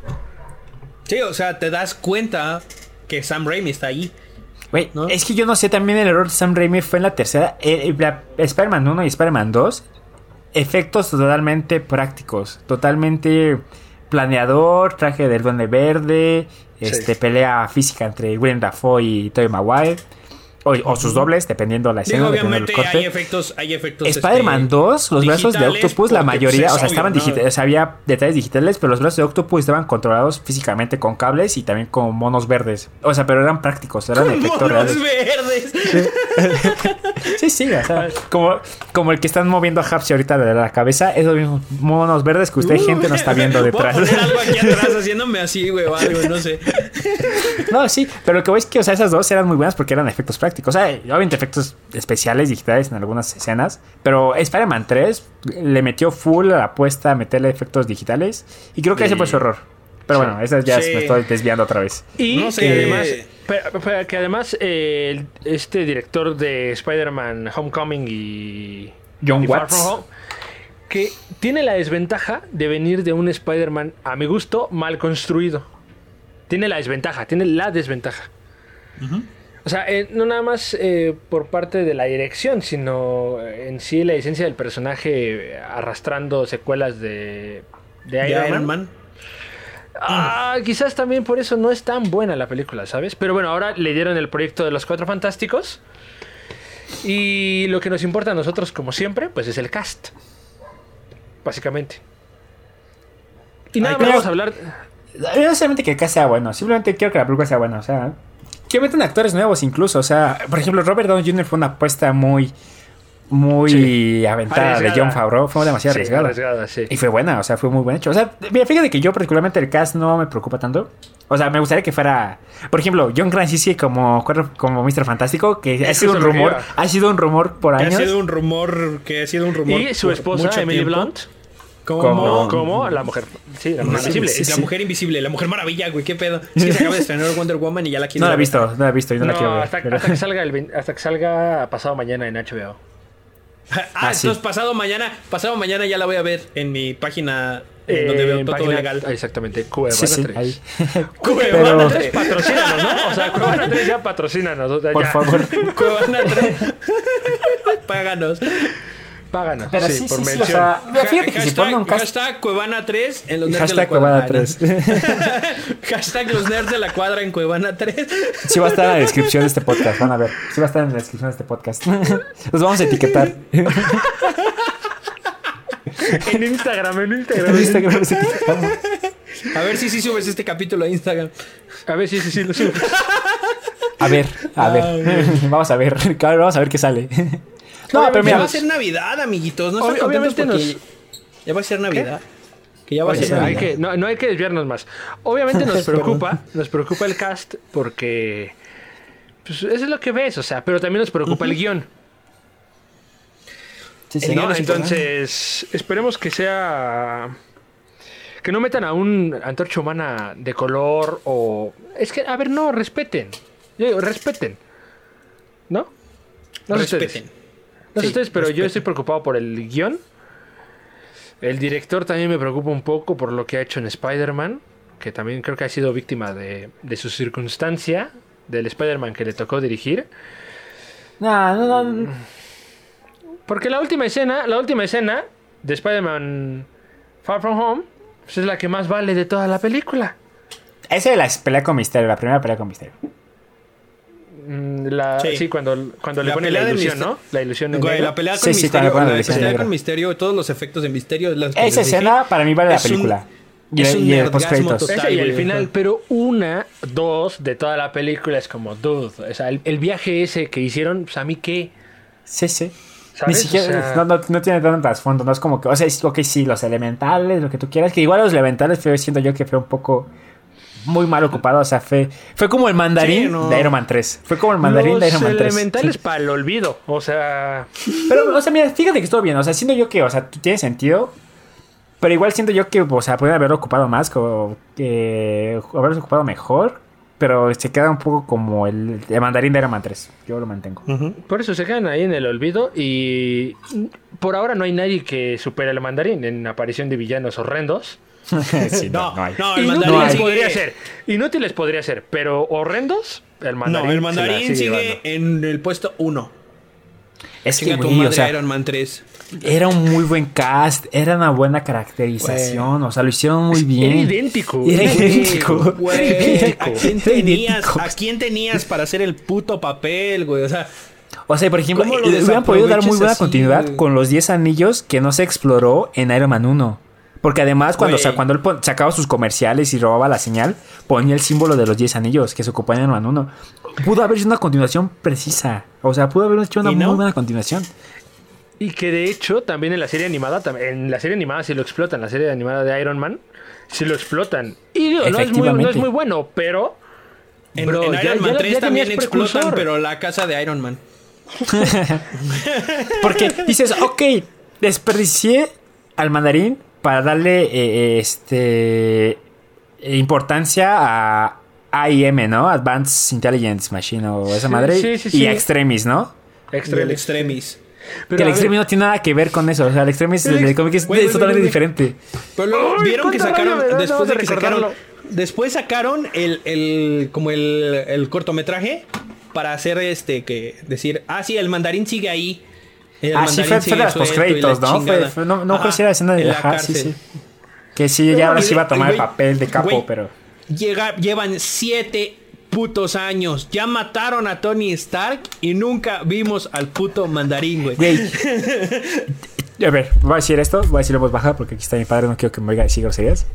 Speaker 1: Sí, o sea, te das cuenta que Sam Raimi está ahí.
Speaker 2: Güey,
Speaker 1: ¿no?
Speaker 2: es que yo no sé, también el error de Sam Raimi fue en la tercera, eh, eh, la- Spider-Man 1 y Spider-Man 2, efectos totalmente prácticos, totalmente planeador, traje del duende verde, este pelea física entre William Dafoe y Tobey Maguire, o, o sus dobles, dependiendo la
Speaker 1: Digo,
Speaker 2: escena, dependiendo
Speaker 1: obviamente
Speaker 2: del
Speaker 1: hay
Speaker 2: corte.
Speaker 1: efectos, hay efectos.
Speaker 2: Spider-Man
Speaker 1: este,
Speaker 2: 2, los brazos de
Speaker 1: digitales,
Speaker 2: Octopus, la
Speaker 1: porque, pues,
Speaker 2: mayoría,
Speaker 1: es
Speaker 2: o sea,
Speaker 1: obvio,
Speaker 2: estaban
Speaker 1: ¿no?
Speaker 2: digitales, había detalles digitales, pero los brazos de Octopus estaban controlados físicamente con cables y también con monos verdes. O sea, pero eran prácticos, eran efectos
Speaker 1: monos
Speaker 2: reales. Este
Speaker 1: verdes.
Speaker 2: Sí, sí, o sea, [laughs] como, como el que están moviendo a Hapsi ahorita de la cabeza, esos mismos monos verdes que usted, gente, no está viendo detrás.
Speaker 1: [laughs] Voy a poner algo aquí atrás haciéndome así, güey, o algo, no sé.
Speaker 2: [laughs] No, sí, pero lo que voy es que, o sea, esas dos eran muy buenas porque eran efectos prácticos. O sea, obviamente efectos especiales, digitales en algunas escenas, pero Spider-Man 3 le metió full a la apuesta a meterle efectos digitales y creo que ese fue su error. Pero bueno, esas ya
Speaker 1: Sí.
Speaker 2: me estoy desviando otra vez.
Speaker 3: Y eh,
Speaker 1: No sé.
Speaker 3: que además. pero- pero que además eh, el- este director de Spider-Man Homecoming y.
Speaker 2: John
Speaker 3: y Far
Speaker 2: Watts.
Speaker 3: From Home, que tiene la desventaja de venir de un Spider-Man, a mi gusto, mal construido. Tiene la desventaja, tiene la desventaja. O sea, eh, no nada más eh, por parte de la dirección, sino eh, en sí la esencia del personaje eh, arrastrando secuelas de, de
Speaker 1: De
Speaker 3: Iron,
Speaker 1: Iron
Speaker 3: Man.
Speaker 1: Man.
Speaker 3: Ah, quizás también por eso no es tan buena la película, ¿sabes? Pero bueno, ahora le dieron el proyecto de los Cuatro Fantásticos. Y lo que nos importa a nosotros, como siempre, pues es el cast. Básicamente. Y nada
Speaker 2: Ay,
Speaker 3: más
Speaker 2: pero-
Speaker 3: vamos a hablar.
Speaker 2: No necesariamente que acá sea bueno, simplemente quiero que la película sea buena, o sea, que metan actores nuevos incluso, o sea, por ejemplo, Robert Downey Jr. fue una apuesta muy, muy
Speaker 3: Sí.
Speaker 2: aventada de
Speaker 3: Arriesgada.
Speaker 2: John Favreau, fue demasiado
Speaker 3: Sí,
Speaker 2: arriesgada.
Speaker 3: arriesgada, sí.
Speaker 2: Y fue buena, o sea, fue muy buen hecho. O sea, mira, fíjate que yo particularmente el cast no me preocupa tanto. O sea, me gustaría que fuera, por ejemplo, John Krasinski como cuatro- como Mr. Fantástico, que ha sido un
Speaker 3: justo lo que
Speaker 2: rumor,
Speaker 3: iba.
Speaker 2: ha sido un rumor por
Speaker 1: Que ha
Speaker 2: años.
Speaker 1: sido un rumor, que ha sido un rumor.
Speaker 3: Y su
Speaker 1: por
Speaker 3: esposa,
Speaker 1: mucho
Speaker 3: Emily
Speaker 1: tiempo.
Speaker 3: Blunt,
Speaker 1: Como.
Speaker 3: como la mujer. Sí, la mujer invisible.
Speaker 1: Sí, la mujer invisible, la mujer maravilla, güey, qué pedo. Es que
Speaker 2: [laughs]
Speaker 1: se acaba de estrenar Wonder Woman y ya la quieren.
Speaker 2: No la he visto, no la he visto y no, la quiero
Speaker 3: No,
Speaker 2: ver.
Speaker 3: hasta,
Speaker 2: pero-
Speaker 3: hasta que salga el vein- hasta que salga pasado mañana en HBO.
Speaker 1: Ah,
Speaker 2: Ah, sí.
Speaker 1: entonces pasado mañana, pasado mañana ya la voy a ver en mi página eh, donde
Speaker 3: Eh,
Speaker 1: veo todo
Speaker 3: página-
Speaker 1: legal.
Speaker 3: Exactamente, Cuevana
Speaker 2: [laughs] Sí, sí,
Speaker 3: 3. [laughs]
Speaker 2: ahí.
Speaker 1: Cuevana
Speaker 2: Pero-
Speaker 1: 3 patrocínanos, ¿no?
Speaker 3: Eh, O sea, Cuevana 3 ya patrocínanos. o sea,
Speaker 2: Por
Speaker 3: ya.
Speaker 2: favor.
Speaker 1: Cuevana 3.
Speaker 2: [laughs]
Speaker 1: Páganos.
Speaker 3: [laughs] Páganos.
Speaker 2: Pero
Speaker 3: sí,
Speaker 2: sí,
Speaker 3: por
Speaker 2: sí, sí, o
Speaker 3: mención.
Speaker 2: sea, fíjate que si ponen un
Speaker 1: hashtag,
Speaker 2: cast-
Speaker 1: hashtag Cuevana 3 en los nerds de la
Speaker 2: hashtag
Speaker 1: cuadra.
Speaker 2: Cuevana 3.
Speaker 1: hashtag los nerds de la cuadra en Cuevana 3.
Speaker 2: Sí va
Speaker 1: [laughs]
Speaker 2: a estar en la descripción de este podcast, van a ver. Sí va a estar en la descripción de este podcast. Los vamos a etiquetar.
Speaker 3: [laughs] En Instagram, en
Speaker 2: En [laughs]
Speaker 3: Instagram.
Speaker 2: Instagram los etiquetamos.
Speaker 1: A ver si sí subes este capítulo a Instagram.
Speaker 3: A ver si sí, sí, lo subo.
Speaker 2: A ver, a ver.
Speaker 1: Ah,
Speaker 2: [laughs] Vamos a ver. claro, Vamos a ver
Speaker 1: [laughs]
Speaker 2: qué sale. No,
Speaker 1: ya
Speaker 2: pero
Speaker 1: va
Speaker 2: mira.
Speaker 1: a ser Navidad, amiguitos. No
Speaker 3: Ob-
Speaker 1: están contentos
Speaker 3: obviamente
Speaker 1: porque ya va a ser Navidad. Que ya va a
Speaker 3: Oye,
Speaker 1: ser
Speaker 3: hay
Speaker 1: Navidad.
Speaker 3: que, no, no hay que desviarnos más.
Speaker 1: [laughs]
Speaker 3: Obviamente nos preocupa, nos preocupa el cast porque pues, eso es lo que ves, o sea, pero también nos preocupa el guión.
Speaker 2: Sí,
Speaker 1: El
Speaker 2: sí.
Speaker 1: guión
Speaker 3: ¿no?
Speaker 1: es
Speaker 3: Entonces, esperemos que sea. Que no metan a un antorcha humana de color o. Es que, a ver, no, respeten. Yo digo, respeten. ¿No? No sé ustedes.
Speaker 1: Respeten.
Speaker 3: No
Speaker 1: Sí,
Speaker 3: sé ustedes, pero yo
Speaker 1: respeten.
Speaker 3: estoy preocupado por el guión. El director también me preocupa un poco por lo que ha hecho en Spider-Man, que también creo que ha sido víctima de, de su circunstancia, del Spider-Man que le tocó dirigir. Mm.
Speaker 2: No, no, no.
Speaker 3: Porque la última escena, la última escena de Spider-Man Far From Home, pues es la que más vale de toda la película.
Speaker 2: Esa es la pelea con Misterio, la primera pelea con Misterio.
Speaker 3: Mm, La, sí.
Speaker 1: Sí.
Speaker 3: cuando, cuando le
Speaker 1: La
Speaker 3: ponen la
Speaker 1: pelea de
Speaker 3: ilusión,
Speaker 1: Mister-
Speaker 3: ¿no? La ilusión en
Speaker 1: Güey,
Speaker 3: negro.
Speaker 1: la pelea con
Speaker 2: Sí, sí,
Speaker 1: Misterio,
Speaker 2: con la- con la
Speaker 1: la
Speaker 2: versión
Speaker 1: pelea
Speaker 2: negra.
Speaker 1: con Misterio, todos los efectos de Misterio. las que
Speaker 2: Esa
Speaker 1: les dije.
Speaker 2: escena para mí vale la
Speaker 1: es un-
Speaker 2: película. Y
Speaker 1: es
Speaker 2: el-
Speaker 1: un
Speaker 2: y el
Speaker 1: nerdgasmo
Speaker 2: post créditos.
Speaker 1: total.
Speaker 3: Esa y el
Speaker 1: güey.
Speaker 3: final, pero una, dos de toda la película es como, dude, o sea, el, el viaje ese que hicieron, pues a mí qué.
Speaker 2: Sí, sí. Ni
Speaker 3: ¿Sabes?
Speaker 2: siquiera,
Speaker 3: O sea-
Speaker 2: no, no, no tiene tanto trasfondo, no es como que, o sea, es, ok, sí, los elementales, lo que tú quieras, que igual los elementales fue, siento yo que fue un poco muy mal ocupado, o sea, fue, fue como el mandarín
Speaker 1: Sí, no.
Speaker 2: de Iron Man 3, fue como el mandarín de
Speaker 3: Los
Speaker 2: Iron Man 3.
Speaker 3: elementales
Speaker 2: Sí.
Speaker 3: para el olvido, o sea,
Speaker 2: Pero, o sea, mira, fíjate que estuvo bien, o sea, siento yo que, o sea, tiene sentido, pero igual siento yo que, o sea, pueden haberlo ocupado más, como, que haberlo ocupado mejor, pero se queda un poco como el, el mandarín de Iron Man 3, yo lo mantengo.
Speaker 3: por eso se quedan ahí en el olvido y por ahora no hay nadie que supere al mandarín en aparición de villanos horrendos.
Speaker 2: [laughs] Sí,
Speaker 1: No,
Speaker 2: hay.
Speaker 1: no, el
Speaker 3: Inútiles
Speaker 1: mandarín
Speaker 2: hay.
Speaker 1: sigue-
Speaker 3: podría ser, inútiles podría ser, pero horrendos, el mandarín.
Speaker 1: No, el
Speaker 3: se la
Speaker 1: mandarín sigue
Speaker 3: llevando.
Speaker 1: en el puesto 1.
Speaker 2: Es que,
Speaker 1: Chinga tu
Speaker 2: güey,
Speaker 1: madre,
Speaker 2: o sea,
Speaker 1: Iron Man
Speaker 2: [laughs]
Speaker 1: 3.
Speaker 2: Era un muy buen cast, era una buena caracterización, o sea, lo hicieron muy bien.
Speaker 3: Era idénco.
Speaker 2: Era idéntico.
Speaker 1: Güey, ¿a quién
Speaker 2: Era
Speaker 1: tenías,
Speaker 2: idéntico.
Speaker 1: ¿a quién tenías para hacer el puto papel, güey? O sea,
Speaker 2: O sea, por ejemplo,
Speaker 1: ¿Cómo lo
Speaker 2: le hubieran podido dar muy
Speaker 1: desaprovechas
Speaker 2: buena
Speaker 1: así,
Speaker 2: continuidad
Speaker 1: güey?
Speaker 2: con los 10 anillos que no se exploró en Iron Man 1. Porque además, cuando, o sea,
Speaker 1: Güey.
Speaker 2: cuando él pon- sacaba sus comerciales y robaba la señal, ponía el símbolo de los 10 anillos que se ocupaba en Iron Man 1. Pudo haber sido una continuación precisa. O sea, pudo haber hecho una
Speaker 1: ¿Y no?
Speaker 2: muy buena continuación.
Speaker 3: Y que de hecho también en la serie animada, tam- en la serie animada sí lo explotan, la serie animada de Iron Man, sí lo explotan. Y digo, no es muy, no es
Speaker 2: Efectivamente.
Speaker 3: muy bueno, pero...
Speaker 1: en,
Speaker 3: Bro,
Speaker 1: en
Speaker 3: ya-
Speaker 1: Iron Man
Speaker 3: ya-
Speaker 1: 3
Speaker 3: ya
Speaker 1: también
Speaker 3: tenías
Speaker 1: explotan,
Speaker 3: precursor.
Speaker 1: pero la casa de Iron Man.
Speaker 2: Porque dices, ok, desperdicié al mandarín para darle eh, eh, este eh, importancia a AIM, ¿no? Advanced Intelligence Machine o esa
Speaker 3: Sí,
Speaker 2: madre.
Speaker 3: sí, sí, sí.
Speaker 2: Y a Extremis, ¿no?
Speaker 1: El
Speaker 3: Extremis.
Speaker 1: Extremis.
Speaker 3: Pero,
Speaker 2: que el
Speaker 3: a ver,
Speaker 2: Extremis no tiene nada que ver con eso. O sea, el Extremis
Speaker 3: El
Speaker 2: del
Speaker 3: ex-
Speaker 2: cómic es,
Speaker 1: güey,
Speaker 2: es
Speaker 1: güey,
Speaker 2: totalmente
Speaker 1: güey,
Speaker 2: diferente.
Speaker 1: Pero luego
Speaker 3: Uy,
Speaker 1: vieron que
Speaker 3: cuánta
Speaker 1: sacaron,
Speaker 3: rabia me da,
Speaker 1: después
Speaker 3: nada
Speaker 1: de
Speaker 3: más
Speaker 1: que
Speaker 3: de
Speaker 1: sacaron,
Speaker 3: recordarlo.
Speaker 1: después sacaron el, el- como el, el cortometraje para hacer este, que decir, ah, sí, el mandarín sigue ahí. El
Speaker 2: Ah, sí,
Speaker 1: mandarín
Speaker 2: fue- fue
Speaker 1: sigue
Speaker 2: de las
Speaker 1: suelto y
Speaker 2: postcréditos,
Speaker 1: la
Speaker 2: ¿no? Fue-
Speaker 1: chingada.
Speaker 2: fue- no- no creo
Speaker 1: Ajá,
Speaker 2: si era escena de-
Speaker 1: en la
Speaker 2: ajá, sí,
Speaker 1: cárcel.
Speaker 2: sí. Que sí, ya ahora sí iba a tomar el
Speaker 1: Güey,
Speaker 2: papel de capo,
Speaker 1: güey,
Speaker 2: pero.
Speaker 1: llega- llevan siete putos años. Ya mataron a Tony Stark y nunca vimos al puto mandarín, güey.
Speaker 2: Güey. A ver, voy a decir esto, voy a decirlo en voz baja porque aquí está mi padre, no quiero que me oiga decir groserías.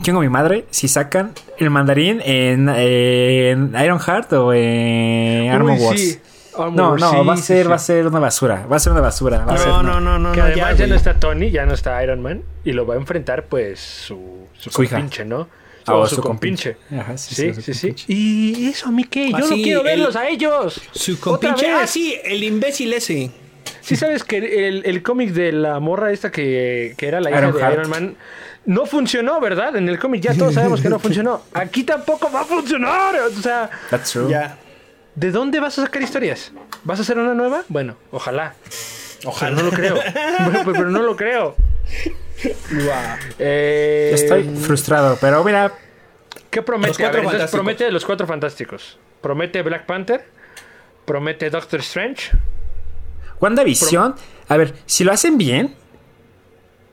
Speaker 2: Chingo a mi madre, si sacan el mandarín en, en Ironheart o en Armor
Speaker 3: Uy,
Speaker 2: Wars.
Speaker 3: sí, Armor
Speaker 2: no,
Speaker 3: Wars,
Speaker 2: no,
Speaker 3: sí,
Speaker 2: va a
Speaker 3: sí,
Speaker 2: ser,
Speaker 3: sí.
Speaker 2: va a ser una basura, va a ser una basura. Va a ser,
Speaker 1: No, no, no, no,
Speaker 3: que
Speaker 1: no,
Speaker 3: además ya,
Speaker 1: ya,
Speaker 3: no
Speaker 1: güey.
Speaker 3: está Tony, ya no está Iron Man, y lo va a enfrentar pues su, su,
Speaker 2: Su hija.
Speaker 3: compinche, ¿no?
Speaker 2: Ah,
Speaker 3: o
Speaker 2: o
Speaker 3: su,
Speaker 2: su
Speaker 3: compinche.
Speaker 2: compinche. Ajá, sí,
Speaker 3: sí,
Speaker 2: sí, o su
Speaker 3: sí, sí.
Speaker 2: compinche.
Speaker 3: Y eso a mí qué, yo
Speaker 1: Ah,
Speaker 3: no
Speaker 1: sí,
Speaker 3: quiero
Speaker 1: el-
Speaker 3: verlos a ellos.
Speaker 1: Su
Speaker 3: Otra
Speaker 1: compinche.
Speaker 3: vez.
Speaker 1: Ah, sí, el imbécil ese.
Speaker 3: Sí sabes que el, el cómic de la morra esta que, que era la hija
Speaker 2: Iron
Speaker 3: de
Speaker 2: Heart.
Speaker 3: Iron Man no funcionó, ¿verdad? En el cómic ya todos sabemos que no funcionó. Aquí tampoco va a funcionar. O sea,
Speaker 2: That's true.
Speaker 1: Ya.
Speaker 3: ¿de dónde vas a sacar historias? ¿Vas a hacer una nueva? Bueno, ojalá. Ojalá, no lo creo. [laughs] Bueno, pues, pero no lo creo. Eh,
Speaker 2: Estoy frustrado, pero mira,
Speaker 3: ¿Qué promete?
Speaker 1: Los Cuatro
Speaker 3: A ver, entonces,
Speaker 1: Fantásticos.
Speaker 3: promete los cuatro fantásticos. Promete Black Panther. Promete Doctor Strange.
Speaker 2: WandaVision, a ver, si lo hacen bien,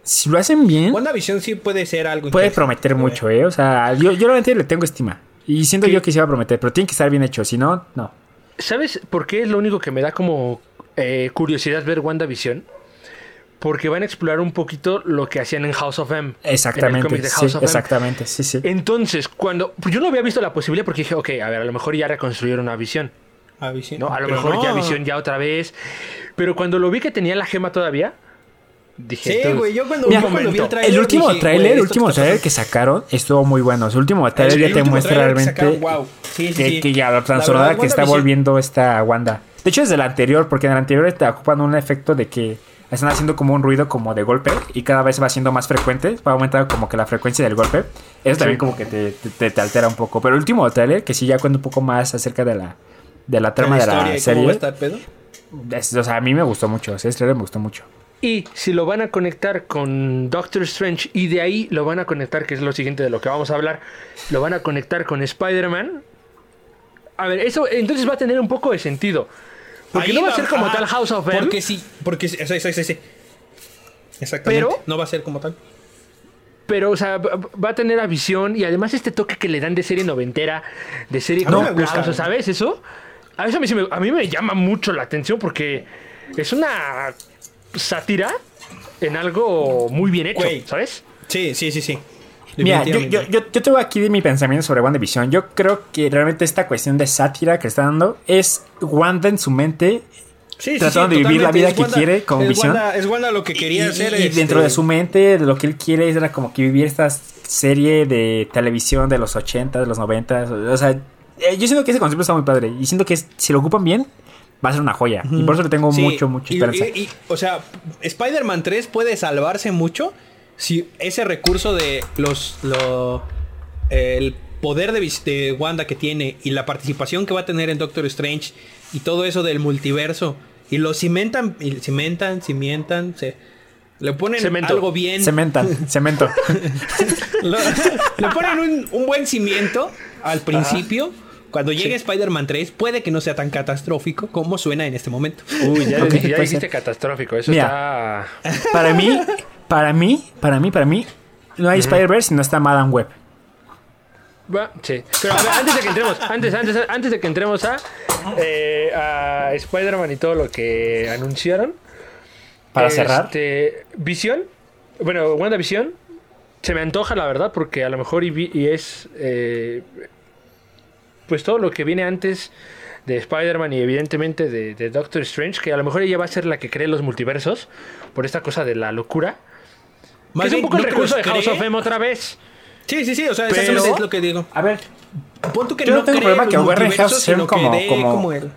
Speaker 2: si lo hacen bien,
Speaker 1: WandaVision sí puede ser algo.
Speaker 2: puede
Speaker 1: interesante. [laughs]
Speaker 2: prometer mucho, ¿eh? O sea, yo, yo realmente le tengo estima. Y siento yo que sí va a prometer, pero tiene que estar bien hecho, si no, no.
Speaker 3: ¿Sabes por qué es lo único que me da como eh, curiosidad ver WandaVision? Porque van a explorar un poquito lo que hacían en House of M. En el cómic
Speaker 2: Exactamente,
Speaker 3: de
Speaker 2: sí,
Speaker 3: House of M.
Speaker 2: exactamente, sí, sí.
Speaker 3: Entonces, cuando. pues Yo no había visto la posibilidad porque dije, ok, a ver, a lo mejor ya reconstruyeron a Visión.
Speaker 1: A, Ah, Vision.
Speaker 3: ¿no? A lo
Speaker 1: Pero
Speaker 3: mejor ya
Speaker 1: no.
Speaker 3: Visión ya otra vez. Pero cuando lo vi que tenía la gema todavía, dije.
Speaker 1: Sí,
Speaker 3: entonces,
Speaker 1: güey, yo cuando,
Speaker 2: Mira,
Speaker 1: yo cuando vi el tráiler
Speaker 2: El último
Speaker 1: dije,
Speaker 2: trailer,
Speaker 1: güey,
Speaker 2: el
Speaker 1: esto
Speaker 2: último
Speaker 1: está
Speaker 2: trailer
Speaker 1: pasando.
Speaker 2: que sacaron estuvo muy bueno. Su último trailer
Speaker 1: El-
Speaker 2: ya
Speaker 1: el
Speaker 2: te
Speaker 1: último
Speaker 2: muestra
Speaker 1: tráiler que
Speaker 2: realmente
Speaker 1: sacaron, wow. Sí, sí,
Speaker 2: que,
Speaker 1: sí.
Speaker 2: que ya la
Speaker 1: La
Speaker 2: transformada
Speaker 1: verdad,
Speaker 2: que está
Speaker 1: WandaVision-
Speaker 2: volviendo esta Wanda. De hecho, es del anterior, porque en el anterior está ocupando un efecto de que están haciendo como un ruido como de golpe y cada vez va siendo más frecuente, va aumentando como que la frecuencia del golpe. Eso también como que te, te- te altera un poco. Pero el último trailer, que sí ya cuenta un poco más acerca de la, de la trama de la,
Speaker 1: historia y cómo va a
Speaker 2: serie,
Speaker 1: estar, pedo.
Speaker 2: es- o sea, a mí me gustó mucho, ese trailer me gustó mucho.
Speaker 3: Y si lo van a conectar con Doctor Strange y de ahí lo van a conectar, que es lo siguiente de lo que vamos a hablar, lo van a conectar con Spider-Man. A ver, eso entonces va a tener un poco de sentido. Porque
Speaker 1: Ahí
Speaker 3: no va a ser como
Speaker 1: ah,
Speaker 3: tal House of M.
Speaker 1: Porque sí, porque sí, sí, sí, sí, sí. Exactamente.
Speaker 3: Pero-
Speaker 1: no va a ser como tal.
Speaker 3: Pero, o sea, va va a tener a visión y además este toque que le dan de serie noventera, de serie
Speaker 1: A
Speaker 3: con
Speaker 1: mí me gusta.
Speaker 3: aplausos, ¿sabes? Eso. A, eso a, mí sí me, a mí me llama mucho la atención porque es una sátira en algo muy bien hecho,
Speaker 1: Güey.
Speaker 3: ¿sabes?
Speaker 1: Sí, sí, sí, sí.
Speaker 2: Mira, yo, yo,
Speaker 1: Definitivamente.
Speaker 2: yo, yo te voy aquí de mi pensamiento sobre WandaVision. Yo creo que realmente esta cuestión de sátira que está dando es Wanda en su mente
Speaker 1: Sí, sí,
Speaker 2: tratando
Speaker 1: sí,
Speaker 2: de vivir la
Speaker 1: totalmente.
Speaker 2: vida
Speaker 1: Es
Speaker 2: que quiere con
Speaker 1: es
Speaker 2: visión.
Speaker 1: Wanda- es Wanda lo que quería
Speaker 2: y,
Speaker 1: hacer.
Speaker 2: y
Speaker 1: este,
Speaker 2: dentro de su mente, de lo que él quiere es era como que vivir esta serie de televisión de los 80, de los 90. O sea, eh, yo siento que ese concepto está muy padre. Y siento que es- si lo ocupan bien, va a ser una joya. Y por eso le tengo
Speaker 1: Sí,
Speaker 2: mucho, mucha
Speaker 1: y-
Speaker 2: esperanza.
Speaker 1: y- y, o sea, Spider-Man 3 puede salvarse mucho si ese recurso de los. lo- el poder de, vis- de Wanda que tiene y la participación que va a tener en Doctor Strange y todo eso del multiverso. Y lo cimentan, y cimentan, cimentan, se. Le ponen
Speaker 3: Cemento.
Speaker 1: algo bien.
Speaker 2: Cementan, cemento.
Speaker 1: [laughs] Lo- le ponen un, un buen cimiento al principio. Cuando llegue Spider-Man 3, puede que no sea tan catastrófico como suena en este momento.
Speaker 3: Uy, ya,
Speaker 2: Ok, puede
Speaker 3: ya dijiste
Speaker 2: ser.
Speaker 3: catastrófico. Eso
Speaker 2: Mira.
Speaker 3: está.
Speaker 2: Para mí, para mí, para mí, para mí, no hay Spider-Verse si no está Madame Web.
Speaker 3: Va, sí. Pero a ver, antes de que entremos, antes, antes, antes de que entremos a, eh, a Spider-Man y todo lo que anunciaron.
Speaker 2: Para cerrar.
Speaker 3: Este, Visión. Bueno, WandaVision. Se me antoja, la verdad, porque a lo mejor y, vi- y es. eh, pues todo lo que viene antes de Spider-Man y evidentemente de, de Doctor Strange, que a lo mejor ella va a ser la que cree los multiversos por esta cosa de la locura. que es un
Speaker 1: bien,
Speaker 3: poco el
Speaker 1: no que
Speaker 3: recurso de
Speaker 1: los
Speaker 3: House
Speaker 1: cree.
Speaker 3: of M otra vez.
Speaker 1: Sí, sí, sí, o sea,
Speaker 3: Pero-
Speaker 1: exactamente es lo que digo.
Speaker 2: A ver,
Speaker 1: Pon tú que
Speaker 2: Yo
Speaker 1: no
Speaker 2: no tengo
Speaker 1: cree
Speaker 2: problema
Speaker 1: los
Speaker 2: que agarren
Speaker 1: multiversos,
Speaker 2: House Seven
Speaker 1: sino que
Speaker 2: como-
Speaker 1: dé
Speaker 2: como-
Speaker 1: como él.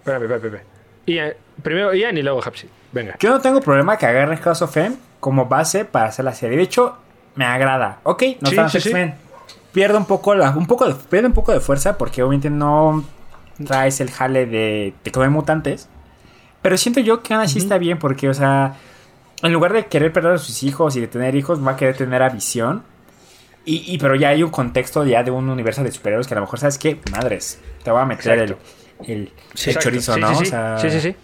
Speaker 3: Espérame, espérame, espérame. Ian- primero Ian y luego Hapsi. Venga.
Speaker 2: yo no tengo problema que agarren House of M como base para hacer la serie. De hecho, me agrada. Ok, no
Speaker 3: Sí,
Speaker 2: están los
Speaker 3: sí, sí.
Speaker 2: X-Men. Pierde un poco la, un poco de, pierde un poco de fuerza porque obviamente no traes el jale de, de que no hay mutantes. Pero siento yo que aún así está bien porque, o sea, en lugar de querer perder a sus hijos y de tener hijos, va a querer tener a visión. Y, y- pero ya hay un contexto ya de un universo de superhéroes que a lo mejor sabes qué, madres, te voy a meter el, el, el
Speaker 3: Exacto.
Speaker 2: chorizo,
Speaker 3: Sí,
Speaker 2: ¿no?
Speaker 3: Sí, sí,
Speaker 2: O sea,
Speaker 3: sí. sí, sí.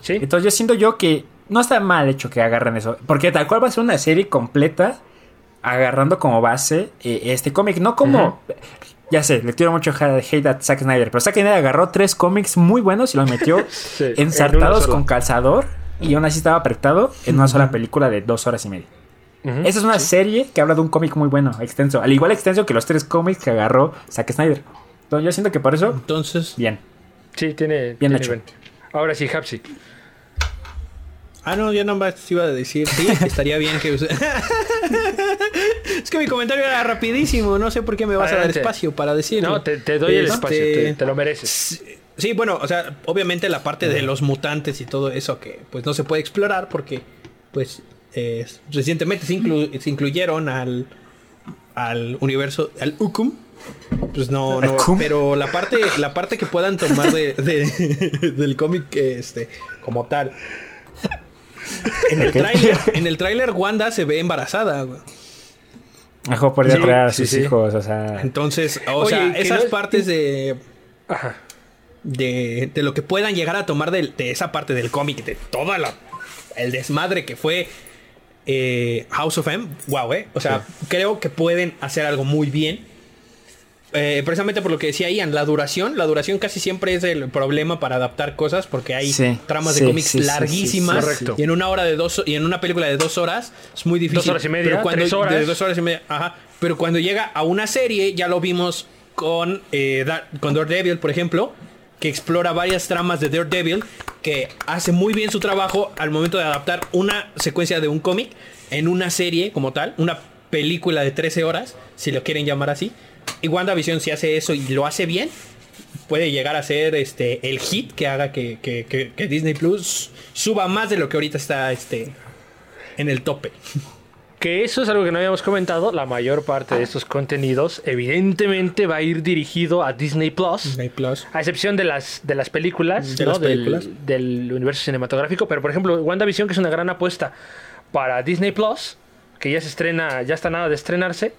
Speaker 3: Sí.
Speaker 2: Entonces yo siento yo que no está mal hecho que agarren eso, porque tal cual va a ser una serie completa agarrando como base eh, este cómic, no como... Ya sé, le tiro mucho ha- hate a Zack Snyder, pero Zack Snyder agarró tres cómics muy buenos y los metió
Speaker 3: [laughs] Sí, en una
Speaker 2: ensartados
Speaker 3: sola.
Speaker 2: con calzador y aún así estaba apretado en una sola película de dos horas y media.
Speaker 3: Ujú.
Speaker 2: Esa es una serie que habla de un cómic muy bueno, extenso, al igual extenso que los tres cómics que agarró Zack Snyder. Entonces yo siento que por eso,
Speaker 1: Entonces,
Speaker 2: bien.
Speaker 3: Sí, tiene.
Speaker 2: Bien
Speaker 3: tiene
Speaker 2: hecho.
Speaker 3: buen- Ahora sí, Hapsi.
Speaker 1: ah, no, yo nomás iba a decir, sí, estaría bien que.
Speaker 3: [laughs]
Speaker 1: es que mi comentario era rapidísimo, no sé por qué me vas
Speaker 3: Adelante.
Speaker 1: a dar espacio para decirlo.
Speaker 3: No, te, te doy el
Speaker 1: Este,
Speaker 3: espacio, te, te lo mereces.
Speaker 1: Sí, bueno, o sea, obviamente la parte de los mutantes y todo eso que pues no se puede explorar porque pues eh, recientemente se, inclu- se incluyeron al, al universo, al Ukum. Pues no, no,
Speaker 2: Ukum?
Speaker 1: pero la parte, la [laughs] parte que puedan tomar de, de- del cómic este, como tal En el
Speaker 2: Ok. [laughs]
Speaker 1: tráiler, en el tráiler Wanda se ve embarazada, güey.
Speaker 2: Mejor podría
Speaker 3: Sí,
Speaker 2: traer a
Speaker 3: sí,
Speaker 2: sus
Speaker 3: sí.
Speaker 2: hijos, o sea.
Speaker 1: Entonces, o
Speaker 3: Oye,
Speaker 1: sea,
Speaker 3: que
Speaker 1: esas
Speaker 3: no-
Speaker 1: partes de, de. de lo que puedan llegar a tomar del- de, esa parte del cómic, de toda la. el desmadre que fue eh, House of M, wow, eh. O sea, creo que pueden hacer algo muy bien. Eh, precisamente por lo que decía Ian, la duración, la duración casi siempre es el problema para adaptar cosas porque hay
Speaker 2: Sí,
Speaker 1: tramas
Speaker 2: sí,
Speaker 1: de cómics
Speaker 2: sí, sí,
Speaker 1: larguísimas
Speaker 3: sí, sí, Correcto.
Speaker 1: y en una hora de dos y en una película de dos horas es muy difícil.
Speaker 3: Dos horas y media,
Speaker 1: pero cuando,
Speaker 3: tres horas.
Speaker 1: de dos horas y media, ajá. Pero cuando llega a una serie, ya lo vimos con, eh, Da- con Daredevil, por ejemplo, que explora varias tramas de Daredevil, que hace muy bien su trabajo al momento de adaptar una secuencia de un cómic en una serie como tal, una película de 13 horas, si lo quieren llamar así. Y WandaVision si hace eso y lo hace bien, puede llegar a ser este el hit que haga que, que- que- que Disney Plus suba más de lo que ahorita está este en el tope.
Speaker 3: Que eso es algo que no habíamos comentado. La mayor parte de estos contenidos, evidentemente, va a ir dirigido a Disney Plus.
Speaker 1: Disney Plus.
Speaker 3: A excepción de las, de las películas,
Speaker 1: De
Speaker 3: ¿no?
Speaker 1: las películas.
Speaker 3: Del, del universo cinematográfico. Pero, por ejemplo, WandaVision, que es una gran apuesta para Disney Plus, que ya se estrena, ya está nada de estrenarse.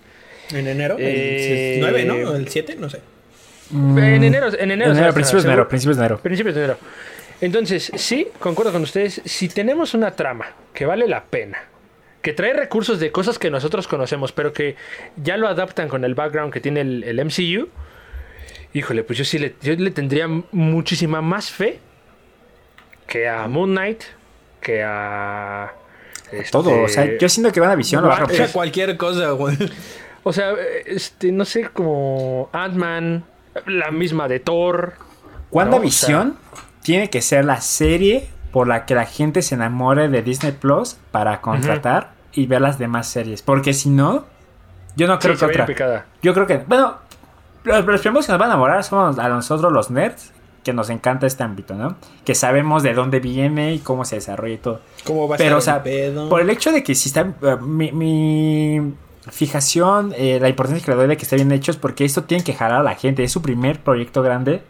Speaker 1: En enero,
Speaker 3: Eh,
Speaker 1: el 9, ¿no? El 7, no sé.
Speaker 2: Ah,
Speaker 3: En enero, en enero. se va a estrenar,
Speaker 2: principios de Mm.
Speaker 3: seguro.
Speaker 2: enero, principios de enero.
Speaker 3: Principios de enero. Entonces, sí, concuerdo con ustedes. Si tenemos una trama que vale la pena, que trae recursos de cosas que nosotros conocemos, pero que ya lo adaptan con el background que tiene el, el MCU, híjole, pues yo sí le, yo le tendría muchísima más fe que a Moon Knight, que a. este,
Speaker 2: Todo, o sea, yo siento que van a visión, lo
Speaker 3: no,
Speaker 2: van a
Speaker 1: O sea,
Speaker 2: romper.
Speaker 1: cualquier cosa, güey.
Speaker 3: o sea, este, no sé, como Ant-Man, la misma de Thor.
Speaker 2: WandaVision tiene que ser la serie por la que la gente se enamore de Disney Plus para contratar y ver las demás series. Porque si no, yo no creo
Speaker 3: Sí,
Speaker 2: que
Speaker 3: se va a ir
Speaker 2: otra.
Speaker 3: picada.
Speaker 2: Yo creo que, bueno, los, los primeros que nos van a enamorar somos a nosotros los nerds, que nos encanta este ámbito, ¿no? Que sabemos de dónde viene y cómo se desarrolla y todo.
Speaker 1: ¿Cómo va a
Speaker 2: Pero, o
Speaker 1: estar
Speaker 2: sea,
Speaker 1: el pedo?
Speaker 2: por el hecho de que si está. eh, mi, mi fijación, eh, la importancia que le doy de que esté bien hecho es porque esto tiene que jalar a la gente. Es su primer proyecto grande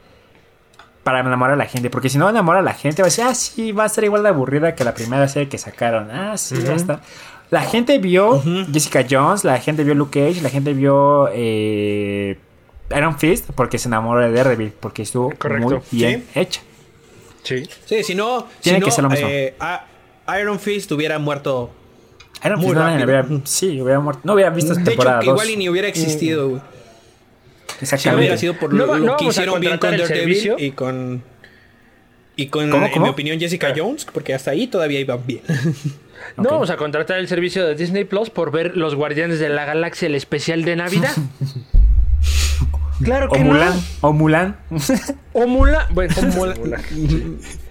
Speaker 2: para enamorar a la gente. Porque si no enamora a la gente, va a decir, ah, sí, va a ser igual de aburrida que la primera serie que sacaron. Ah, sí, ya está. La gente vio Jessica Jones, la gente vio Luke Cage, la gente vio eh, Iron Fist porque se enamoró de Daredevil, porque estuvo
Speaker 3: Correcto.
Speaker 2: muy bien hecha.
Speaker 3: Sí.
Speaker 1: Sí, si no,
Speaker 2: Tiene
Speaker 1: si no,
Speaker 2: que ser lo mismo.
Speaker 1: eh, a- Iron Fist hubiera muerto.
Speaker 2: Iron
Speaker 1: Muy
Speaker 2: Fist no la
Speaker 1: rápido.
Speaker 2: hubiera- sí, hubiera muerto. No hubiera visto esta
Speaker 1: De hecho,
Speaker 2: temporada
Speaker 1: que
Speaker 2: dos.
Speaker 1: igual y ni hubiera existido, güey. Si no
Speaker 2: Exactamente.
Speaker 1: hubiera sido por lo,
Speaker 3: Mm. No va-
Speaker 1: lo
Speaker 3: no
Speaker 1: que
Speaker 3: vamos a
Speaker 1: hicieron bien
Speaker 3: contratar
Speaker 1: con
Speaker 3: el
Speaker 1: Daredevil
Speaker 3: servicio.
Speaker 1: y con. Y con,
Speaker 2: ¿Cómo,
Speaker 1: en mi
Speaker 2: cómo?
Speaker 1: opinión, Jessica Jones, porque hasta ahí todavía iban bien.
Speaker 3: No vamos a contratar el servicio de Disney Plus por ver Los Guardianes de la Galaxia, el especial de Navidad.
Speaker 2: [laughs]
Speaker 3: claro
Speaker 2: O
Speaker 3: que
Speaker 2: Mulan.
Speaker 3: no.
Speaker 2: O Mulan.
Speaker 3: O Mulan. Bueno,
Speaker 2: [laughs]
Speaker 3: Mulan.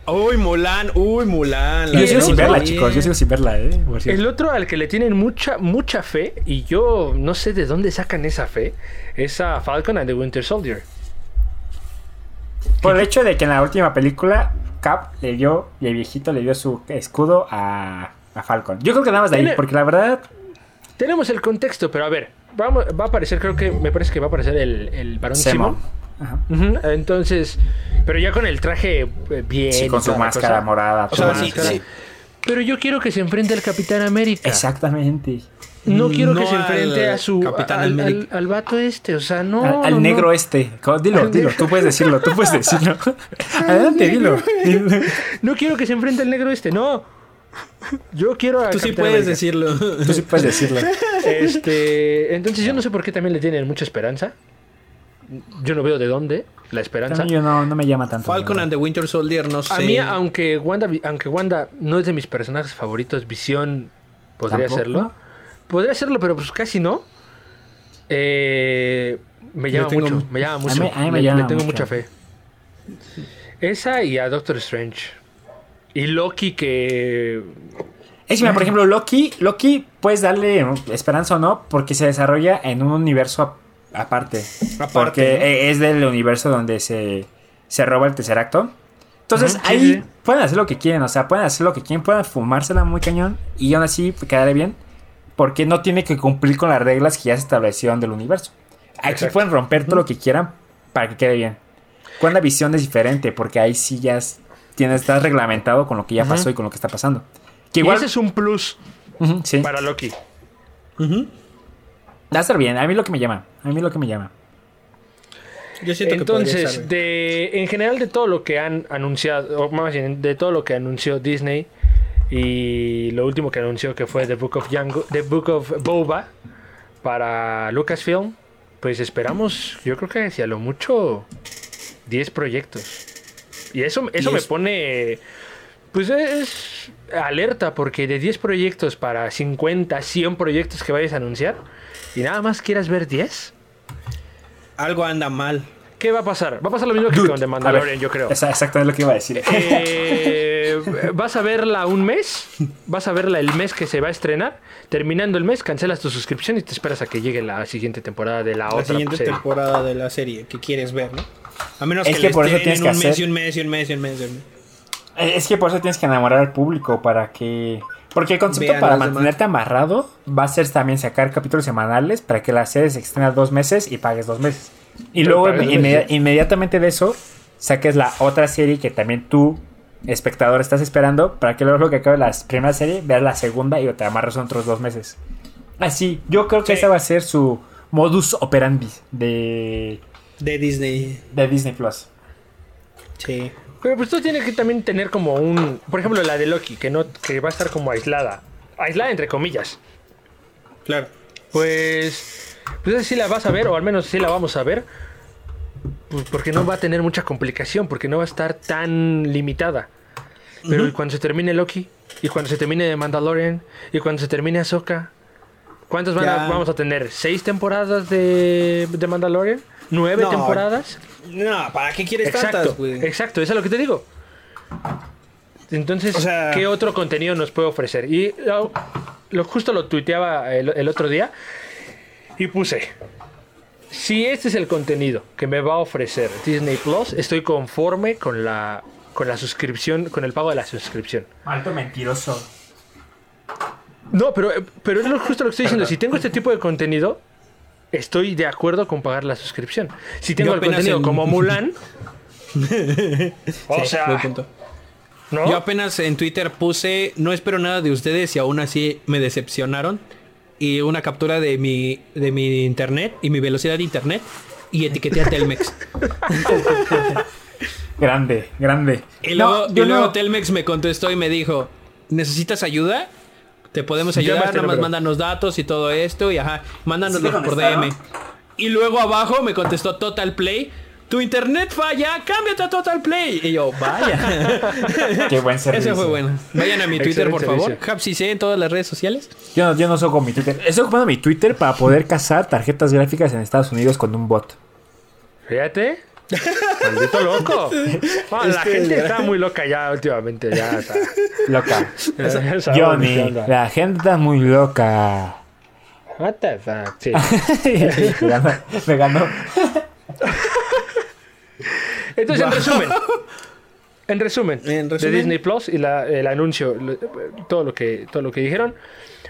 Speaker 1: uy, Mulan, uy, Mulan. la
Speaker 2: Yo sigo
Speaker 1: vieron
Speaker 2: sin verla,
Speaker 1: bien.
Speaker 2: chicos. Yo sigo sin verla, eh. por cierto.
Speaker 3: El otro al que le tienen mucha, mucha fe, y yo no sé de dónde sacan esa fe, es a Falcon and the Winter Soldier.
Speaker 2: Por el hecho de que en la última película, Cap le dio, y el viejito le dio su escudo a, a Falcon. Yo creo que nada más de ahí,
Speaker 3: Tiene-
Speaker 2: porque la verdad.
Speaker 3: Tenemos el contexto, pero a ver, vamos, va a aparecer, creo que, me parece que va a aparecer el, el varón
Speaker 2: Semo.
Speaker 3: Simón. Entonces, pero ya con el traje eh, bien.
Speaker 2: Sí,
Speaker 3: y
Speaker 2: con su
Speaker 3: toda la
Speaker 2: máscara
Speaker 3: cosa.
Speaker 2: morada.
Speaker 1: O
Speaker 2: su
Speaker 1: sea, sí,
Speaker 2: máscara.
Speaker 1: sí.
Speaker 3: Pero yo quiero que se enfrente al Capitán América.
Speaker 2: Exactamente.
Speaker 3: No quiero
Speaker 1: No
Speaker 3: que se
Speaker 1: al
Speaker 3: enfrente a su
Speaker 1: Capitán
Speaker 3: al, al,
Speaker 1: América.
Speaker 3: al vato este, o sea, no.
Speaker 2: Al, al
Speaker 3: no, no.
Speaker 2: negro este. Co- Dilo,
Speaker 3: Al
Speaker 2: dilo.
Speaker 3: negro.
Speaker 2: Tú puedes decirlo, tú puedes decirlo. Adelante, dilo.
Speaker 3: No quiero que se enfrente al negro este, no. Yo quiero a
Speaker 1: Tú sí
Speaker 3: Capitán
Speaker 1: puedes
Speaker 3: América.
Speaker 1: decirlo. [laughs]
Speaker 2: Tú sí puedes decirlo.
Speaker 3: Este, entonces yo no sé por qué también le tienen mucha esperanza. Yo no veo de dónde la esperanza.
Speaker 2: También yo no, no me llama tanto.
Speaker 1: Falcon and the Winter Soldier, no sé.
Speaker 3: A mí, aunque Wanda, aunque Wanda no es de mis personajes favoritos, Visión podría
Speaker 2: Tampoco.
Speaker 3: serlo. Podría serlo, pero pues casi no. Eh, me
Speaker 1: Yo
Speaker 3: llama
Speaker 1: tengo-
Speaker 3: mucho, me llama
Speaker 2: A
Speaker 3: mucho.
Speaker 2: mí- a mí me
Speaker 3: le,
Speaker 2: llama
Speaker 3: le tengo
Speaker 2: mucho.
Speaker 3: mucha fe. Esa y a Doctor Strange. Y Loki que...
Speaker 2: Es que, mira, por ejemplo, Loki, Loki puedes darle esperanza o no, porque se desarrolla en un universo a- aparte.
Speaker 1: Aparte,
Speaker 2: Porque
Speaker 1: ¿no?
Speaker 2: e- es del universo donde se, se roba el tercer acto. Entonces
Speaker 3: Ujú, sí,
Speaker 2: ahí
Speaker 3: sí.
Speaker 2: pueden hacer lo que quieren, o sea, pueden hacer lo que quieren, pueden fumársela muy cañón y aún así quedaré bien, porque no tiene que cumplir con las reglas que ya se establecieron del universo. Aquí
Speaker 3: Exacto.
Speaker 2: pueden romper todo lo que quieran para que quede bien. Cuando la visión es diferente, porque ahí sí ya es- tienes, estás reglamentado con lo que ya pasó y con lo que está pasando. Que igual.
Speaker 3: Y ese es un plus
Speaker 2: Ujú, sí. Va
Speaker 3: para Loki.
Speaker 2: a estar bien. A mí lo que me llama. A mí lo que me llama.
Speaker 1: Yo siento que podría
Speaker 3: Entonces,
Speaker 1: estar
Speaker 3: de, en general de todo lo que han anunciado, o más bien, de todo lo que anunció Disney y lo último que anunció que fue The Book of, Jango- The Book of Boba para Lucasfilm, pues esperamos, yo creo que hacia lo mucho 10 proyectos. Y eso, eso me
Speaker 1: Diez.
Speaker 3: pone, pues es alerta, porque de 10 proyectos para 50, 100 proyectos que vayas a anunciar y nada más quieras ver 10.
Speaker 1: Algo anda mal.
Speaker 3: ¿Qué va a pasar? Va a pasar lo mismo que
Speaker 2: Dude,
Speaker 3: con The
Speaker 2: a ver,
Speaker 3: Mandalorian, yo creo.
Speaker 2: Esa- Exacto, es lo que iba a
Speaker 3: [laughs]
Speaker 2: decir.
Speaker 3: Eh, vas a verla un mes, vas a verla el mes que se va a estrenar. Terminando el mes, cancelas tu suscripción y te esperas a que llegue la siguiente temporada de la,
Speaker 1: La
Speaker 3: otra
Speaker 1: siguiente
Speaker 3: serie.
Speaker 1: temporada de la serie que quieres ver, ¿no? A menos
Speaker 2: Es
Speaker 1: que,
Speaker 2: que
Speaker 1: le
Speaker 2: por eso
Speaker 1: estrenen
Speaker 2: tienes que
Speaker 1: un mes
Speaker 2: hacer-
Speaker 1: y un mes y un mes y un mes. y un mes.
Speaker 2: Eh, Es que por eso tienes que enamorar al público para que. Porque el concepto
Speaker 1: Vean
Speaker 2: para
Speaker 1: los demás.
Speaker 2: mantenerte amarrado va a ser también sacar capítulos semanales para que la serie se extienda dos meses y pagues dos meses. Y
Speaker 3: Pero
Speaker 2: luego
Speaker 3: pagues dos
Speaker 2: inmedi-
Speaker 3: meses.
Speaker 2: inmediatamente de eso saques la otra serie que también tú, espectador, estás esperando para que luego que acabe la primera serie veas la segunda y te amarras otros dos meses. Así, yo creo que ese va a ser su modus operandi de,
Speaker 1: De Disney.
Speaker 2: de Disney Plus.
Speaker 1: Sí.
Speaker 3: Pero pues tú tienes que también tener como un. Por ejemplo, la de Loki, que no, que va a estar como aislada. Aislada entre comillas.
Speaker 1: Claro.
Speaker 3: Pues. Pues esa sí la vas a ver, o al menos sí la vamos a ver. Pues porque no va a tener mucha complicación, porque no va a estar tan limitada. Pero y cuando se termine Loki, y cuando se termine The Mandalorian, y cuando se termine Ahsoka, ¿cuántas van a-
Speaker 1: Ya.
Speaker 3: vamos a tener? ¿Seis temporadas de, de Mandalorian? ¿Nueve
Speaker 1: No,
Speaker 3: temporadas?
Speaker 1: No, ¿para qué quieres
Speaker 3: Exacto, Este,
Speaker 1: tantas, güey?
Speaker 3: exacto, eso es lo que te digo. Entonces,
Speaker 1: O sea-
Speaker 3: ¿qué otro contenido nos puede ofrecer? Y lo, lo- justo lo tuiteaba el, el otro día y puse, si este es el contenido que me va a ofrecer Disney Plus, estoy conforme con la, con la suscripción, con el pago de la suscripción.
Speaker 2: Alto mentiroso.
Speaker 3: No, pero, pero es lo- justo lo que estoy diciendo. Si tengo este tipo de contenido, estoy de acuerdo con pagar la suscripción. Si tengo
Speaker 1: Yo
Speaker 3: el
Speaker 1: apenas
Speaker 3: contenido
Speaker 1: en- [laughs]
Speaker 3: como Mulan... o
Speaker 1: Sí,
Speaker 3: sea,
Speaker 1: buen punto.
Speaker 3: ¿no?
Speaker 1: Yo apenas en Twitter puse, no espero nada de ustedes y aún así me decepcionaron. Y una captura de mi, de mi internet y mi velocidad de internet y etiqueté a Telmex.
Speaker 2: [laughs] Grande, grande.
Speaker 1: Y
Speaker 2: No,
Speaker 1: luego,
Speaker 2: yo
Speaker 1: y luego
Speaker 2: no-
Speaker 1: Telmex me contestó y me dijo, ¿necesitas ayuda? Te podemos ayudar,
Speaker 3: Llama a este
Speaker 1: nada más
Speaker 3: número".
Speaker 1: mándanos datos y todo esto y ajá, mándanoslo
Speaker 2: ¿Sí te
Speaker 1: por
Speaker 2: contestaron?
Speaker 1: DM. Y luego abajo me contestó Total Play, tu internet falla, cámbiate a Total Play. Y yo, vaya.
Speaker 2: Qué buen [laughs] servicio.
Speaker 1: Ese fue bueno. Vayan a mi Twitter, por
Speaker 3: Excelente
Speaker 1: favor.
Speaker 3: servicio.
Speaker 1: Hapsice en todas las redes sociales.
Speaker 2: Yo no, yo no soco mi Twitter. Estoy ocupando mi Twitter para poder cazar tarjetas gráficas en Estados Unidos con un bot.
Speaker 3: Fíjate. Maldito loco. Ah, la gente está muy loca ya últimamente. Ya, o sea,
Speaker 2: Loca.
Speaker 3: ya sabemos qué
Speaker 2: Johnny,
Speaker 3: onda.
Speaker 2: la gente está
Speaker 1: [laughs]
Speaker 2: muy loca.
Speaker 3: What the fuck, sí.
Speaker 2: me ganó. me ganó.
Speaker 3: Entonces,
Speaker 1: [laughs]
Speaker 3: en resumen. En resumen,
Speaker 1: En
Speaker 3: de
Speaker 1: resumen.
Speaker 3: Disney Plus y la- el anuncio, lo- todo lo, que, todo lo que dijeron,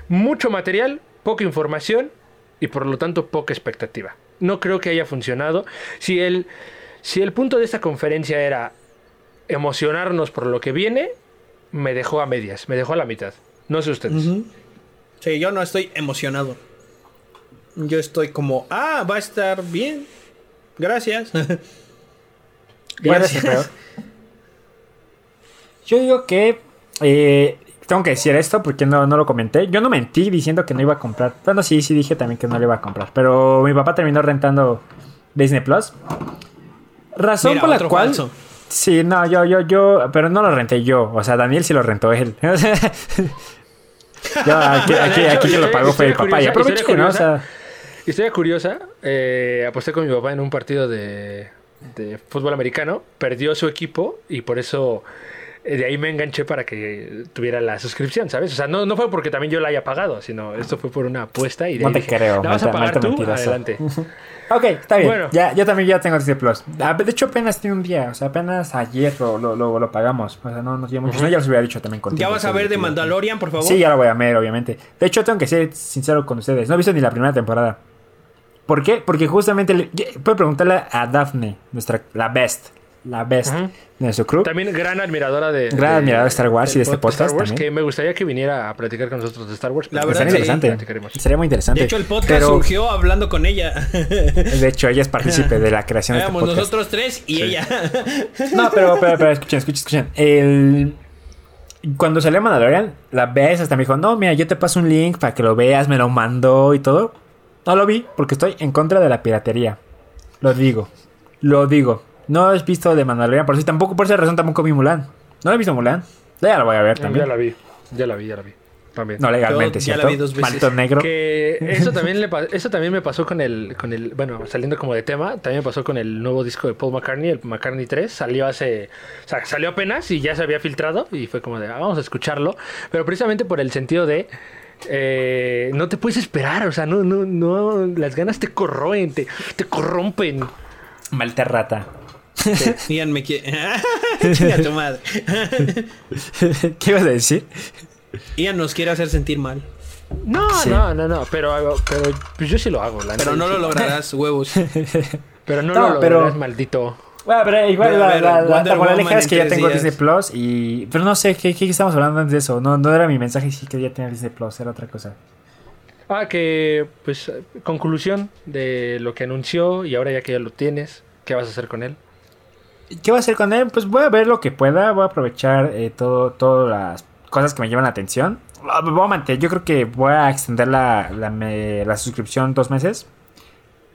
Speaker 3: mucho material, poca información y por lo tanto poca expectativa. No creo que haya funcionado. Si el, si el punto de esta conferencia era emocionarnos por lo que viene, me dejó a medias, me dejó a la mitad. No sé ustedes.
Speaker 1: Sí, yo no estoy emocionado. Yo estoy como, ah, va a estar bien. Gracias. [laughs]
Speaker 2: Gracias,
Speaker 1: Gracias.
Speaker 2: pero- Yo digo que eh, tengo que decir esto porque no, no lo comenté. Yo no mentí diciendo que no iba a comprar. Bueno, sí, sí dije también que no le iba a comprar. Pero mi papá terminó rentando Disney Plus. Razón
Speaker 1: Mira,
Speaker 2: por la
Speaker 1: otro
Speaker 2: cual.
Speaker 1: falso.
Speaker 2: Sí, no, yo, yo, yo. Pero no lo renté yo. O sea, Daniel sí lo rentó él. [laughs] O sea, yo, aquí, aquí, aquí que lo pagó fue el papá. Y aprovecho que no, o sea.
Speaker 3: Historia curiosa, eh, aposté con mi papá en un partido de, de fútbol americano, perdió su equipo y por eso eh, de ahí me enganché para que tuviera la suscripción, ¿sabes? O sea, no, no fue porque también yo la haya pagado, sino esto fue por una apuesta y de
Speaker 2: No
Speaker 3: ahí
Speaker 2: te
Speaker 3: dije,
Speaker 2: creo,
Speaker 3: ¿La vas a
Speaker 2: maldita- maldita
Speaker 3: pagar tú?
Speaker 2: mentirosa. [laughs]
Speaker 3: Adelante.
Speaker 2: Ok, está bien.
Speaker 3: Bueno.
Speaker 2: Ya, yo también ya tengo Disney Plus. Ah, De hecho, apenas tiene un día. O sea, apenas ayer lo, lo, lo- lo pagamos. O sea, no nos lleva mucho. Si no, ya los hubiera dicho también contigo.
Speaker 1: ya vas a ver de Mandalorian,
Speaker 2: Mandalorian
Speaker 1: por favor.
Speaker 2: Sí, ya lo voy a ver, obviamente. De hecho, tengo que ser sincero con ustedes. No he visto ni la primera temporada. ¿Por qué? Porque justamente... le- Puedo preguntarle a Daphne, nuestra, la best, la best
Speaker 3: Ujú.
Speaker 2: de nuestro crew.
Speaker 3: También gran admiradora de.
Speaker 2: Gran
Speaker 3: de-
Speaker 2: admiradora de Star Wars y
Speaker 3: del
Speaker 2: de este
Speaker 3: pod- Star
Speaker 2: podcast
Speaker 3: Wars,
Speaker 2: también.
Speaker 3: que me gustaría que viniera a platicar con nosotros de Star Wars.
Speaker 1: La
Speaker 3: pero
Speaker 1: verdad,
Speaker 2: Estaría
Speaker 1: sí.
Speaker 2: interesante.
Speaker 3: Platicaremos.
Speaker 2: Estaría muy interesante.
Speaker 1: De hecho, el podcast
Speaker 2: Pero,
Speaker 1: surgió hablando con
Speaker 2: [laughs]
Speaker 1: ella.
Speaker 2: De hecho, ella es partícipe de la
Speaker 1: [laughs]
Speaker 2: creación de este
Speaker 1: Éramos
Speaker 2: podcast.
Speaker 1: nosotros tres y ella.
Speaker 2: No, pero, pero, pero, escuchen, escuchen, escuchen. El... Cuando salió Mandalorian, la ves hasta me dijo, no, mira, yo te paso un link para que lo veas, me lo mandó y todo. No lo vi porque estoy en contra de la piratería. Lo digo, lo digo. No he visto de Mandalorian, por si tampoco, por esa razón tampoco vi Mulan. No he visto Mulan. Ya la voy a ver
Speaker 3: Ya
Speaker 2: también.
Speaker 3: la vi. Ya la vi, ya la vi. También.
Speaker 2: No legalmente,
Speaker 1: Yo ya la
Speaker 2: ¿cierto?
Speaker 1: vi dos veces.
Speaker 2: Maldito negro.
Speaker 3: Que eso también, le, pa- eso también me pasó con el, con el. Bueno, saliendo como de tema, también me pasó con el nuevo disco de Paul McCartney, el McCartney 3. Salió hace. O sea, salió apenas y ya se había filtrado y fue como de, "Ah, vamos a escucharlo. Pero precisamente por el sentido de. eh, no te puedes esperar, o sea, no, no, no. Las ganas te corroen, te, te corrompen.
Speaker 2: Malta rata. [laughs]
Speaker 1: [laughs] Díganme que. Chinga tu madre. [laughs]
Speaker 2: ¿Qué ibas a decir?
Speaker 1: Ian nos quiere hacer sentir mal.
Speaker 3: No,
Speaker 2: Sí.
Speaker 3: no, no, no. Pero, pero pues yo sí lo hago, la
Speaker 1: Pero
Speaker 3: neta,
Speaker 1: no
Speaker 3: sí.
Speaker 1: lo lograrás,
Speaker 2: [laughs]
Speaker 1: huevos.
Speaker 3: Pero no,
Speaker 2: No,
Speaker 3: lo
Speaker 2: pero-
Speaker 3: lograrás, maldito.
Speaker 2: Bueno, pero igual
Speaker 1: Voy a
Speaker 2: la,
Speaker 1: ver
Speaker 2: la, la
Speaker 1: Wonder
Speaker 2: parvolaneja
Speaker 1: Woman
Speaker 2: es que
Speaker 1: en
Speaker 2: ya
Speaker 1: tres
Speaker 2: tengo
Speaker 1: días.
Speaker 2: Disney Plus y... Pero no sé, ¿qué, qué estamos hablando antes de eso? No, no era mi mensaje, sí que ya tenía Disney Plus, era otra cosa.
Speaker 3: Ah, que pues eh, conclusión de lo que anunció y ahora ya que ya lo tienes, ¿qué vas a hacer con él?
Speaker 2: ¿Qué voy a hacer con él? Pues voy a ver lo que pueda, voy a aprovechar eh, todo, todas las cosas que me llaman la atención. Ah, Voy a mantener, yo creo que voy a extender la, la, me- la suscripción dos meses,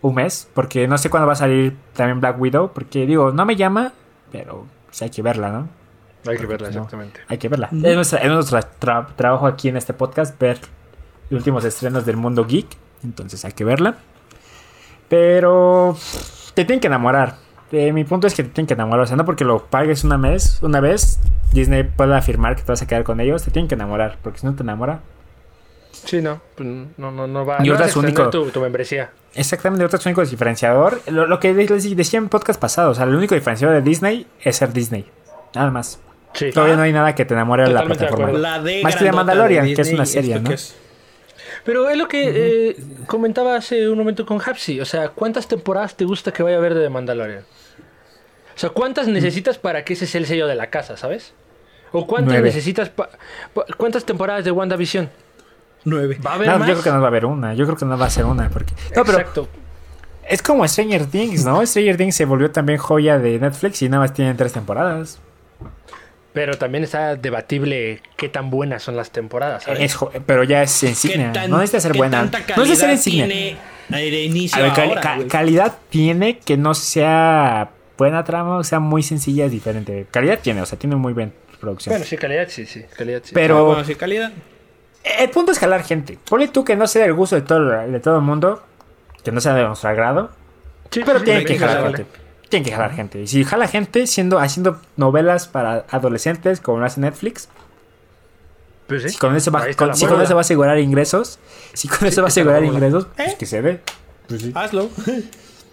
Speaker 2: un mes, porque no sé cuándo va a salir también Black Widow, porque digo, no me llama, pero sí hay que verla, ¿no?
Speaker 3: Hay que verla
Speaker 2: pues, no.
Speaker 3: exactamente.
Speaker 2: Hay que verla. Es nuestra- es nuestro tra- trabajo aquí en este podcast ver los últimos estrenos del mundo geek. Entonces hay que verla. Pero te tienen que enamorar. Eh, mi punto es que te tienen que enamorar. O sea, no porque lo pagues una vez, una vez Disney pueda afirmar que te vas a quedar con ellos. Te tienen que enamorar. Porque si no te enamora.
Speaker 3: Sí, no, pues, no, no, no va
Speaker 2: Y
Speaker 3: no
Speaker 2: ahora
Speaker 3: vas a
Speaker 2: es único.
Speaker 3: extender Tu, tu membresía.
Speaker 2: Exactamente, otro único diferenciador. Lo, lo que les decía en podcast pasado. O sea, el único diferenciador de Disney es ser Disney. Nada más.
Speaker 3: Sí. Ah.
Speaker 2: Todavía no hay nada que te enamore de la
Speaker 3: Totalmente de
Speaker 2: plataforma.
Speaker 3: acuerdo.
Speaker 1: La de.
Speaker 2: Más que de
Speaker 1: grandota
Speaker 2: Mandalorian,
Speaker 1: de
Speaker 2: que es una
Speaker 1: Disney,
Speaker 2: serie,
Speaker 1: esto
Speaker 2: ¿no?
Speaker 1: que es-
Speaker 3: Pero es lo que eh, comentaba hace un momento con Hapsi. O sea, ¿cuántas temporadas te gusta que vaya a haber de The Mandalorian? O sea, ¿cuántas
Speaker 2: Mm.
Speaker 3: necesitas para que ese sea el sello de la casa, sabes? ¿O cuántas
Speaker 2: Nueve.
Speaker 3: necesitas pa- pa- cuántas temporadas de WandaVision?
Speaker 1: Nueve.
Speaker 3: ¿Va a haber
Speaker 2: No,
Speaker 3: más?
Speaker 2: yo creo que no va a haber una. Yo creo que no va a ser una. Porque... No, pero
Speaker 3: Exacto.
Speaker 2: es como Stranger Things, ¿no? Stranger Things se volvió también joya de Netflix y nada más tienen tres temporadas.
Speaker 3: Pero también está debatible qué tan buenas son las temporadas, ¿sabes?
Speaker 2: Es jo- pero ya es insignia. no necesita ser buena. No necesita ser insignia.
Speaker 1: Tiene eh, de inicio
Speaker 2: A ver, cali-
Speaker 1: ahora,
Speaker 2: ca-
Speaker 1: güey?
Speaker 2: calidad tiene que no sea buena trama, o sea, muy sencilla, es diferente. Calidad tiene, o sea, tiene muy buena producción.
Speaker 3: Bueno, sí, calidad sí, sí, calidad sí.
Speaker 2: pero
Speaker 1: Bueno, sí, calidad.
Speaker 2: El punto es jalar gente. Ponle tú que no sea del gusto de todo, de todo el mundo, que no sea de nuestro agrado,
Speaker 3: Sí,
Speaker 2: pero
Speaker 3: sí,
Speaker 2: tienen
Speaker 3: sí,
Speaker 2: que
Speaker 1: sí,
Speaker 2: jalar
Speaker 1: jala.
Speaker 2: gente. Tienen que jalar gente. Y si jala gente siendo, haciendo novelas para adolescentes, como lo hace Netflix,
Speaker 3: Pues sí.
Speaker 2: si con eso va,
Speaker 3: Ahí está
Speaker 2: con-
Speaker 3: la
Speaker 2: si con
Speaker 3: fórmula.
Speaker 2: eso va a asegurar ingresos, si con eso va a asegurar ingresos, pues
Speaker 1: ¿Eh?
Speaker 2: que se dé.
Speaker 1: Hazlo.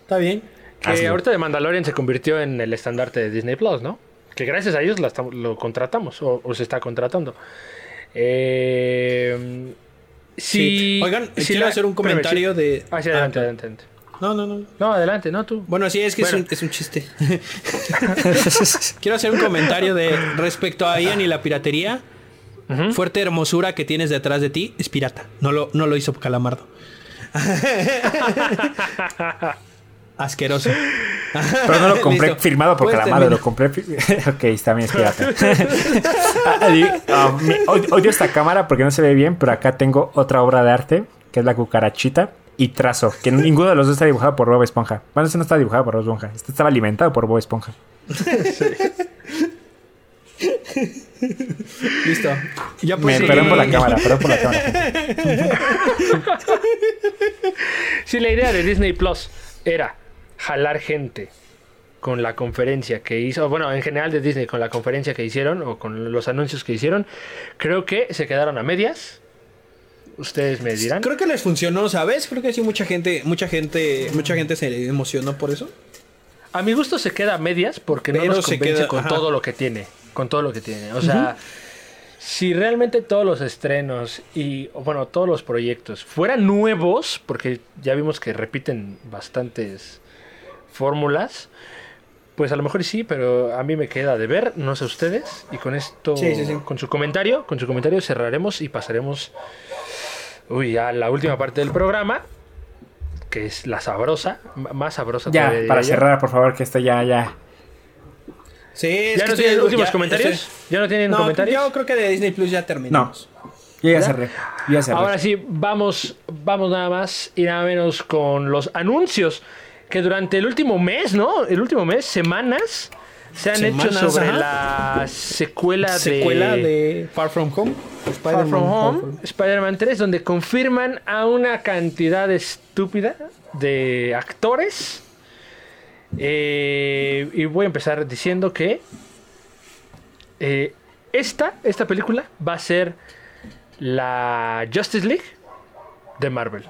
Speaker 1: Está bien.
Speaker 3: Que
Speaker 2: Hazlo.
Speaker 3: ahorita de Mandalorian se convirtió en el estandarte de Disney Plus, ¿no? Que gracias a ellos la estamos- lo contratamos o, o se está contratando. Eh, si,
Speaker 1: Sí. Oigan,
Speaker 3: si
Speaker 1: quiero
Speaker 3: la-
Speaker 1: hacer un
Speaker 3: espérame,
Speaker 1: comentario
Speaker 3: sí.
Speaker 1: de.
Speaker 3: Ah, sí, adelante, adelante, adelante.
Speaker 1: No, no, no.
Speaker 3: No, adelante, no tú.
Speaker 1: Bueno, sí, es que
Speaker 3: Bueno.
Speaker 1: Es, un, es un chiste. Quiero hacer un comentario de respecto a Ian y la piratería.
Speaker 3: Ujú.
Speaker 1: Fuerte hermosura que tienes detrás de ti es pirata. No lo, no lo hizo Calamardo. Asqueroso.
Speaker 2: Pero no lo compré
Speaker 1: Listo.
Speaker 2: firmado por
Speaker 1: Puedes
Speaker 2: Calamaro, lo
Speaker 1: terminar.
Speaker 2: compré. fi- [laughs] ok, está bien, es [laughs] pirata. Ah, di- ah, me- od- odio esta cámara porque no se ve bien, pero acá tengo otra obra de arte, que es la cucarachita y trazo, que ninguno de los dos está dibujado por Bob Esponja. Bueno, este no está dibujado por Bob Esponja, este estaba alimentado por Bob Esponja.
Speaker 1: Listo. Ya
Speaker 2: Me,
Speaker 3: Pues
Speaker 1: puse-
Speaker 2: Perdón por la cámara, perdón por la cámara.
Speaker 3: [laughs]
Speaker 2: gente.
Speaker 3: Si la idea de Disney Plus era jalar gente con la conferencia que hizo, bueno, en general de Disney, con la conferencia que hicieron o con los anuncios que hicieron, creo que se quedaron a medias. Ustedes me dirán.
Speaker 1: Creo que les funcionó, ¿sabes? Creo que sí, mucha gente, mucha gente, mucha gente se emocionó por eso.
Speaker 3: A mi gusto se queda a medias porque no
Speaker 1: Pero
Speaker 3: nos
Speaker 1: se
Speaker 3: convence
Speaker 1: queda-
Speaker 3: con
Speaker 1: ajá.
Speaker 3: todo lo que tiene. Con todo lo que tiene. O sea, si realmente todos los estrenos y, o bueno, todos los proyectos fueran nuevos, porque ya vimos que repiten bastantes fórmulas, Pues a lo mejor sí, pero a mí me queda de ver, no sé ustedes. Y con esto,
Speaker 1: Sí, sí, sí.
Speaker 3: con su comentario, con su comentario cerraremos y pasaremos, uy, a la última parte del programa, que es la sabrosa, m- más sabrosa.
Speaker 2: Ya,
Speaker 3: todavía,
Speaker 2: para
Speaker 3: diría yo.
Speaker 2: cerrar, por favor, que esto ya, ya.
Speaker 1: Sí,
Speaker 3: ¿Ya
Speaker 1: es que
Speaker 3: no
Speaker 1: te
Speaker 3: tienen
Speaker 1: digo,
Speaker 3: últimos
Speaker 1: ya,
Speaker 3: comentarios?
Speaker 1: estoy-
Speaker 3: ¿Ya no tienen
Speaker 1: No,
Speaker 3: comentarios?
Speaker 1: yo creo que de Disney Plus ya terminamos.
Speaker 2: Yo ya
Speaker 3: ¿Ya?
Speaker 2: cerré. Yo ya cerré.
Speaker 3: Ahora sí, vamos, vamos nada más y nada menos con los anuncios que durante el último mes, ¿no? El último mes, semanas, se han
Speaker 1: Semanas,
Speaker 3: hecho sobre la
Speaker 1: La
Speaker 3: secuela,
Speaker 1: secuela de... Far From Home.
Speaker 3: Far
Speaker 1: Spider-Man
Speaker 3: From
Speaker 1: Far
Speaker 3: Home,
Speaker 1: From-
Speaker 3: Spider-Man 3, donde confirman a una cantidad estúpida de actores. Eh, y voy a empezar diciendo que eh, esta, esta película va a ser la Justice League de Marvel.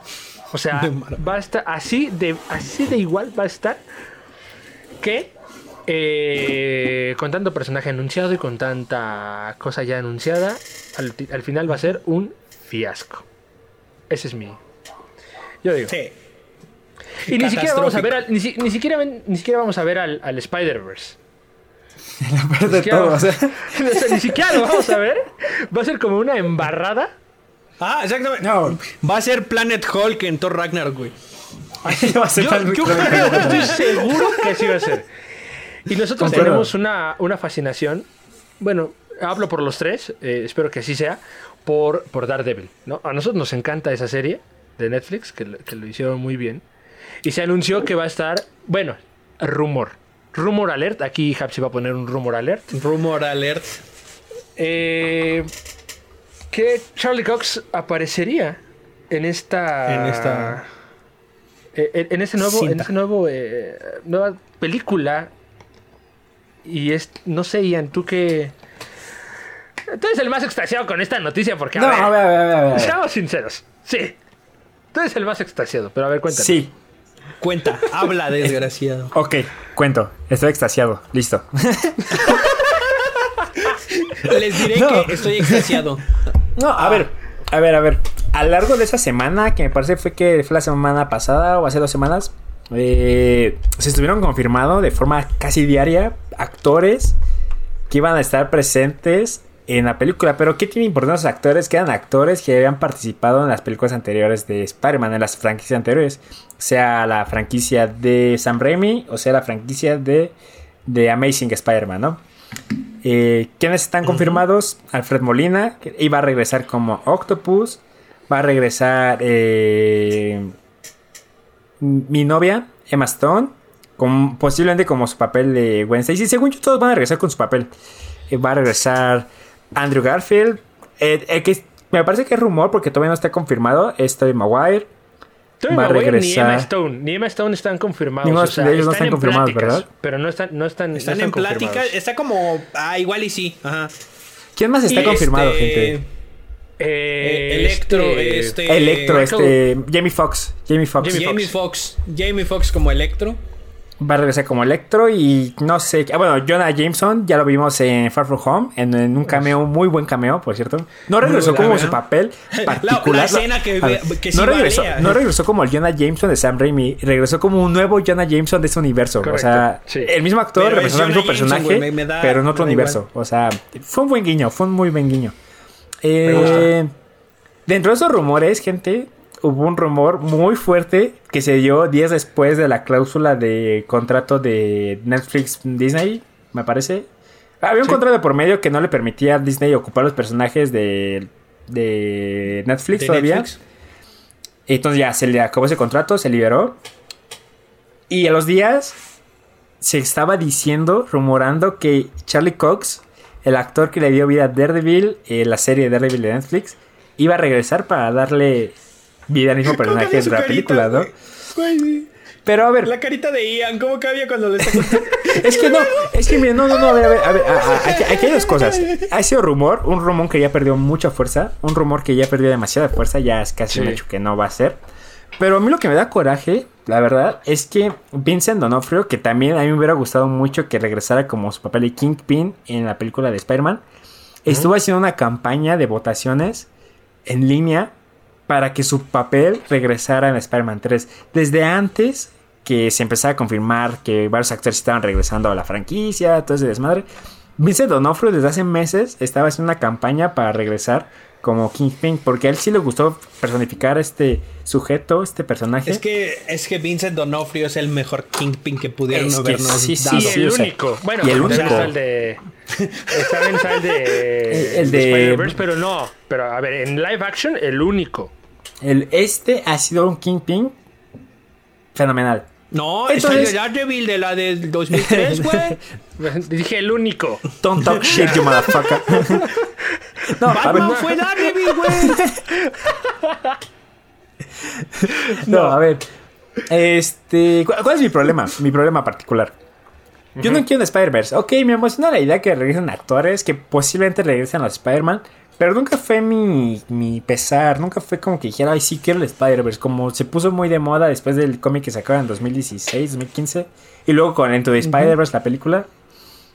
Speaker 3: O sea,
Speaker 1: De Marvel.
Speaker 3: va a estar así de, así de igual va a estar que eh, con tanto personaje anunciado y con tanta cosa ya anunciada, al, ti- al final va a ser un fiasco. Ese es mi. Yo digo.
Speaker 1: Sí.
Speaker 3: y ni siquiera vamos
Speaker 1: catastrófico.
Speaker 3: a ver al, ni, si- ni siquiera ven- ni siquiera vamos a ver al, al Spider-Verse.
Speaker 2: de
Speaker 3: siquiera-
Speaker 2: todo, o sea, [laughs]
Speaker 3: [laughs] O sea, ni siquiera lo vamos a ver. Va a ser como una embarrada.
Speaker 1: Ah, exactamente.
Speaker 2: No.
Speaker 1: Va a ser Planet Hulk en Thor Ragnar, güey.
Speaker 2: va a ser
Speaker 3: Yo,
Speaker 2: tan-
Speaker 3: yo creo, estoy seguro que así va a ser. Y nosotros
Speaker 2: Concuerdo.
Speaker 3: tenemos una, una fascinación. Bueno, hablo por los tres, eh, espero que así sea, por, por Daredevil. ¿no? A nosotros nos encanta esa serie de Netflix, que, lo- que lo hicieron muy bien. Y se anunció que va a estar, bueno, rumor. Rumor alert, aquí Hapsi va a poner un rumor alert.
Speaker 1: Rumor alert.
Speaker 3: Eh, que Charlie Cox aparecería en esta.
Speaker 1: En esta-
Speaker 3: eh, En, en este nuevo. En
Speaker 2: Cinta.
Speaker 3: este nuevo. eh, nueva película. Y es. No sé, Ian, tú que. Tú eres el más extasiado con esta noticia porque. [laughs] A
Speaker 2: No,
Speaker 3: ver,
Speaker 2: a ver, a ver, a ver, a ver.
Speaker 3: Seamos sinceros. Sí. Tú eres el más extasiado, pero a ver, cuéntanos.
Speaker 2: Sí,
Speaker 1: Cuenta, [laughs] habla, desgraciado.
Speaker 2: ok, cuento. Estoy extasiado, listo.
Speaker 1: Les diré
Speaker 2: No.
Speaker 1: que estoy extasiado.
Speaker 2: No, a ver, a ver, a ver. A lo largo de esa semana, que me parece fue que fue la semana pasada o hace dos semanas, eh, se estuvieron confirmando de forma casi diaria actores que iban a estar presentes en la película. Pero ¿qué tiene importancia los actores? Que eran actores que habían participado en las películas anteriores de Spider-Man, en las franquicias anteriores. Sea la franquicia de Sam Raimi o sea la franquicia de, de Amazing Spider-Man, ¿no? Eh, ¿Quiénes están confirmados? Alfred Molina, que iba a regresar como Octopus. Va a regresar eh, mi novia, Emma Stone, con- posiblemente como su papel de Wednesday. Sí, según yo, todos van a regresar con su papel. Eh, va a regresar Andrew Garfield. eh, eh, que es- me parece que es rumor porque todavía no está confirmado. Es Tobey Maguire.
Speaker 3: Tobey
Speaker 2: Va a
Speaker 3: Maguire ni
Speaker 2: regresar.
Speaker 3: Emma Stone. Ni Emma Stone están confirmados.
Speaker 2: Ninguno
Speaker 3: o sea,
Speaker 2: de ellos no están
Speaker 3: están en
Speaker 2: confirmados,
Speaker 3: pláticas,
Speaker 2: ¿verdad?
Speaker 3: Pero no están, no están, no
Speaker 1: Están en
Speaker 3: confirmados.
Speaker 1: plática. Está como. Ah, igual y sí. Ajá.
Speaker 2: ¿Quién más está
Speaker 1: Y
Speaker 2: confirmado,
Speaker 1: este,
Speaker 2: gente?
Speaker 3: Eh,
Speaker 1: eh, Electro,
Speaker 3: este-
Speaker 1: este.
Speaker 2: Electro,
Speaker 3: Michael-
Speaker 2: este. Jamie Foxx. Jamie Foxx.
Speaker 1: Jamie Foxx. Jamie Foxx como Electro.
Speaker 2: Va a regresar como Electro y no sé. ah, Bueno, Jonah Jameson ya lo vimos en Far From Home, en, en un cameo, muy buen cameo, por cierto. No regresó
Speaker 1: buen
Speaker 2: como
Speaker 1: cameo.
Speaker 2: su papel particular.
Speaker 1: [laughs] La- la escena que
Speaker 2: A
Speaker 1: ve- que sí
Speaker 2: no, regresó,
Speaker 1: valía.
Speaker 2: no regresó como el Jonah Jameson de Sam Raimi, regresó como un nuevo Jonah Jameson de ese universo. O sea,
Speaker 3: Correcto, sí.
Speaker 2: el mismo actor
Speaker 1: Pero
Speaker 2: representó
Speaker 1: es
Speaker 2: al mismo
Speaker 1: Jonah Jameson,
Speaker 2: personaje,
Speaker 1: güey, me- me da-
Speaker 2: pero en
Speaker 1: me
Speaker 2: otro
Speaker 1: da
Speaker 2: universo. O sea, fue un buen guiño, fue un muy buen guiño. Eh,
Speaker 3: gusta.
Speaker 2: Dentro de esos rumores, gente, hubo un rumor muy fuerte que se dio días después de la cláusula de contrato de Netflix Disney, me parece. Había un contrato de por medio que no le permitía a Disney ocupar los personajes de, de Netflix
Speaker 1: de
Speaker 2: todavía.
Speaker 1: Netflix.
Speaker 2: Entonces ya se le acabó ese contrato, se liberó. Y a los días se estaba diciendo, rumorando que Charlie Cox, el actor que le dio vida a Daredevil, eh, la serie de Daredevil de Netflix, iba a regresar para darle vida al mismo personaje
Speaker 1: había
Speaker 2: de
Speaker 1: su
Speaker 2: la
Speaker 1: carita,
Speaker 2: película, ¿no?
Speaker 1: güey. Güey, sí.
Speaker 2: Pero a ver,
Speaker 1: La carita de Ian, ¿cómo cabía cuando le está contando?
Speaker 2: Es que no, es que mira, no, no, no, a ver, a ver, a ver, a- a- aquí, aquí hay dos cosas. Ha sido rumor, un rumor que ya perdió mucha fuerza, un rumor que ya perdió demasiada fuerza, ya es casi un
Speaker 3: Sí.
Speaker 2: hecho que no va a ser. Pero a mí lo que me da coraje, la verdad, es que Vincent Donofrio, que también a mí me hubiera gustado mucho que regresara como su papel de Kingpin en la película de Spider-Man, estuvo haciendo una campaña de votaciones en línea para que su papel regresara en Spider-Man 3. Desde antes que se empezaba a confirmar que varios actores estaban regresando a la franquicia, todo ese desmadre. Vincent D'Onofrio desde hace meses estaba haciendo una campaña para regresar como Kingpin, porque a él sí le gustó personificar a este sujeto, este personaje.
Speaker 1: Es que, es que Vincent Donofrio es el mejor Kingpin que pudieron
Speaker 2: Es que
Speaker 1: habernos
Speaker 2: sí, sí,
Speaker 1: dado.
Speaker 2: Ah, sí.
Speaker 3: Y el
Speaker 2: o sea,
Speaker 3: único. Bueno,
Speaker 2: y el
Speaker 3: también
Speaker 2: único.
Speaker 3: está el de. Está en el de.
Speaker 2: El de-
Speaker 3: Spider-Verse, pero no. Pero a ver, en live action, el único.
Speaker 2: El, este ha sido un Kingpin fenomenal.
Speaker 1: No,
Speaker 2: Entonces-
Speaker 1: es el de Daredevil de la del
Speaker 2: [laughs]
Speaker 1: 2003, güey.
Speaker 3: Dije el único.
Speaker 1: [laughs]
Speaker 2: Don't talk shit, you motherfucker. no,
Speaker 1: Batman
Speaker 2: no,
Speaker 1: fue Daredevil, güey.
Speaker 2: [laughs] no, a ver. Este, ¿cu- ¿cuál es mi problema? Mi problema particular. Yo no quiero un Spider-Verse. Ok, me emociona la idea que regresen actores, que posiblemente regresen los Spider-Man, pero nunca fue mi, mi pesar, nunca fue como que dijera, ay, sí quiero el Spider-Verse, como se puso muy de moda después del cómic que sacaron en 2016, 2015, y luego con Into the Spider-Verse, la película,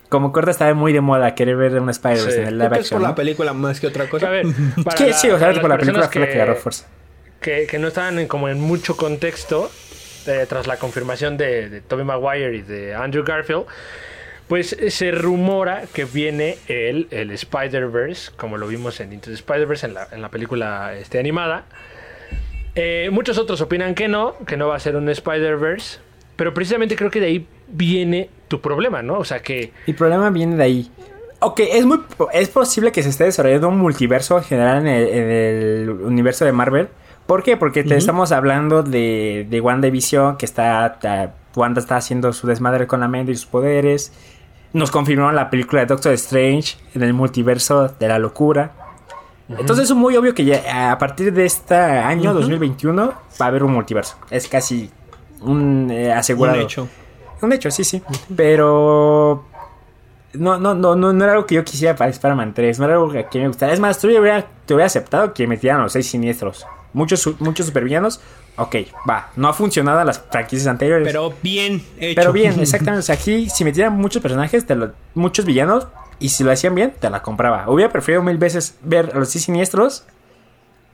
Speaker 2: como corta estaba muy de moda querer ver un Spider-Verse
Speaker 3: Sí.
Speaker 2: en el
Speaker 1: Creo
Speaker 2: live
Speaker 1: que es por
Speaker 2: action.
Speaker 1: la
Speaker 2: ¿no?
Speaker 1: película más que otra
Speaker 3: A
Speaker 1: cosa.
Speaker 2: [laughs]
Speaker 3: ver, para
Speaker 2: Que
Speaker 3: la-
Speaker 2: sí, o sea,
Speaker 3: para
Speaker 2: por la
Speaker 3: las
Speaker 2: película fue la
Speaker 3: personas
Speaker 2: que agarró fuerza.
Speaker 3: que, que no estaban en, como en mucho contexto eh, tras la confirmación de, de Tobey Maguire y de Andrew Garfield, pues eh, se rumora que viene el, el Spider-Verse, como lo vimos en Into the Spider-Verse, en la, en la película este, animada. Eh, muchos otros opinan que no, que no va a ser un Spider-Verse, pero precisamente creo que de ahí viene tu problema, ¿no? O sea que...
Speaker 2: El problema viene de ahí. Ok, es, muy, po- es posible que se esté desarrollando un multiverso en general en el, en el universo de Marvel. ¿Por qué? Porque te estamos hablando de, de WandaVision, que está, ta- Wanda está haciendo su desmadre con la mente y sus poderes. Nos confirmaron la película de Doctor Strange en el multiverso de la locura. Entonces es muy obvio que ya a partir de este año 2021 va a haber un multiverso. Es casi un eh,
Speaker 1: Un
Speaker 2: asegurado.
Speaker 1: hecho.
Speaker 2: Un hecho, sí, sí. Pero. No, no, no, no, no era algo que yo quisiera para Spider-Man 3. No era algo que me gustara. Es más, tú hubiera, te hubiera aceptado que metieran los seis siniestros. Muchos, su- muchos supervillanos. Ok, va. No ha funcionado en las franquicias anteriores. Pero,
Speaker 1: Pero bien hecho. [laughs]
Speaker 2: bien, exactamente. O sea, aquí, si metieran muchos personajes, te lo- muchos villanos. Y si lo hacían bien, te la compraba. Hubiera preferido mil veces ver a los seis siniestros.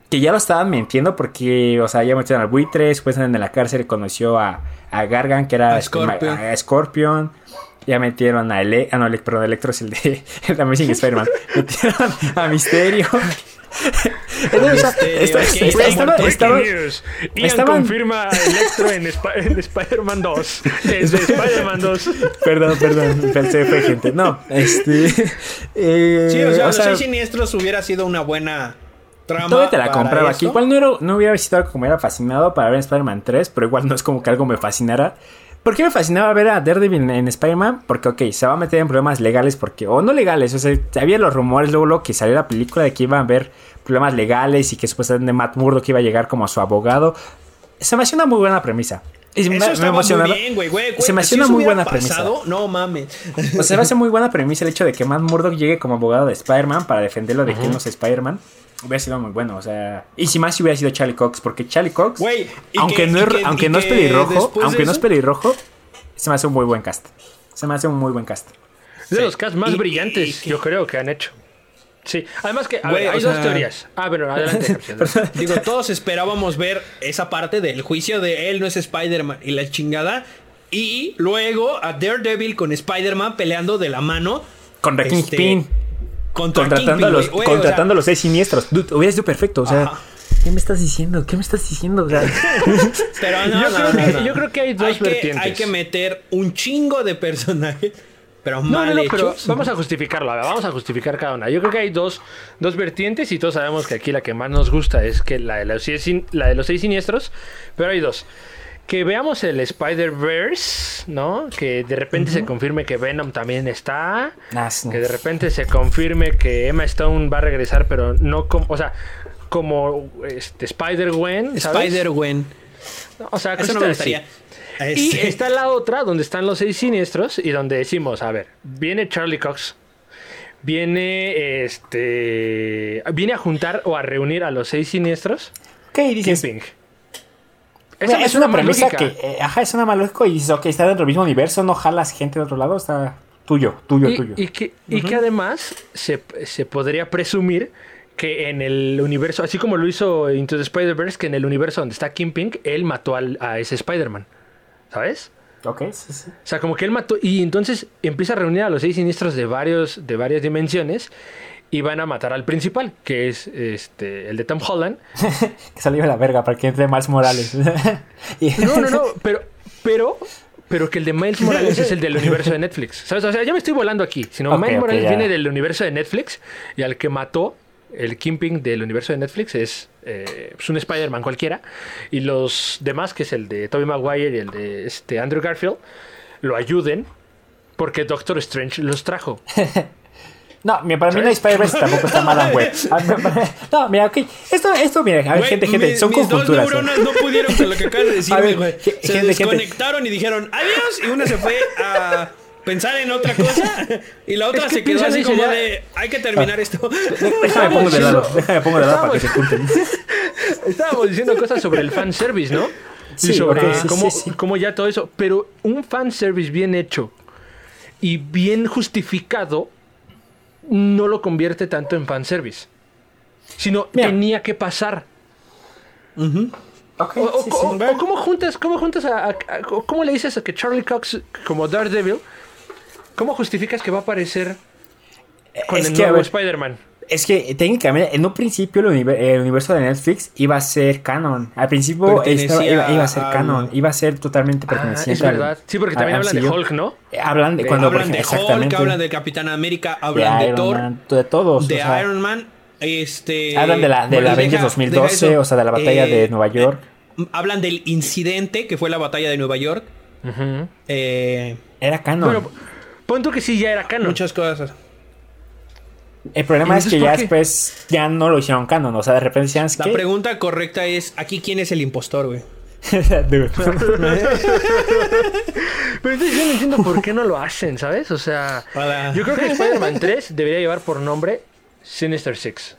Speaker 2: Que ya lo estaban mintiendo porque, o sea, ya metieron al buitre, supuestamente en la cárcel conoció a, a Gargan, que era
Speaker 1: A
Speaker 2: este, ma-
Speaker 1: Scorpion.
Speaker 2: a Scorpion. Ya metieron a Ele ah, no, Ele- perdón, Electro es el de [laughs] el de
Speaker 1: [laughs]
Speaker 2: Amazing Spider-Man. metieron a Misterio. Entonces, o sea, esta-
Speaker 1: ok,
Speaker 2: esta-
Speaker 1: está
Speaker 2: estaba-
Speaker 3: Breaking
Speaker 2: estaba-
Speaker 3: news. Ian
Speaker 2: estaban-
Speaker 3: confirma a Electro en, Sp- [laughs] en
Speaker 2: [laughs]
Speaker 3: Spider-Man 2. Es de Spider-Man 2.
Speaker 2: Perdón, perdón, pensé fue gente. No, este. [laughs] eh,
Speaker 1: Sí, o sea,
Speaker 2: o
Speaker 1: los
Speaker 2: sea,
Speaker 1: seis siniestros hubiera sido una buena trama.
Speaker 2: Todavía te la
Speaker 1: para
Speaker 2: compraba.
Speaker 1: eso.
Speaker 2: Que igual no, era- no hubiera visitado algo que me era fascinado para ver Spider-Man 3, pero igual no es como que algo me fascinara. ¿Por qué me fascinaba ver a Daredevil en, en Spider-Man? Porque, ok, se va a meter en problemas legales, porque, o no legales, o sea, había los rumores luego, luego que salió la película de que iban a haber problemas legales y que supuestamente Matt Murdock iba a llegar como su abogado. Se me hacía una muy buena premisa. Y me-
Speaker 1: Eso
Speaker 2: me
Speaker 1: estaba
Speaker 2: emocionaba.
Speaker 1: muy bien, güey, güey. güey,
Speaker 2: Se me
Speaker 1: si
Speaker 2: hacía una
Speaker 1: eso
Speaker 2: muy
Speaker 1: hubiera
Speaker 2: buena premisa.
Speaker 1: pasado, No mames.
Speaker 2: O sea, va a ser muy buena premisa el hecho de que Matt Murdock llegue como abogado de Spider-Man para defenderlo de que no es Spider-Man. Hubiera sido muy bueno, o sea. Y si más si hubiera sido Charlie Cox, porque Charlie Cox,
Speaker 1: Güey, y
Speaker 2: aunque,
Speaker 1: que-
Speaker 2: no
Speaker 1: y
Speaker 2: es,
Speaker 1: que-
Speaker 2: aunque
Speaker 1: y
Speaker 2: no es
Speaker 1: que
Speaker 2: pelirrojo,
Speaker 1: después de
Speaker 2: aunque no es
Speaker 1: eso-
Speaker 2: pelirrojo, se me hace un muy buen cast. Se me hace un muy buen cast.
Speaker 3: Es de los casos más
Speaker 1: Y-
Speaker 3: brillantes, yo creo, que han hecho. Sí, además que a
Speaker 1: Güey,
Speaker 3: ver, hay
Speaker 1: o
Speaker 3: dos
Speaker 1: sea-
Speaker 3: teorías. Ah,
Speaker 1: [laughs]
Speaker 3: bueno, adelante. Pepsi, adelante.
Speaker 1: Digo, todos esperábamos ver esa parte del juicio de él no es Spider-Man y la chingada. Y luego a Daredevil con Spider-Man peleando de la mano.
Speaker 2: Contra
Speaker 1: Este,
Speaker 2: Kingpin,
Speaker 1: Contra
Speaker 2: contratando a
Speaker 1: Kingpin,
Speaker 2: los,
Speaker 1: güey, güey, o sea,
Speaker 2: contratando a los seis siniestros. Dude, hubiera sido perfecto, o sea.
Speaker 1: Ajá.
Speaker 2: ¿Qué me estás diciendo? ¿Qué me estás diciendo?
Speaker 1: [laughs]
Speaker 2: O sea,
Speaker 1: Pero no,
Speaker 3: Yo
Speaker 1: no,
Speaker 3: creo
Speaker 1: no,
Speaker 3: que-
Speaker 1: no.
Speaker 3: yo creo que hay dos
Speaker 1: que-
Speaker 3: vertientes.
Speaker 1: hay que meter un chingo de personajes, pero
Speaker 3: No,
Speaker 1: mal
Speaker 3: no, no, pero
Speaker 1: hechos.
Speaker 3: vamos a justificarlo, a ver, vamos a justificar cada una. Yo creo que hay dos, dos vertientes y todos sabemos que aquí la que más nos gusta es que la de los, seis sin- la de los seis siniestros, pero hay dos. Que veamos el Spider-Verse, ¿no? Que de repente se confirme que Venom también está.
Speaker 2: Ah, sí.
Speaker 3: Que de repente se confirme que Emma Stone va a regresar, pero no como, o sea, como este, Spider-Gwen. ¿sabes?
Speaker 1: Spider-Gwen.
Speaker 3: O sea,
Speaker 1: Eso no me
Speaker 3: cositas así.
Speaker 1: gustaría.
Speaker 3: Y
Speaker 1: Este-
Speaker 3: está la otra, donde están los seis siniestros y donde decimos, a ver, viene Charlie Cox, viene este, viene a juntar o a reunir a los seis siniestros.
Speaker 2: ok, dices.
Speaker 3: Kingpin.
Speaker 2: Mira,
Speaker 3: Esa
Speaker 2: es una
Speaker 3: más
Speaker 2: premisa
Speaker 3: lógica.
Speaker 2: que, eh, ajá, es una más lógica y dices, ok, está dentro del mismo universo, no jalas gente de otro lado, está tuyo, tuyo, tuyo.
Speaker 3: Y, y que, y que además se, se podría presumir que en el universo, así como lo hizo Into the Spider-Verse, que en el universo donde está Kingpin, él mató al- a ese Spider-Man. ¿Sabes?
Speaker 2: Ok, sí, sí.
Speaker 3: O sea, como que él mató. Y entonces empieza a reunir a los seis siniestros de varios, de varias dimensiones. Y van a matar al principal, que es este, el de Tom Holland.
Speaker 2: Que salió de la verga para que entre Miles
Speaker 3: [laughs]
Speaker 2: Morales. Y-
Speaker 3: No, no, no, pero, pero, pero que el de Miles Morales es
Speaker 2: [laughs]
Speaker 3: el del universo de Netflix. ¿Sabes? O sea, ya me estoy volando aquí. Sino
Speaker 2: Ok,
Speaker 3: Miles
Speaker 2: ok,
Speaker 3: Morales
Speaker 2: ya.
Speaker 3: viene del universo de Netflix y al que mató el Kingpin del universo de Netflix es, eh, pues, un Spider-Man cualquiera. Y los demás, que es el de Tobey Maguire y el de este Andrew Garfield, lo ayuden porque Doctor Strange los trajo.
Speaker 2: [laughs] No, mira, para mí no hay Spider-Verse tampoco está mal,
Speaker 3: [laughs]
Speaker 2: güey. Ah, no, para- No, mira, ok. Esto, esto, mira, a ver,
Speaker 1: Güey,
Speaker 2: gente, gente,
Speaker 1: mi-
Speaker 2: son
Speaker 1: mis dos
Speaker 2: conjunturas. eh.
Speaker 1: neuronas no pudieron con lo que acabas de
Speaker 2: [laughs] A
Speaker 1: decir,
Speaker 2: ver,
Speaker 1: güey.
Speaker 2: ge-
Speaker 1: Se
Speaker 2: gente, gente.
Speaker 1: desconectaron y dijeron adiós y una se fue a pensar en otra cosa y la otra
Speaker 3: Es que
Speaker 1: se quedó
Speaker 3: piensan
Speaker 1: así
Speaker 3: y
Speaker 1: como
Speaker 3: sería-
Speaker 1: de hay que
Speaker 2: Ah.
Speaker 1: terminar [laughs] esto.
Speaker 2: Déjame pongo de lado,
Speaker 3: Eso-
Speaker 2: déjame pongo de lado para que se
Speaker 3: Estamos-
Speaker 2: junten.
Speaker 3: [laughs] Estábamos diciendo cosas sobre el fanservice, ¿no?
Speaker 2: Sí,
Speaker 3: y sobre
Speaker 2: ok, sí,
Speaker 3: cómo,
Speaker 2: sí, sí.
Speaker 3: cómo ya todo eso. Pero un fanservice bien hecho y bien justificado no lo convierte tanto en fanservice. Sino
Speaker 2: Mira.
Speaker 3: tenía que pasar.
Speaker 2: Ok,
Speaker 3: O, o-
Speaker 2: sí,
Speaker 3: o-
Speaker 2: sí.
Speaker 3: o cómo juntas, cómo juntas a, a- a- o cómo le dices a que Charlie Cox como Daredevil, ¿cómo justificas que va a aparecer con
Speaker 2: Es
Speaker 3: el
Speaker 2: que, a
Speaker 3: nuevo
Speaker 2: ver,
Speaker 3: Spider-Man?
Speaker 2: es que técnicamente en un principio el, univer- el universo de Netflix iba a ser canon. Al principio
Speaker 1: Pertenecía
Speaker 2: estaba- iba, iba a ser
Speaker 1: al-
Speaker 2: canon, iba a ser totalmente
Speaker 3: Ah,
Speaker 2: perteneciente
Speaker 3: es
Speaker 2: al-
Speaker 3: verdad. Sí, porque también
Speaker 2: al
Speaker 3: hablan de
Speaker 2: MCU. Eh,
Speaker 3: Hulk, ¿no?
Speaker 2: Hablan de,
Speaker 3: De-
Speaker 2: cuando por
Speaker 1: hablan de
Speaker 2: ejemplo-
Speaker 1: Hulk,
Speaker 2: exactamente.
Speaker 1: hablan del Capitán América,
Speaker 2: de
Speaker 1: hablan de
Speaker 2: Iron
Speaker 1: Thor,
Speaker 2: Man, de todos.
Speaker 1: de
Speaker 2: o sea,
Speaker 1: Iron Man, este
Speaker 2: Hablan de la, de
Speaker 1: bueno,
Speaker 2: la Avengers
Speaker 1: deja-
Speaker 2: 2012,
Speaker 1: deja eso.
Speaker 2: o sea, de la batalla
Speaker 1: Eh,
Speaker 2: de Nueva York.
Speaker 1: Hablan del incidente que fue la batalla de Nueva York.
Speaker 3: Ujú.
Speaker 1: eh,
Speaker 2: Era canon.
Speaker 3: Bueno, pon tú que sí ya era canon.
Speaker 1: muchas cosas.
Speaker 2: el problema es
Speaker 3: entonces,
Speaker 2: que
Speaker 3: ¿por
Speaker 2: ya
Speaker 3: qué?
Speaker 2: después ya no lo hicieron canon. O sea, de repente decían
Speaker 1: La
Speaker 2: [laughs] que.
Speaker 1: pregunta correcta es aquí quién es el impostor, güey.
Speaker 2: Dude.
Speaker 3: [laughs] Pero entonces yo no entiendo por qué no lo hacen, ¿sabes? O sea,
Speaker 1: Para-
Speaker 3: yo creo que Spider-Man 3 debería llevar por nombre Sinister Six.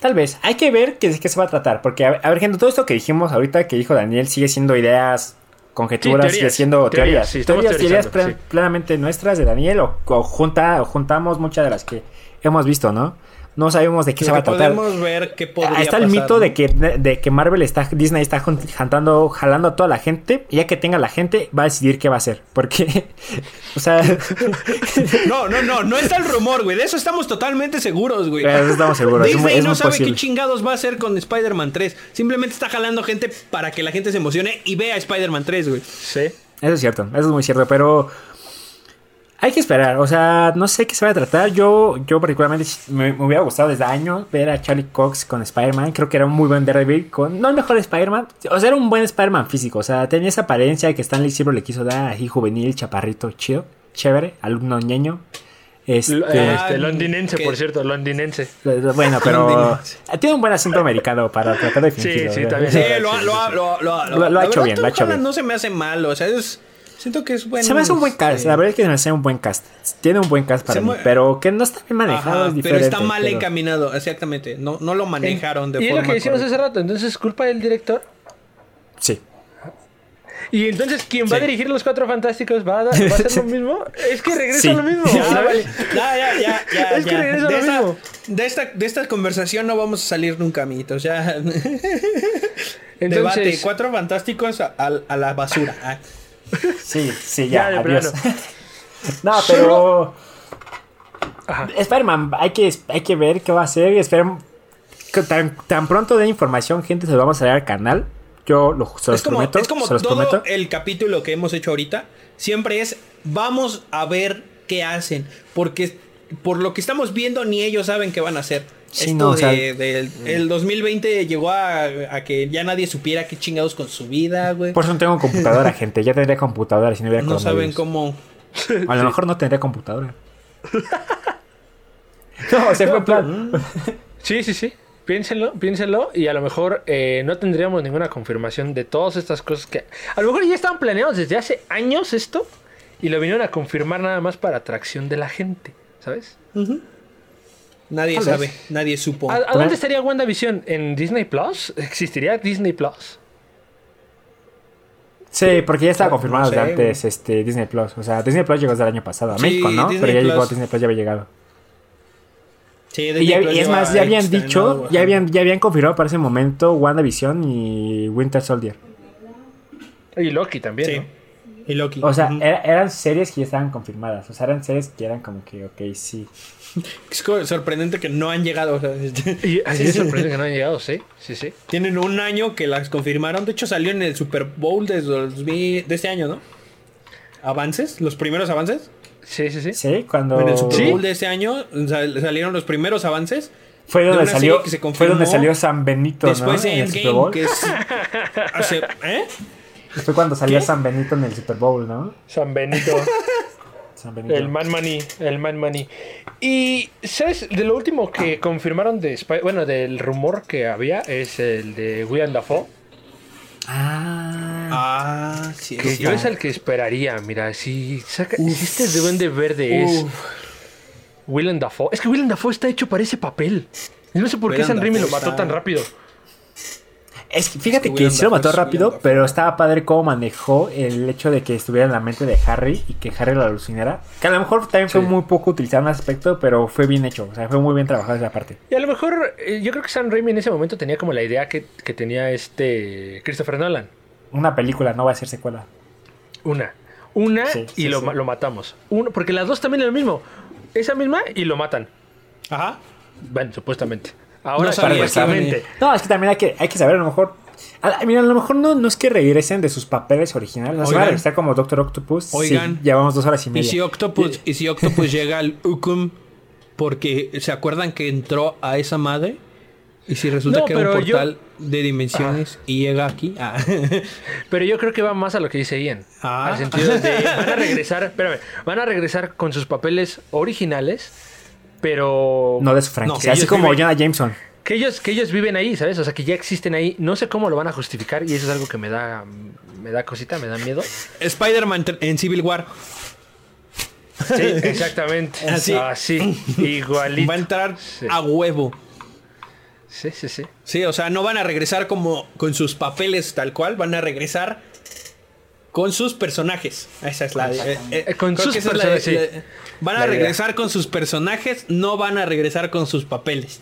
Speaker 2: Tal vez. Hay que ver qué, qué se va a tratar. Porque, a ver, a ver, gente, todo esto que dijimos ahorita que dijo Daniel sigue siendo ideas, conjeturas,
Speaker 3: Sí, teorías.
Speaker 2: sigue siendo
Speaker 3: Teorías,
Speaker 2: teorías.
Speaker 3: sí, estamos
Speaker 2: Teorías, ideas
Speaker 3: teorizando,
Speaker 2: plen- plenamente nuestras de Daniel o, o junta, o juntamos muchas de las que hemos visto, ¿no? No sabemos de qué se va
Speaker 1: Lo
Speaker 2: a
Speaker 1: que
Speaker 2: tratar.
Speaker 1: podemos ver qué podría
Speaker 2: Ah, está el
Speaker 1: pasar,
Speaker 2: mito
Speaker 1: ¿no?
Speaker 2: de que, de que Marvel está, Disney está jun- jantando, jalando a toda la gente, y ya que tenga la gente, va a decidir qué va a hacer. Porque, [laughs]
Speaker 1: [laughs]
Speaker 2: o sea,
Speaker 1: No, no, no, no está el rumor, güey. De eso estamos totalmente seguros, güey.
Speaker 2: [laughs] Eso estamos seguros, Eh, es
Speaker 1: Disney
Speaker 2: muy- es
Speaker 1: no
Speaker 2: muy
Speaker 1: sabe
Speaker 2: posible.
Speaker 1: qué chingados va a hacer con Spider-Man 3. Simplemente está jalando gente para que la gente se emocione y vea Spider-Man 3, güey.
Speaker 3: Sí.
Speaker 2: eso es cierto, eso es muy cierto, pero hay que esperar, o sea, no sé qué se va a tratar. Yo, yo particularmente me, me hubiera gustado desde años ver a Charlie Cox con Spider-Man, creo que era un muy buen Daredevil, con, no el mejor Spider-Man, o sea, era un buen Spider-Man físico, o sea, tenía esa apariencia que Stanley siempre le quiso dar, así juvenil, chaparrito, chido, chévere, alumno ñeño. Este,
Speaker 3: Lo- este, londinense,
Speaker 1: que-
Speaker 3: por cierto, londinense.
Speaker 2: Bueno, pero tiene un buen acento americano para tratar de fingirlo.
Speaker 3: sí,
Speaker 2: ¿verdad?
Speaker 3: también.
Speaker 1: Sí,
Speaker 3: sí,
Speaker 1: Eh, lo,
Speaker 3: sí,
Speaker 1: lo-
Speaker 3: sí, sí.
Speaker 1: lo- lo-
Speaker 2: Lo- lo ha
Speaker 1: la
Speaker 2: hecho
Speaker 1: verdad,
Speaker 2: bien, lo
Speaker 1: Tom
Speaker 2: ha hecho
Speaker 1: Holland
Speaker 2: bien.
Speaker 1: No se me hace mal, o sea, es. Siento que es bueno. este,
Speaker 2: Se me hace un buen cast, la verdad es que se me hace un buen cast. Tiene un buen cast
Speaker 1: Se
Speaker 2: para mí,
Speaker 1: mue-
Speaker 2: pero que no está bien manejado, es
Speaker 1: pero
Speaker 2: diferente.
Speaker 1: está mal
Speaker 2: pero-
Speaker 1: encaminado, exactamente. No, no lo manejaron de
Speaker 3: y es
Speaker 1: forma.
Speaker 3: lo que decíamos
Speaker 1: correcta.
Speaker 3: hace rato, entonces es culpa del director.
Speaker 2: Sí.
Speaker 3: Y entonces quien va a
Speaker 1: Sí.
Speaker 3: dirigir los cuatro fantásticos va a, da- va a
Speaker 1: [laughs]
Speaker 3: hacer lo mismo. Es que regresa
Speaker 2: Sí.
Speaker 3: lo mismo.
Speaker 1: Ya,
Speaker 3: ¿sabes?
Speaker 1: vale. ya, ya, ya, ya,
Speaker 3: [laughs] Es que
Speaker 1: ya.
Speaker 3: regresa
Speaker 1: de,
Speaker 3: lo
Speaker 1: esta,
Speaker 3: mismo.
Speaker 1: de esta de esta conversación no vamos a salir nunca, amiguitos. Ya. Debate,
Speaker 3: Entonces,
Speaker 1: cuatro fantásticos a, a- a la basura. Ah,
Speaker 2: Sí, sí, ya,
Speaker 3: Ya, de
Speaker 2: adiós.
Speaker 3: plano.
Speaker 2: [laughs] no, pero.
Speaker 3: Ajá.
Speaker 2: Spider-Man, hay que, hay que ver qué va a hacer. y esperen- que Tan, tan pronto de información, gente, se lo vamos a dar al canal. Yo lo, se los
Speaker 1: es como,
Speaker 2: prometo.
Speaker 1: es como
Speaker 2: se los
Speaker 1: todo
Speaker 2: prometo.
Speaker 1: el capítulo que hemos hecho ahorita. Siempre es vamos a ver qué hacen. Porque por lo que estamos viendo, ni ellos saben qué van a hacer.
Speaker 2: Sí,
Speaker 1: Esto
Speaker 2: no, o sea- mm.
Speaker 1: de- del- el 2020 llegó a, a que ya nadie supiera qué chingados con su vida, güey.
Speaker 2: Por eso no tengo computadora, gente. Pues, Ya tendría computadora si no hubiera
Speaker 1: No saben
Speaker 2: coronavirus.
Speaker 1: cómo.
Speaker 2: A lo mejor no
Speaker 1: [laughs]
Speaker 2: tendría computadora. No, o sea, fue en plan.
Speaker 3: Sí, sí, sí. Piénsenlo, piénsenlo y a lo mejor eh, no tendríamos ninguna confirmación de todas estas cosas que... A lo mejor ya estaban planeados desde hace años esto y lo vinieron a confirmar nada más para atracción de la gente, ¿sabes?
Speaker 1: Nadie
Speaker 2: Tal vez.
Speaker 1: sabe, nadie supo.
Speaker 3: ¿A, a
Speaker 2: Claro.
Speaker 3: dónde estaría WandaVision? ¿En Disney Plus? ¿Existiría Disney Plus?
Speaker 2: Sí, porque ya estaba confirmado
Speaker 1: no sé,
Speaker 2: desde antes este, Disney Plus. O sea, Disney Plus llegó desde el año pasado a
Speaker 1: Sí,
Speaker 2: México, ¿no?
Speaker 1: Disney
Speaker 2: Pero ya llegó,
Speaker 1: Plus.
Speaker 2: Disney Plus ya había llegado.
Speaker 1: Sí,
Speaker 2: Y,
Speaker 1: Disney
Speaker 2: ya-
Speaker 1: Plus
Speaker 2: y es
Speaker 1: lleva
Speaker 2: más, ya habían
Speaker 1: extra,
Speaker 2: dicho,
Speaker 1: ¿no?
Speaker 2: ya habían, ya habían confirmado para ese momento WandaVision y Winter Soldier.
Speaker 3: Y Loki también.
Speaker 1: Sí.
Speaker 3: ¿no?
Speaker 1: Y Loki.
Speaker 2: O sea, eh,
Speaker 1: Ujú.
Speaker 2: era- eran series que ya estaban confirmadas. O sea, eran series que eran como que, ok, sí.
Speaker 1: es co- sorprendente que no han llegado. o sea, [laughs] este-
Speaker 3: Y así
Speaker 1: Sí,
Speaker 3: me
Speaker 1: sí.
Speaker 3: sorprende que no han llegado, sí, sí, sí.
Speaker 1: Tienen un año que las confirmaron. De hecho, salió en el Super Bowl de, 2000 de este año, ¿no? ¿Avances? ¿Los primeros avances?
Speaker 3: Sí, sí, sí.
Speaker 2: Sí, cuando.
Speaker 1: En el Super
Speaker 3: ¿Sí?
Speaker 1: Bowl de este año sal- salieron los primeros avances.
Speaker 2: Fue
Speaker 1: de
Speaker 2: donde
Speaker 1: una
Speaker 2: salió.
Speaker 1: serie que se
Speaker 2: Fue donde
Speaker 1: confirmó
Speaker 2: salió San Benito,
Speaker 1: Después
Speaker 2: ¿no?
Speaker 1: de
Speaker 2: En el Super
Speaker 1: Endgame,
Speaker 2: Bowl.
Speaker 1: que es. hace- ¿eh?
Speaker 2: Fue cuando salió
Speaker 1: ¿Qué?
Speaker 2: San Benito en el Super Bowl, ¿no?
Speaker 3: San Benito,
Speaker 1: [laughs]
Speaker 2: San Benito.
Speaker 3: el Man Maní, el Man Maní. Y, ¿sabes? De lo último que confirmaron de Spy- bueno, del rumor que había, es el de William Dafoe.
Speaker 2: Ah.
Speaker 1: Ah, sí,
Speaker 3: Que
Speaker 1: sí.
Speaker 3: yo es el que esperaría, mira, si saca, si este duende verde es Willem Dafoe. Es que Willem Dafoe está hecho para ese papel. Y No sé por qué
Speaker 1: Willem
Speaker 3: San Raimi lo
Speaker 1: Dafoe
Speaker 3: mató
Speaker 1: está-
Speaker 3: tan rápido.
Speaker 2: Es que fíjate
Speaker 1: Es que
Speaker 2: que sí lo
Speaker 1: William Dafoe
Speaker 2: mató
Speaker 1: es
Speaker 2: rápido,
Speaker 1: William Dafoe.
Speaker 2: pero estaba padre cómo manejó el hecho de que estuviera en la mente de Harry y que Harry lo alucinara. Que a lo mejor también fue
Speaker 3: Sí.
Speaker 2: muy poco utilizado en ese aspecto, pero fue bien hecho. O sea, fue muy bien trabajado esa parte.
Speaker 3: Y a lo mejor, eh, yo creo que San Raimi en ese momento tenía como la idea que, que tenía este Christopher Nolan.
Speaker 2: Una película no va a ser secuela.
Speaker 3: Una. Una
Speaker 2: Sí,
Speaker 3: y
Speaker 2: sí,
Speaker 3: lo,
Speaker 2: sí.
Speaker 3: ma- lo matamos. Uno, porque las dos también es lo mismo. Esa misma y lo matan.
Speaker 1: Ajá.
Speaker 3: Bueno, supuestamente. Ahora
Speaker 1: No sabía que
Speaker 3: supuestamente.
Speaker 1: iba
Speaker 2: No, es que también hay que, hay que saber, a lo mejor. a la- mira, a lo mejor no, no es que regresen de sus papeles originales. No se van a
Speaker 1: Oigan.
Speaker 2: regresar como Doctor Octopus. si
Speaker 1: Oigan.
Speaker 2: llevamos dos horas y
Speaker 1: ¿Y
Speaker 2: media.
Speaker 1: si Octopus, y si Octopus llega al Ukum porque se acuerdan que entró a esa madre? Y si resulta
Speaker 3: No,
Speaker 1: que era un
Speaker 3: pero yo-
Speaker 1: portal de dimensiones y llega aquí. Ah. [laughs]
Speaker 3: Pero yo creo que va más a lo que dice Ian.
Speaker 1: Ah.
Speaker 3: Al sentido de
Speaker 1: [laughs]
Speaker 3: van a regresar, espérame, van a regresar con sus papeles originales, pero
Speaker 2: No de su franquicia.
Speaker 1: No,
Speaker 2: así
Speaker 3: ellos
Speaker 2: como
Speaker 3: viven-
Speaker 2: Jonah Jameson.
Speaker 3: que ellos que ellos viven ahí, ¿sabes? O sea, que ya existen ahí, no sé cómo lo van a justificar y eso es algo que me da me da cosita, me da miedo.
Speaker 1: [laughs] Spider-Man tre- en Civil War.
Speaker 3: Sí, exactamente.
Speaker 1: Así. [laughs]
Speaker 3: Así, igualito.
Speaker 1: Ah, Va a entrar
Speaker 3: Sí.
Speaker 1: a huevo.
Speaker 3: Sí, sí, sí.
Speaker 1: Sí, o sea, no van a regresar como con sus papeles tal cual, van a regresar con sus personajes. Esa es la eh, eh,
Speaker 3: Con
Speaker 1: creo
Speaker 3: sus
Speaker 1: que esa es la-
Speaker 3: personajes,
Speaker 1: la- Van
Speaker 3: La
Speaker 1: a
Speaker 3: idea.
Speaker 1: regresar con sus personajes, no van a regresar con sus papeles.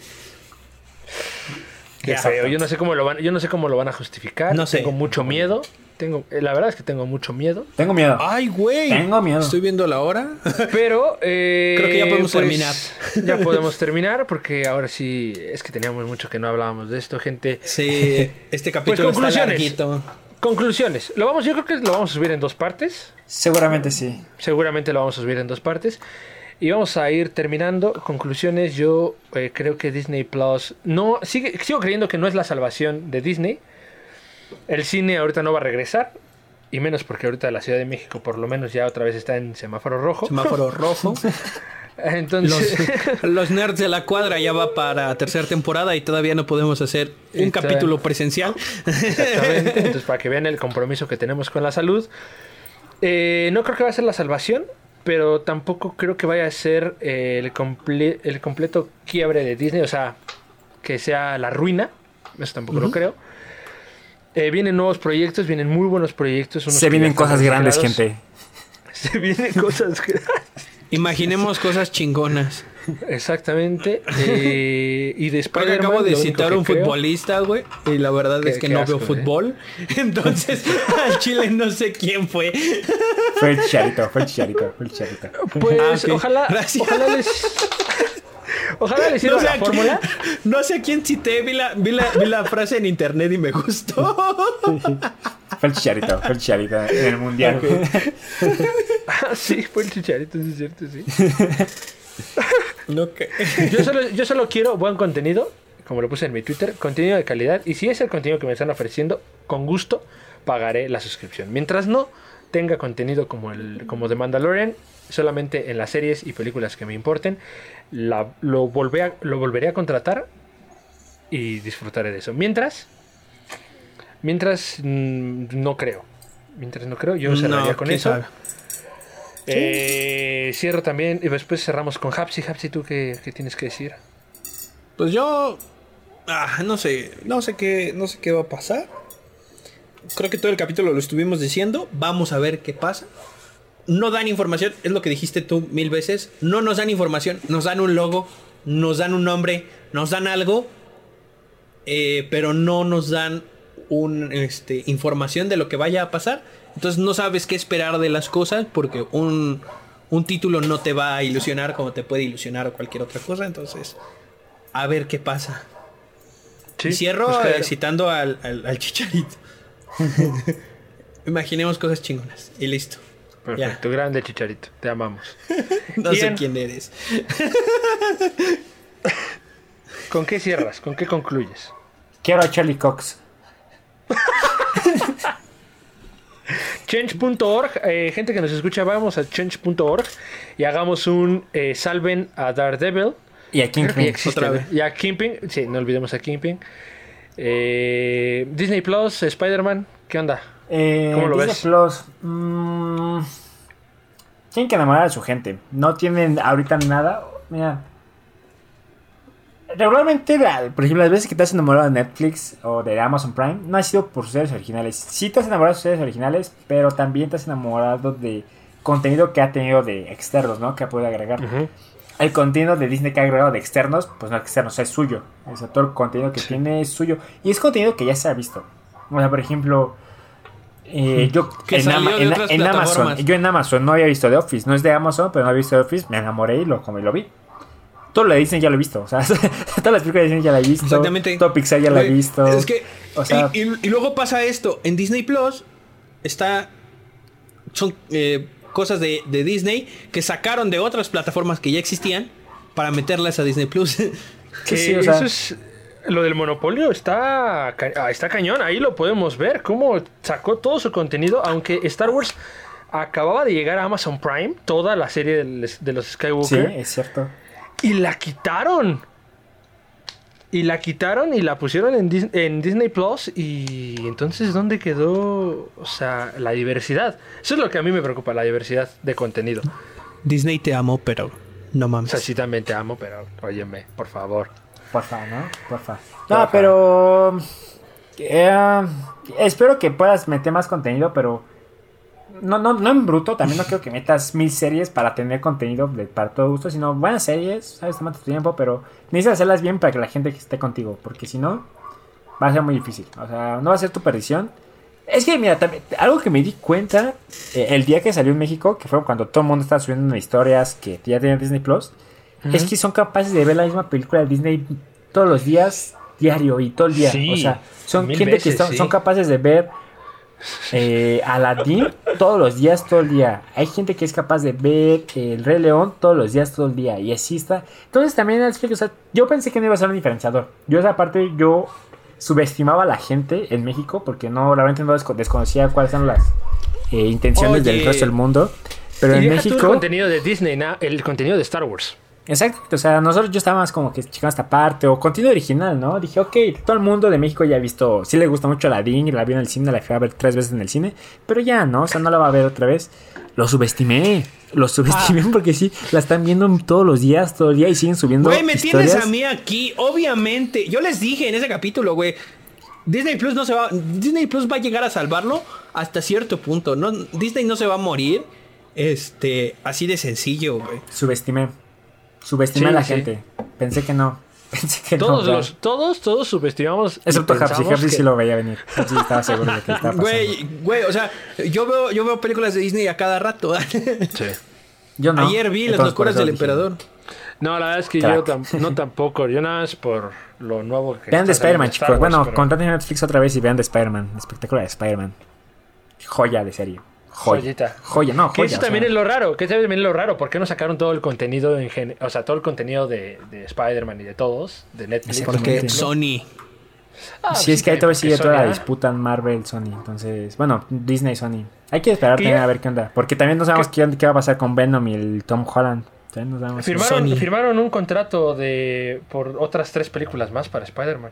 Speaker 3: Qué
Speaker 1: Exacto.
Speaker 3: feo. Yo no sé cómo lo van, yo no sé cómo lo van a justificar.
Speaker 1: No sé.
Speaker 3: Tengo mucho miedo. Tengo, eh, la verdad es que tengo mucho miedo.
Speaker 2: Tengo miedo.
Speaker 3: Ah.
Speaker 1: Ay, güey.
Speaker 2: Tengo miedo.
Speaker 1: Estoy viendo la hora.
Speaker 3: Pero eh,
Speaker 1: Creo que ya podemos terminar.
Speaker 3: Ya podemos terminar porque ahora sí es que teníamos mucho que no hablábamos de esto, gente.
Speaker 1: [laughs] Sí, este capítulo está
Speaker 3: Pues conclusiones.
Speaker 1: larguito.
Speaker 3: Conclusiones. Lo vamos, yo creo que lo vamos a subir en dos partes.
Speaker 2: Seguramente sí.
Speaker 3: Seguramente lo vamos a subir en dos partes. Y vamos a ir terminando. Conclusiones. Yo eh, creo que Disney Plus no sigue, sigo creyendo que no es la salvación de Disney. El cine ahorita no va a regresar. Y menos porque ahorita la Ciudad de México por lo menos ya otra vez está en semáforo
Speaker 1: [laughs]
Speaker 3: rojo. [laughs]
Speaker 1: Semáforo rojo.
Speaker 3: Entonces,
Speaker 1: [laughs] Los, los nerds de la cuadra ya va para tercera temporada y todavía no podemos hacer un
Speaker 3: Está-
Speaker 1: capítulo presencial.
Speaker 3: Exactamente. Entonces, para que vean el compromiso que tenemos con la salud. Eh, no creo que vaya a ser la salvación, pero tampoco creo que vaya a ser eh, el, comple- el completo quiebre de Disney. O sea, que sea la ruina. Eso tampoco lo creo. Eh, vienen nuevos proyectos, vienen muy buenos proyectos. unos
Speaker 2: Se
Speaker 3: que ya
Speaker 2: vienen
Speaker 3: están
Speaker 2: cosas grandes,
Speaker 3: cancelados.
Speaker 2: gente.
Speaker 3: [laughs] Se vienen cosas grandes.
Speaker 1: Imaginemos cosas chingonas.
Speaker 3: [laughs] Exactamente. Eh, y después
Speaker 1: Creo que acabo de citar un futbolista, güey. Y la verdad es
Speaker 3: Qué-
Speaker 1: que
Speaker 3: qué
Speaker 1: no
Speaker 3: asco,
Speaker 1: veo
Speaker 3: ¿eh?
Speaker 1: fútbol. [laughs]
Speaker 3: [laughs]
Speaker 1: Entonces, al chile no sé quién fue.
Speaker 2: Fue el chicharito, fue el chicharito, fue el chicharito.
Speaker 3: [laughs] Pues
Speaker 1: Ah, ok.
Speaker 3: ojalá,
Speaker 1: Gracias.
Speaker 3: ojalá les. [laughs] Ojalá les sirva
Speaker 1: No sé,
Speaker 3: la
Speaker 1: a
Speaker 3: fórmula.
Speaker 1: quién, [laughs] no sé a quién cité. Vi la, vi la- vi la frase en internet y me
Speaker 3: [laughs]
Speaker 1: gustó.
Speaker 2: Fue el chicharito, fue el chicharito en el mundial.
Speaker 3: [laughs] Ah, sí, fue el chicharito, sí, es cierto, sí.
Speaker 1: [laughs] No, que-
Speaker 3: [laughs] Yo solo, yo solo quiero buen contenido, como lo puse en mi Twitter, contenido de calidad. Y si es el contenido que me están ofreciendo, con gusto pagaré la suscripción. Mientras no tenga contenido como, el, como The Mandalorian, solamente en las series y películas que me importen, la- lo, volvé a- lo volveré a contratar y disfrutaré de eso. Mientras, mientras mm, no creo. Mientras no creo, yo cerraría
Speaker 1: No,
Speaker 3: con
Speaker 1: quién
Speaker 3: eso.
Speaker 1: sabe.
Speaker 3: Eh, cierro también y después cerramos con Hapsi. Hapsi, ¿tú qué, qué tienes que decir?
Speaker 1: Pues yo. ah, no sé. No sé qué. No sé qué va a pasar. Creo que todo el capítulo lo estuvimos diciendo. Vamos a ver qué pasa. No dan información, es lo que dijiste tú mil veces. No nos dan información, nos dan un logo, nos dan un nombre, nos dan algo, eh, pero no nos dan un, este, información de lo que vaya a pasar. Entonces no sabes qué esperar de las cosas porque un, un título no te va a ilusionar como te puede ilusionar o cualquier otra cosa. Entonces, a ver qué pasa.
Speaker 3: Sí,
Speaker 1: Y cierro
Speaker 3: pues, claro.
Speaker 1: eh, citando al, al, al
Speaker 3: [laughs]
Speaker 1: chicharito. Imaginemos cosas chingonas y listo.
Speaker 3: Perfecto, grande chicharito, te amamos.
Speaker 1: [laughs] No sé
Speaker 3: Bien.
Speaker 1: quién eres.
Speaker 3: ¿Con qué cierras? ¿Con qué concluyes?
Speaker 2: Quiero a Charlie Cox.
Speaker 3: Change.org, eh, gente que nos escucha, vamos a change.org y hagamos un eh, salven a Daredevil.
Speaker 2: Y a King
Speaker 3: Creo que ya
Speaker 2: King.
Speaker 3: existe,
Speaker 1: Otra
Speaker 3: ¿no?
Speaker 1: vez.
Speaker 3: Y a Kingpin, sí, no olvidemos a Kingpin. Eh, Disney Plus, Spider-Man, ¿qué onda?
Speaker 2: Eh,
Speaker 3: ¿Cómo lo
Speaker 2: Disney
Speaker 3: ves?
Speaker 2: Plus, mm, tienen que enamorar a su gente. No tienen ahorita nada. Mira. Regularmente, la- por ejemplo, las veces que te has enamorado de Netflix o de Amazon Prime, no ha sido por sus series originales. Sí te has enamorado de sus series originales, pero también te has enamorado de contenido que ha tenido de externos, ¿no? Que ha podido agregar. El contenido de Disney que ha agregado de externos, pues no es externo, o sea, es suyo. O sea, todo el contenido que tiene es suyo. Y es contenido que ya se ha visto. O sea, por ejemplo, eh, yo
Speaker 1: Que
Speaker 2: en,
Speaker 1: salió
Speaker 2: Ama-
Speaker 1: de
Speaker 2: en-
Speaker 1: otras
Speaker 2: en Amazon,
Speaker 1: plataformas.
Speaker 2: yo en Amazon no había visto The Office, no es de Amazon, pero no había visto The Office, me enamoré y lo, como y lo vi. Todo lo de Disney ya lo he visto, o sea, [laughs] todas las películas de Disney ya la he visto.
Speaker 1: Exactamente.
Speaker 2: Todo Pixar ya la he
Speaker 1: Güey,
Speaker 2: visto.
Speaker 1: Es que.
Speaker 2: o sea-
Speaker 1: y, y- y luego pasa esto. En Disney Plus está. Son eh, cosas de, de Disney que sacaron de otras plataformas que ya existían para meterlas a Disney Plus. [laughs]
Speaker 2: Sí,
Speaker 3: Que
Speaker 1: eh,
Speaker 2: sí, o sea,
Speaker 3: Eh, eso es, lo del monopolio está, ca- ah, está cañón, ahí lo podemos ver, cómo sacó todo su contenido, aunque Star Wars acababa de llegar a Amazon Prime, toda la serie del- de los
Speaker 2: sí,
Speaker 3: Skywalker,
Speaker 2: es cierto.
Speaker 3: y la quitaron. Y la quitaron y la pusieron en, Dis- en Disney Plus. Y entonces, ¿dónde quedó? O sea, la diversidad. Eso es lo que a mí me preocupa, la diversidad de contenido.
Speaker 1: Disney te amo, pero no
Speaker 3: O
Speaker 1: mames.
Speaker 3: sea, sí también te amo, pero óyeme, por favor.
Speaker 2: Porfa, ¿no? Porfa. No, pero. eh, espero que puedas meter más contenido, pero. No, no, no en bruto, también [laughs] no quiero que metas mil series para tener contenido de- para todo gusto, sino buenas series, sabes, toma tu tiempo, pero necesitas hacerlas bien para que la gente que esté contigo, porque si no, va a ser muy difícil, o sea, no va a ser tu perdición. Es que, mira, también, algo que me di cuenta eh, el día que salió en México, que fue cuando todo el mundo estaba subiendo historias que ya tenían Disney Plus, es que son capaces de ver la misma película de Disney todos los días, diario y todo el día.
Speaker 3: Sí,
Speaker 2: o sea, son
Speaker 3: mil
Speaker 2: gente
Speaker 3: veces,
Speaker 2: que son,
Speaker 3: sí.
Speaker 2: son capaces de ver eh, Aladdin todos los días, todo el día. Hay gente que es capaz de ver El Rey León todos los días, todo el día. Y así está. Entonces también es que, o sea, yo pensé que no iba a ser un diferenciador. Yo esa parte, yo subestimaba a la gente en México porque no, realmente no desco- desconocía cuáles eran las eh, intenciones
Speaker 1: Oye.
Speaker 2: del resto del mundo. Pero
Speaker 3: y
Speaker 2: en
Speaker 3: deja tú el
Speaker 2: México...
Speaker 3: contenido de Disney, na- el contenido de Star Wars.
Speaker 2: Exacto, o sea, nosotros yo estaba más como que checando esta parte o contenido original, ¿no? Dije, ok, todo el mundo de México ya ha visto, sí le gusta mucho la DIN y la vio en el cine, la fui a ver tres veces en el cine, pero ya, ¿no? O sea, no la va a ver otra vez. Lo subestimé, lo
Speaker 3: Ah.
Speaker 2: subestimé [laughs] porque sí, la están viendo todos los días, todo el día y siguen subiendo.
Speaker 1: Güey, me
Speaker 2: historias.
Speaker 1: tienes a mí aquí, obviamente. Yo les dije en ese capítulo, güey. Disney Plus no se va. Disney Plus va a llegar a salvarlo hasta cierto punto. No, Disney no se va a morir. Este, así de sencillo, güey.
Speaker 2: Subestimé, subestimé a
Speaker 3: Sí,
Speaker 2: la
Speaker 3: sí.
Speaker 2: gente, pensé que no, [laughs] pensé que no.
Speaker 3: Todos,
Speaker 2: o sea,
Speaker 3: los, todos, todos subestimamos. y
Speaker 2: Excepto Hapsi,
Speaker 3: pensamos
Speaker 2: Hapsi
Speaker 3: que-
Speaker 2: sí lo veía venir, Hapsi estaba seguro de que estaba pasando.
Speaker 1: Güey, güey, o sea, yo veo, yo veo películas de Disney a cada rato. [laughs]
Speaker 2: yo no.
Speaker 1: Ayer vi Las
Speaker 2: entonces por
Speaker 1: locuras
Speaker 2: eso
Speaker 1: del
Speaker 2: dije,
Speaker 1: emperador.
Speaker 3: No, la verdad es que
Speaker 2: Crack.
Speaker 3: yo tam- no tampoco. Yo nada más por lo nuevo que.
Speaker 2: Vean de
Speaker 3: está saliendo
Speaker 2: Spider-Man,
Speaker 3: Star
Speaker 2: chicos.
Speaker 3: Wars,
Speaker 2: bueno,
Speaker 3: pero-
Speaker 2: contraten a Netflix otra vez y vean de Spider-Man. Espectacular de Spider-man. Joya de serie. Joya.
Speaker 3: Joyita.
Speaker 2: Joya, no,
Speaker 3: Que
Speaker 2: joya.
Speaker 3: eso
Speaker 2: o
Speaker 3: también
Speaker 2: sea.
Speaker 3: es lo raro. Que eso también es lo raro. ¿Por qué no sacaron todo el contenido en gen- O sea, todo el contenido de, de Spider-man y de todos, de Netflix.
Speaker 2: Exactamente.
Speaker 1: Porque
Speaker 2: Sí.
Speaker 1: Sony.
Speaker 3: Ah,
Speaker 2: Sí, es que ahí todavía
Speaker 3: porque
Speaker 2: sigue toda la
Speaker 3: Sony, ¿ah?
Speaker 2: disputa en Marvel, Sony. Entonces, bueno, Disney, Sony. Hay que esperar
Speaker 3: Que
Speaker 2: también
Speaker 3: ya-
Speaker 2: a ver qué onda. Porque también no sabemos qué, qué va a pasar con Venom y el Tom Holland. Ya no sabemos.
Speaker 3: Firmaron,
Speaker 1: Sony.
Speaker 3: firmaron un contrato de por otras tres películas más para Spider-Man.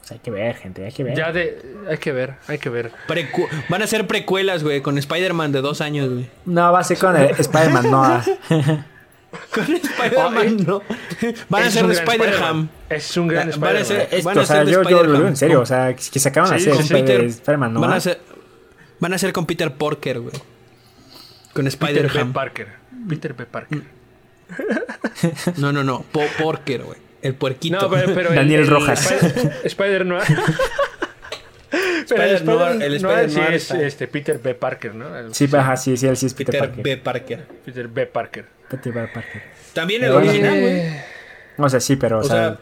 Speaker 2: O sea, hay que ver, gente, hay que ver.
Speaker 3: Ya de. Hay que ver, hay que ver.
Speaker 1: Precu- van a ser precuelas, güey, con Spider-Man de dos años, güey. [laughs]
Speaker 2: No, va a ser con
Speaker 3: [laughs]
Speaker 2: el Spider-Man, no. ah.
Speaker 1: Con Spider-Man, no. [laughs] Van a
Speaker 3: Es
Speaker 1: ser
Speaker 3: un
Speaker 1: de
Speaker 3: gran
Speaker 1: Spider-Ham.
Speaker 3: Es un gran
Speaker 1: Van a
Speaker 3: Spider-Man.
Speaker 1: ser-
Speaker 2: Esto,
Speaker 1: Van a
Speaker 2: o sea,
Speaker 1: ser de
Speaker 2: yo, yo lo digo
Speaker 1: Spider-Man.
Speaker 2: en serio. O sea, que, que sacaron
Speaker 3: Sí,
Speaker 2: a
Speaker 3: con
Speaker 2: hacer
Speaker 1: Peter-
Speaker 2: Spider-Man, ¿no?
Speaker 1: Van
Speaker 2: ah.
Speaker 1: a ser, van a ser con Peter Parker, güey. Con
Speaker 3: Peter B.
Speaker 1: Spider-Ham.
Speaker 3: Parker. Peter B. Parker.
Speaker 2: Mm,
Speaker 1: No, no, no. Po Porker, güey. El puerquito.
Speaker 2: [laughs]
Speaker 3: No, pero, pero el-
Speaker 2: Daniel
Speaker 3: el
Speaker 2: Rojas. [laughs]
Speaker 3: Spider- Spider-Man. Pero el
Speaker 1: Spider-Noir-
Speaker 3: Spider-Noir
Speaker 1: el Spider-Noir
Speaker 3: sí es
Speaker 1: está-
Speaker 3: este, Peter B. Parker, ¿no?
Speaker 5: Sí, pues, ajá, sí, sí, él sí es Peter,
Speaker 1: [laughs] Peter
Speaker 5: Parker.
Speaker 1: B. Parker.
Speaker 3: Peter B. Parker.
Speaker 5: Peter B. Parker.
Speaker 1: También el
Speaker 5: Eh,
Speaker 1: original, güey.
Speaker 5: O sea, sí, pero, o,
Speaker 1: O
Speaker 5: sea,
Speaker 1: sea,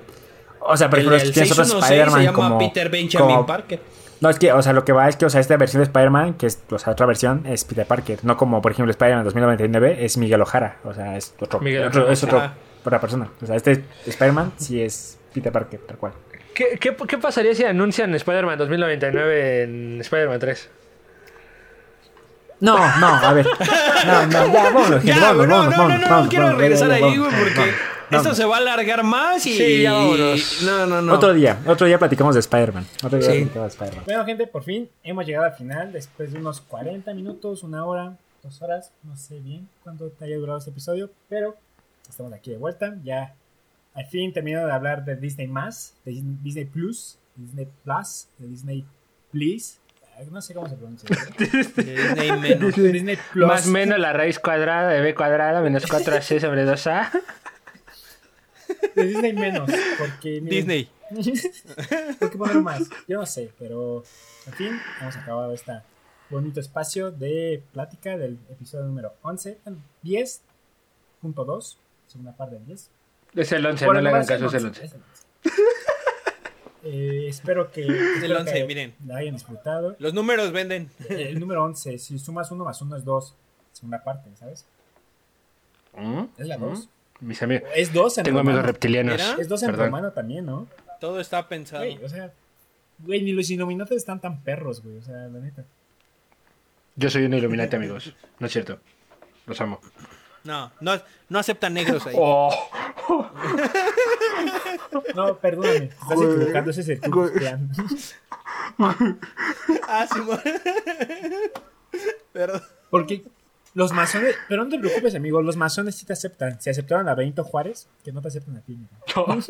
Speaker 5: O sea, pero
Speaker 1: El,
Speaker 5: ejemplo,
Speaker 1: el
Speaker 5: tienes otro
Speaker 1: 616 se
Speaker 5: Spider-Man
Speaker 1: llama
Speaker 5: como.
Speaker 1: Peter Benjamin
Speaker 5: como- Pues
Speaker 1: Parker.
Speaker 5: No, es que, o sea, lo que va es que, o sea, esta versión de Spider-Man, que es, o sea, otra versión, es Peter Parker. No como, por ejemplo, Spider-Man 2099 es Miguel O'Hara. O sea, es otro.
Speaker 3: Miguel
Speaker 5: otro-
Speaker 3: O'Hara,
Speaker 5: es otro,
Speaker 1: ajá.
Speaker 5: otra persona. O sea, este Spider-Man sí es Peter Parker, tal cual.
Speaker 3: ¿Qué, qué, qué pasaría si anuncian Spider-Man 2099 en Spider-Man 3?
Speaker 5: No, no, a ver. [laughs] No, no, ya, vámonos, gente,
Speaker 1: Ya,
Speaker 5: vámonos,
Speaker 1: no,
Speaker 5: vámonos,
Speaker 1: no,
Speaker 5: vámonos,
Speaker 1: no, no,
Speaker 5: vámonos,
Speaker 1: quiero
Speaker 5: vámonos,
Speaker 1: regresar
Speaker 5: vámonos,
Speaker 1: ahí, güey,
Speaker 5: vámonos,
Speaker 1: porque esto
Speaker 5: vámonos.
Speaker 1: se va a alargar más y.
Speaker 3: Sí, ya vámonos.
Speaker 1: No, no, no.
Speaker 5: Otro día, otro día platicamos de Spider-Man. Otro día
Speaker 1: Sí.
Speaker 5: platicamos de Spider-Man.
Speaker 2: Bueno, gente, por fin hemos llegado al final después de unos 40 minutos, una hora, dos horas, no sé bien cuánto te haya durado este episodio, pero estamos aquí de vuelta. Ya al fin terminado de hablar de Disney más, de Dis- Disney Plus, Disney Plus, de Disney Please. eh, No sé cómo
Speaker 1: [laughs]
Speaker 2: se pronuncia. ¿eh?
Speaker 1: Disney menos.
Speaker 2: Disney Plus.
Speaker 3: Más menos la raíz cuadrada de b cuadrada menos 4ac sobre 2a.
Speaker 2: De Disney menos. Porque, miren,
Speaker 1: Disney.
Speaker 2: [laughs] ¿Por qué poner más? Yo no sé, pero en fin, hemos acabado este bonito espacio de plática del episodio número 11, bueno, 10.2, segunda parte del 10.
Speaker 3: Es el 11,
Speaker 2: Bueno,
Speaker 3: no le hagan
Speaker 2: más
Speaker 3: caso, es el 11.
Speaker 2: es el 11. Eh, espero que, espero
Speaker 1: 11,
Speaker 2: que
Speaker 1: miren.
Speaker 2: la hayan disfrutado.
Speaker 1: Los números venden.
Speaker 2: El número 11, si sumas 1 más 1 es 2, segunda parte, ¿sabes?
Speaker 3: ¿Mm?
Speaker 2: Es la 2.
Speaker 3: Mis amigos.
Speaker 2: Es 2 en
Speaker 3: Tengo amigos
Speaker 2: romano.
Speaker 3: reptilianos.
Speaker 1: Mira.
Speaker 2: Es 2 en
Speaker 3: Perdón.
Speaker 2: romano también, ¿no?
Speaker 1: Todo está pensado.
Speaker 2: Güey, o sea, güey, ni los Illuminates están tan perros, güey, o sea, la neta.
Speaker 3: Yo soy un iluminante, amigos. No es cierto. Los amo.
Speaker 1: No, no, no aceptan negros ahí.
Speaker 3: Oh,
Speaker 2: No, perdóname, te estás equivocando, ese es el Ku Klux Klan.
Speaker 1: Ah, sí, mo- Perdón.
Speaker 2: [laughs] Porque los masones, pero no te preocupes, amigo, los masones sí te aceptan. Si aceptaron a Benito Juárez, que no te aceptan a ti, amigo.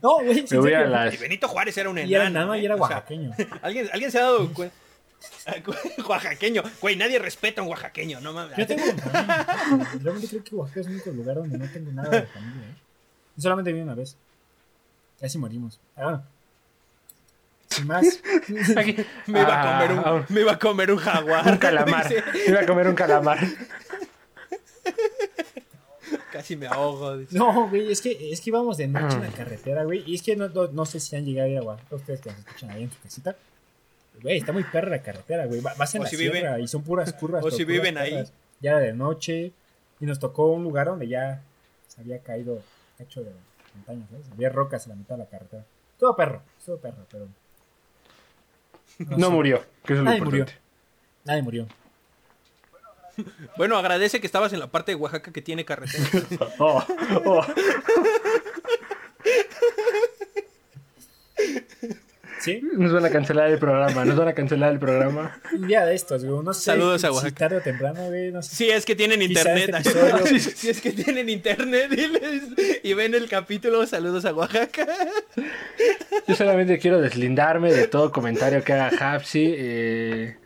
Speaker 2: No, güey, sí,
Speaker 3: me voy a
Speaker 1: Y
Speaker 3: las.
Speaker 1: Benito Juárez era un enano.
Speaker 2: Y era nada más, y era
Speaker 1: ¿eh? O sea,
Speaker 2: oaxaqueño.
Speaker 1: [laughs] ¿alguien, alguien se ha dado cuenta. [laughs] Oaxaqueño, güey, nadie respeta a un oaxaqueño, no mames.
Speaker 2: Yo tengo familia. Realmente creo que Oaxaca es el único lugar donde no tengo nada de familia, ¿eh? Yo solamente vi una vez. Casi morimos. Ah, bueno. Sin más.
Speaker 3: [laughs] Aquí.
Speaker 1: Me iba,
Speaker 3: Ah,
Speaker 1: a comer un,
Speaker 3: ah,
Speaker 1: me iba a comer un jaguar.
Speaker 3: un calamar.
Speaker 1: [laughs] Dice,
Speaker 3: Me iba a comer un calamar.
Speaker 1: Casi me ahogo. dice.
Speaker 2: No, güey, es que, es que íbamos de noche en la carretera, güey. Y es que no, no, no sé si han llegado a ir a Oaxaca, ustedes que nos escuchan ahí en su casita. Güey, está muy perra la carretera, güey. Va- Vas en
Speaker 1: O
Speaker 2: la
Speaker 1: si
Speaker 2: sierra y son puras
Speaker 1: [laughs]
Speaker 2: curvas.
Speaker 1: o
Speaker 2: pero
Speaker 1: si
Speaker 2: puras
Speaker 1: viven ahí.
Speaker 2: curvas. Ya era de noche. Y nos tocó un lugar donde ya se había caído cacho de montaña, ¿sabes? Había rocas en la mitad de la carretera. Todo perro, todo perro, pero
Speaker 3: No murió. Que eso es lo
Speaker 2: Nadie murió.
Speaker 3: importante.
Speaker 2: nadie murió.
Speaker 1: Bueno, agradece que estabas en la parte de Oaxaca que tiene carretera.
Speaker 2: [laughs]
Speaker 3: Oh, oh.
Speaker 2: ¿Sí?
Speaker 3: Nos van a cancelar el programa. Nos van a cancelar el programa.
Speaker 2: Un día de estos, güey. No sé
Speaker 1: Saludos a
Speaker 2: si
Speaker 1: Oaxaca.
Speaker 2: tarde o temprano, güey. No sé.
Speaker 1: Si es que tienen
Speaker 2: Quizá
Speaker 1: internet. [laughs]
Speaker 2: este episodio-
Speaker 1: si, si es que tienen internet y, les- y ven el capítulo, saludos a Oaxaca. [laughs]
Speaker 3: Yo solamente quiero deslindarme de todo comentario que haga Hapsi. eh,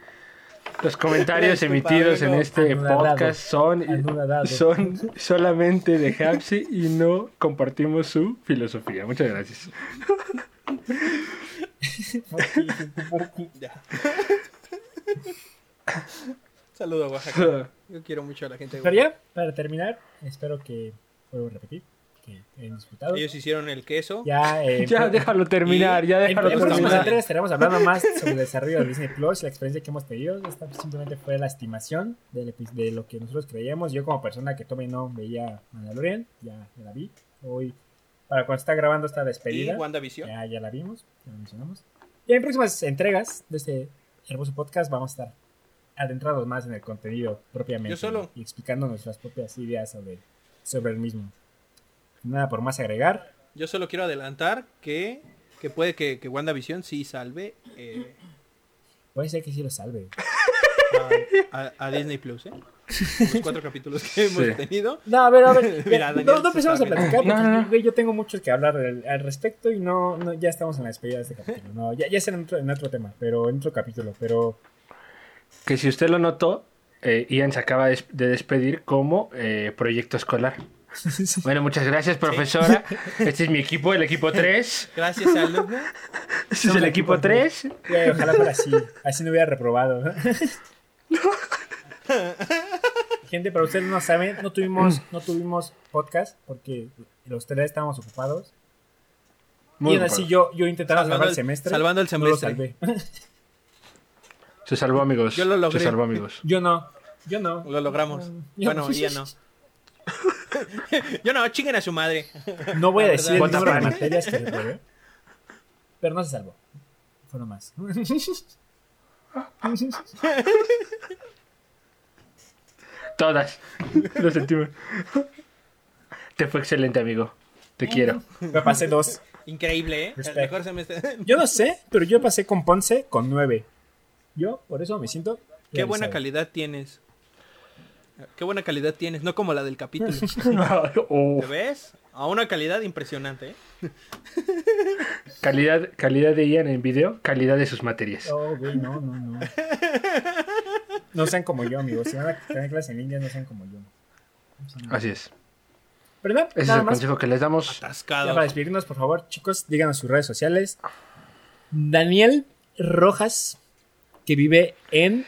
Speaker 3: los comentarios
Speaker 1: Disculpa,
Speaker 3: emitidos en
Speaker 1: vengo
Speaker 3: este
Speaker 2: anudadado,
Speaker 3: podcast son,
Speaker 2: anudadado.
Speaker 3: son solamente de Hapsi y no compartimos su filosofía. Muchas gracias.
Speaker 1: Ya. Saludo a Oaxaca.
Speaker 3: [laughs]
Speaker 1: Yo quiero mucho a la gente de
Speaker 2: Pero
Speaker 1: Oaxaca.
Speaker 2: ya, para terminar, espero que, vuelvo a repetir, que hayan disfrutado.
Speaker 1: Ellos hicieron el queso.
Speaker 2: Ya, eh,
Speaker 3: [laughs] Ya,
Speaker 2: en-
Speaker 3: déjalo terminar, ya
Speaker 2: En
Speaker 3: déjalo
Speaker 1: Pero
Speaker 2: próximas
Speaker 1: terminar.
Speaker 3: terminar.
Speaker 2: entregas estaremos
Speaker 3: [laughs]
Speaker 2: hablando más sobre el desarrollo de Disney Plus, la experiencia que hemos tenido. Esta simplemente fue la estimación del epi- de lo que nosotros creíamos. Yo como persona que tome no veía Mandalorian, ya ya la vi. Hoy, para cuando está grabando esta
Speaker 1: Y
Speaker 2: despedida,
Speaker 1: WandaVision.
Speaker 2: ya, ya la vimos, ya la mencionamos. Y en próximas entregas de este hermoso podcast vamos a estar adentrados más en el contenido propiamente
Speaker 1: Yo solo.
Speaker 2: y explicando nuestras propias ideas sobre, sobre el mismo. Nada por más agregar.
Speaker 1: Yo solo quiero adelantar que, que puede que, que WandaVision sí salve eh,
Speaker 2: Puede ser que sí lo salve.
Speaker 1: a, a Disney Plus. ¿eh?
Speaker 2: [laughs]
Speaker 1: Los cuatro capítulos que hemos
Speaker 3: Sí.
Speaker 1: tenido.
Speaker 2: No, a ver,
Speaker 1: [laughs]
Speaker 2: a ver.
Speaker 1: Mira,
Speaker 2: ya,
Speaker 1: Daniel
Speaker 2: no, no
Speaker 1: se
Speaker 2: empezamos a
Speaker 1: está
Speaker 2: platicar porque
Speaker 3: riendo. No, no, no.
Speaker 2: güey, yo tengo mucho que hablar al, al respecto y no, no, ya estamos en la despedida de este capítulo. No, ya, ya será en otro, en otro tema, pero en otro capítulo. Pero
Speaker 3: Que si usted lo notó, eh, Ian se acaba des- de despedir como eh, proyecto escolar. Bueno, muchas gracias, profesora. Este es mi equipo, el equipo 3.
Speaker 1: Gracias,
Speaker 2: [laughs]
Speaker 1: alumno.
Speaker 3: Este es el equipo 3.
Speaker 2: Ya, ojalá fuera así. Así no hubiera reprobado.
Speaker 1: [laughs]
Speaker 2: ¿no? Gente, para ustedes no saben, no tuvimos, no tuvimos podcast porque los tres estábamos ocupados.
Speaker 3: Muy
Speaker 2: y aún así
Speaker 3: bueno.
Speaker 2: yo, yo intentaba
Speaker 1: Salvando
Speaker 2: salvar el
Speaker 1: el-
Speaker 2: semestre.
Speaker 1: salvando el
Speaker 2: No lo
Speaker 1: semestre.
Speaker 2: salvé.
Speaker 3: Se salvó, amigos.
Speaker 1: Yo lo logré.
Speaker 3: Se salvó,
Speaker 1: [laughs]
Speaker 3: amigos.
Speaker 2: Yo no. Yo no.
Speaker 1: Lo logramos.
Speaker 2: Ya
Speaker 1: Bueno,
Speaker 2: [laughs] no.
Speaker 1: ya no. Yo no, chinguen a su madre.
Speaker 2: No voy a
Speaker 1: La
Speaker 2: decir el
Speaker 1: verdad.
Speaker 2: número de
Speaker 3: Cuánta pena.
Speaker 2: materias que reprobé. Pero no se salvó. Fueron más. [laughs]
Speaker 3: Todas. [laughs] Lo sentimos. Te fue excelente, amigo. Te quiero.
Speaker 2: Me pasé dos.
Speaker 1: Increíble, ¿eh? El
Speaker 2: Respect.
Speaker 1: mejor semestre. [laughs]
Speaker 2: Yo no sé, pero yo pasé con Ponce con nueve. Yo, por eso me siento.
Speaker 1: Qué buena
Speaker 2: realizado.
Speaker 1: calidad tienes. Qué buena calidad tienes, no como la del
Speaker 2: [laughs]
Speaker 1: capítulo.
Speaker 3: [laughs] Oh,
Speaker 1: ¿Te ves? A una calidad impresionante, ¿eh?
Speaker 3: calidad, calidad de Ian en video, calidad de sus materias.
Speaker 2: Oh, güey, no, no, no. No sean como yo, amigos. Si van a tener clases en línea, no sean como yo.
Speaker 3: Así es.
Speaker 2: Pero no,
Speaker 3: Ese es
Speaker 2: nada
Speaker 3: el
Speaker 2: más.
Speaker 3: consejo que les damos.
Speaker 2: Ya
Speaker 1: Atascado.
Speaker 2: para despedirnos, por favor, chicos, díganos sus redes sociales. Daniel Rojas, que vive en.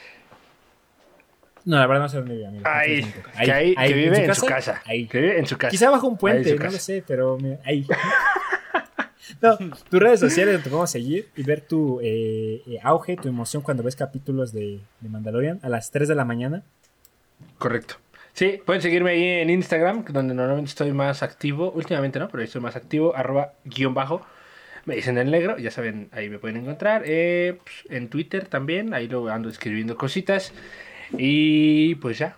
Speaker 2: No, la verdad no sé dónde vive, amigo.
Speaker 3: Ahí,
Speaker 2: Ahí,
Speaker 3: que, ahí-
Speaker 2: ahí,
Speaker 3: que vive
Speaker 2: ¿en su
Speaker 3: en su
Speaker 2: casa?
Speaker 3: casa.
Speaker 2: Ahí.
Speaker 3: Que vive en su casa.
Speaker 2: Quizá bajo un
Speaker 3: Ahí
Speaker 2: puente,
Speaker 3: en su
Speaker 2: no lo
Speaker 3: casa.
Speaker 2: sé, pero mira, ahí. [laughs] No, tus redes sociales te podemos seguir y ver tu eh, eh, auge, tu emoción cuando ves capítulos de, de Mandalorian a las 3 de la mañana.
Speaker 3: Correcto. Sí, pueden seguirme ahí en Instagram, donde normalmente estoy más activo. Últimamente no, pero ahí estoy más activo. Arroba guión bajo. Me dicen el negro, ya saben, ahí me pueden encontrar. Eh, pues, en Twitter también, ahí lo ando escribiendo cositas. Y pues ya,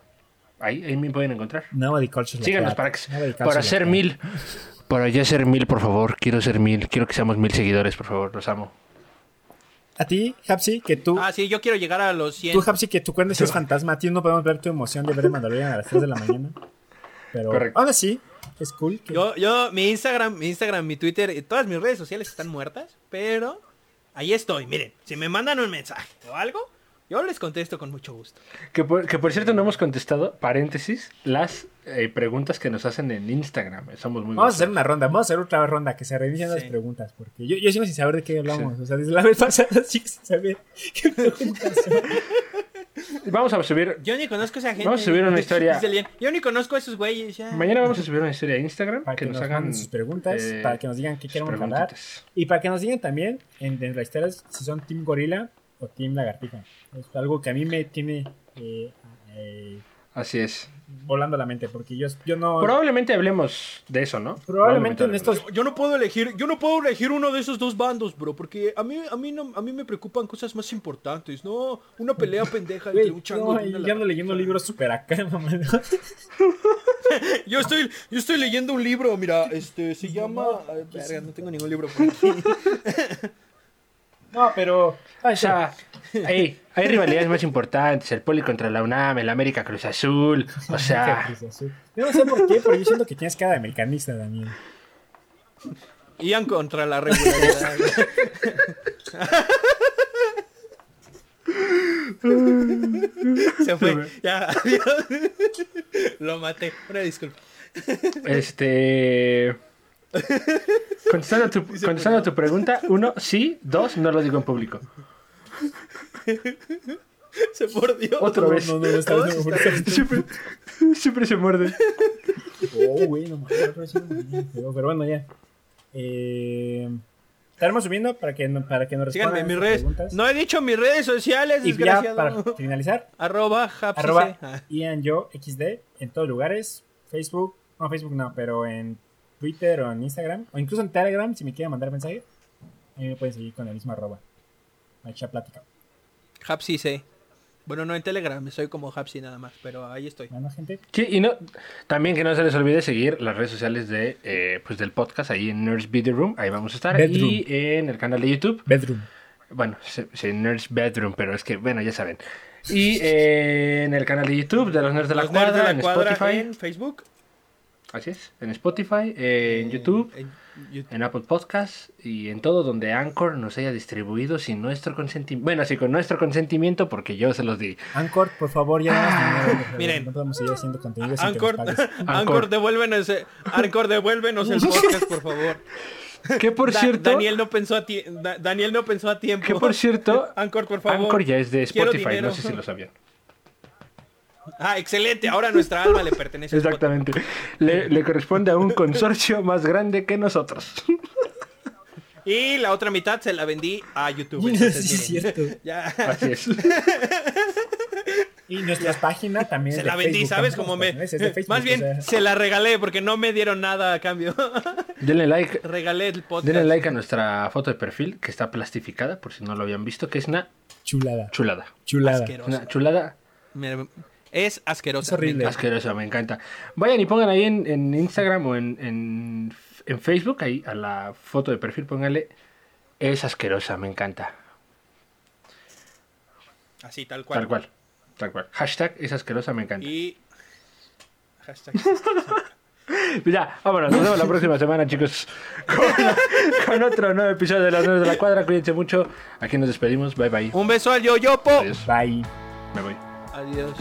Speaker 3: ahí, ahí me pueden encontrar.
Speaker 2: Nobody Culture la Plata.
Speaker 3: Síganos para, que-
Speaker 2: Nobody Culture
Speaker 3: para
Speaker 2: la
Speaker 3: ser
Speaker 2: Plata.
Speaker 3: mil. Para ya ser mil, por favor. Quiero ser mil. Quiero que seamos mil seguidores, por favor. Los amo.
Speaker 2: A ti, Hapsi, que tú,
Speaker 1: Ah, sí, yo quiero llegar a los 100.
Speaker 2: tú Hapsi, que tú cuentes es fantasma. A ti no podemos ver tu emoción de ver Mandalorian a las 3 de la mañana. Pero
Speaker 3: Correcto.
Speaker 2: ahora sí, es cool. que-
Speaker 1: Yo, yo, mi Instagram, mi Instagram, mi Twitter, eh, todas mis redes sociales están muertas, pero ahí estoy. Miren, si me mandan un mensaje o algo, yo les contesto con mucho gusto.
Speaker 3: Que por, que por cierto no hemos contestado, paréntesis, las eh, preguntas que nos hacen en Instagram. Somos muy
Speaker 2: Vamos a
Speaker 3: groseros.
Speaker 2: hacer una ronda, vamos a hacer otra ronda que se reinician las
Speaker 1: Sí.
Speaker 2: preguntas, porque yo, yo sigo sin saber de qué hablamos. O sea, desde la vez pasada [laughs] sigo sin saber qué preguntas son.
Speaker 3: Vamos a subir.
Speaker 1: Yo ni conozco a esa gente.
Speaker 3: Vamos a
Speaker 1: [laughs]
Speaker 3: subir una historia.
Speaker 1: Dice Lian, Yo ni conozco a esos güeyes. ya.
Speaker 3: Mañana vamos a subir una historia a Instagram
Speaker 2: Para que, nos,
Speaker 3: hagan
Speaker 2: manden sus preguntas,
Speaker 3: eh,
Speaker 2: para que nos digan qué
Speaker 3: sus
Speaker 2: queremos hablar.
Speaker 3: preguntitas.
Speaker 2: Y para que nos digan también en dentro de las historias si son Team Gorila o Team Lagartija. Es algo que a mí me tiene eh, eh,
Speaker 3: Así es.
Speaker 2: volando la mente, porque yo, yo no.
Speaker 3: Probablemente hablemos de eso, ¿no?
Speaker 2: probablemente en
Speaker 3: hablemos.
Speaker 2: estos.
Speaker 1: Yo no puedo elegir, yo no puedo elegir uno de esos dos bandos, bro, porque a mí, a mí, no, a mí me preocupan cosas más importantes, ¿no? Una pelea pendeja
Speaker 2: Güey,
Speaker 1: entre un chango
Speaker 2: no,
Speaker 1: y una
Speaker 2: yo ando
Speaker 1: lagartija.
Speaker 2: leyendo libros super acá, mamá.
Speaker 1: [laughs] Yo estoy, yo estoy leyendo un libro, mira, este, se llama... Ay, verga, no tengo ningún libro por aquí.
Speaker 2: No, pero. ay,
Speaker 3: O sea, ey, hay rivalidades más importantes. El Poli contra la UNAM, el América Cruz Azul.
Speaker 2: [laughs]
Speaker 3: O sea,
Speaker 2: Yo no sé por qué, pero yo siento que tienes cara de americanista, Daniel.
Speaker 1: Ian contra la regularidad. Se fue. Ya, adiós. Lo maté. Una disculpa.
Speaker 3: este. Contestando a tu, contestando a tu pregunta, uno, sí, dos, no lo digo en público.
Speaker 1: Se mordió.
Speaker 3: Otra vez.
Speaker 2: No, no, no, esta
Speaker 1: Todos
Speaker 2: vez no me
Speaker 1: están-
Speaker 3: [laughs] Siempre, siempre se muerde.
Speaker 2: Oh, güey, no mames, otra vez sí me morí, pero, pero bueno, ya. Eh, estaremos subiendo para que, no- para que nos respondan.
Speaker 1: Síganme en mis
Speaker 2: sus
Speaker 1: redes.
Speaker 2: preguntas.
Speaker 1: No he dicho mis redes sociales,
Speaker 2: y ya
Speaker 1: desgraciado.
Speaker 2: para finalizar,
Speaker 1: Arroba, Hapsi,
Speaker 2: arroba
Speaker 1: sí. Ah,
Speaker 2: Ian Yo XD en todos lugares, Facebook, no Facebook no, pero en Twitter o en Instagram, o incluso en Telegram si me quieren mandar mensaje, ahí me pueden seguir con el mismo arroba. Macha plática.
Speaker 1: Hapsi, sí. Bueno, no en Telegram, soy como Hapsi nada más, pero ahí estoy.
Speaker 2: Bueno, gente,
Speaker 3: Sí, y no, también que no se les olvide seguir las redes sociales de, eh, pues del podcast ahí en Nerds Video Room, ahí vamos a estar,
Speaker 2: Bedroom.
Speaker 3: y en el canal de YouTube,
Speaker 2: bedroom.
Speaker 3: bueno, se, se- Nerds Bedroom, pero es que, bueno, ya saben, y eh, en el canal de YouTube de los Nerds de la
Speaker 1: Los
Speaker 3: Cuadra,
Speaker 1: Nerds de la
Speaker 3: en
Speaker 1: Cuadra
Speaker 3: Spotify,
Speaker 1: en Facebook.
Speaker 3: Así es, en Spotify, eh, en YouTube,
Speaker 1: En YouTube.
Speaker 3: en Apple Podcasts y en todo donde Anchor nos haya distribuido sin nuestro consentimiento. Bueno, sí, con nuestro consentimiento porque yo se los di.
Speaker 6: Anchor, por favor, ya danos dinero, por
Speaker 1: miren.
Speaker 6: favor, No podemos seguir haciendo contenido sin
Speaker 1: Anchor,
Speaker 6: que nos pagues.
Speaker 1: [laughs]
Speaker 2: [laughs]
Speaker 1: Anchor, devuélvenos, eh, Anchor, devuélvenos
Speaker 3: [laughs]
Speaker 1: el podcast, por favor.
Speaker 3: Que por
Speaker 1: Da-
Speaker 3: cierto,
Speaker 1: Daniel no pensó a ti- Da- Daniel no pensó a tiempo.
Speaker 3: que por cierto,
Speaker 1: [laughs] Anchor, por favor.
Speaker 3: Anchor ya es de
Speaker 1: Quiero
Speaker 3: Spotify,
Speaker 1: dinero.
Speaker 3: no sé si lo sabían.
Speaker 1: [laughs] Ah, excelente. Ahora nuestra alma le pertenece. a Spotify.
Speaker 3: Exactamente. Le, le corresponde a un consorcio [laughs] más grande que nosotros.
Speaker 1: Y la otra mitad se la vendí a YouTube. entonces,
Speaker 6: [laughs] Sí, es
Speaker 1: miren,
Speaker 6: cierto.
Speaker 1: [laughs]
Speaker 6: [laughs]
Speaker 1: Ya.
Speaker 3: Así es.
Speaker 6: Y nuestra página también.
Speaker 1: Se
Speaker 6: es
Speaker 1: la
Speaker 6: de
Speaker 1: vendí,
Speaker 6: Facebook,
Speaker 1: ¿sabes?
Speaker 6: tampoco,
Speaker 1: Como me.
Speaker 6: ¿no? Es de Facebook,
Speaker 1: Más bien,
Speaker 6: o sea,
Speaker 1: se la regalé porque no me dieron nada a cambio.
Speaker 3: [laughs]
Speaker 1: [laughs]
Speaker 3: Denle like,
Speaker 1: regalé el podcast.
Speaker 3: denle like a nuestra foto de perfil que está plastificada, por si no lo habían visto, que es una
Speaker 6: Chulada.
Speaker 3: chulada.
Speaker 6: Chulada.
Speaker 1: Asqueroso.
Speaker 3: Una chulada
Speaker 1: Me- Es asqueroso.
Speaker 6: Es horrible.
Speaker 3: asquerosa, me encanta. Vayan y pongan ahí en, en Instagram o en, en, en Facebook, ahí a la foto de perfil, pónganle es asquerosa, me encanta.
Speaker 1: Así, tal cual.
Speaker 3: Tal cual. Tal cual. Hashtag es asquerosa, me encanta.
Speaker 1: Y. Hashtag.
Speaker 3: Ya, vámonos, nos vemos la próxima semana, chicos. Con, con otro nuevo episodio de Las Nueve de la Cuadra. Cuídense
Speaker 1: Uh.
Speaker 3: mucho. Aquí nos despedimos. Bye bye.
Speaker 1: Un beso al yo-yopo.
Speaker 3: Adiós.
Speaker 6: Bye.
Speaker 3: Me voy.
Speaker 1: Adiós.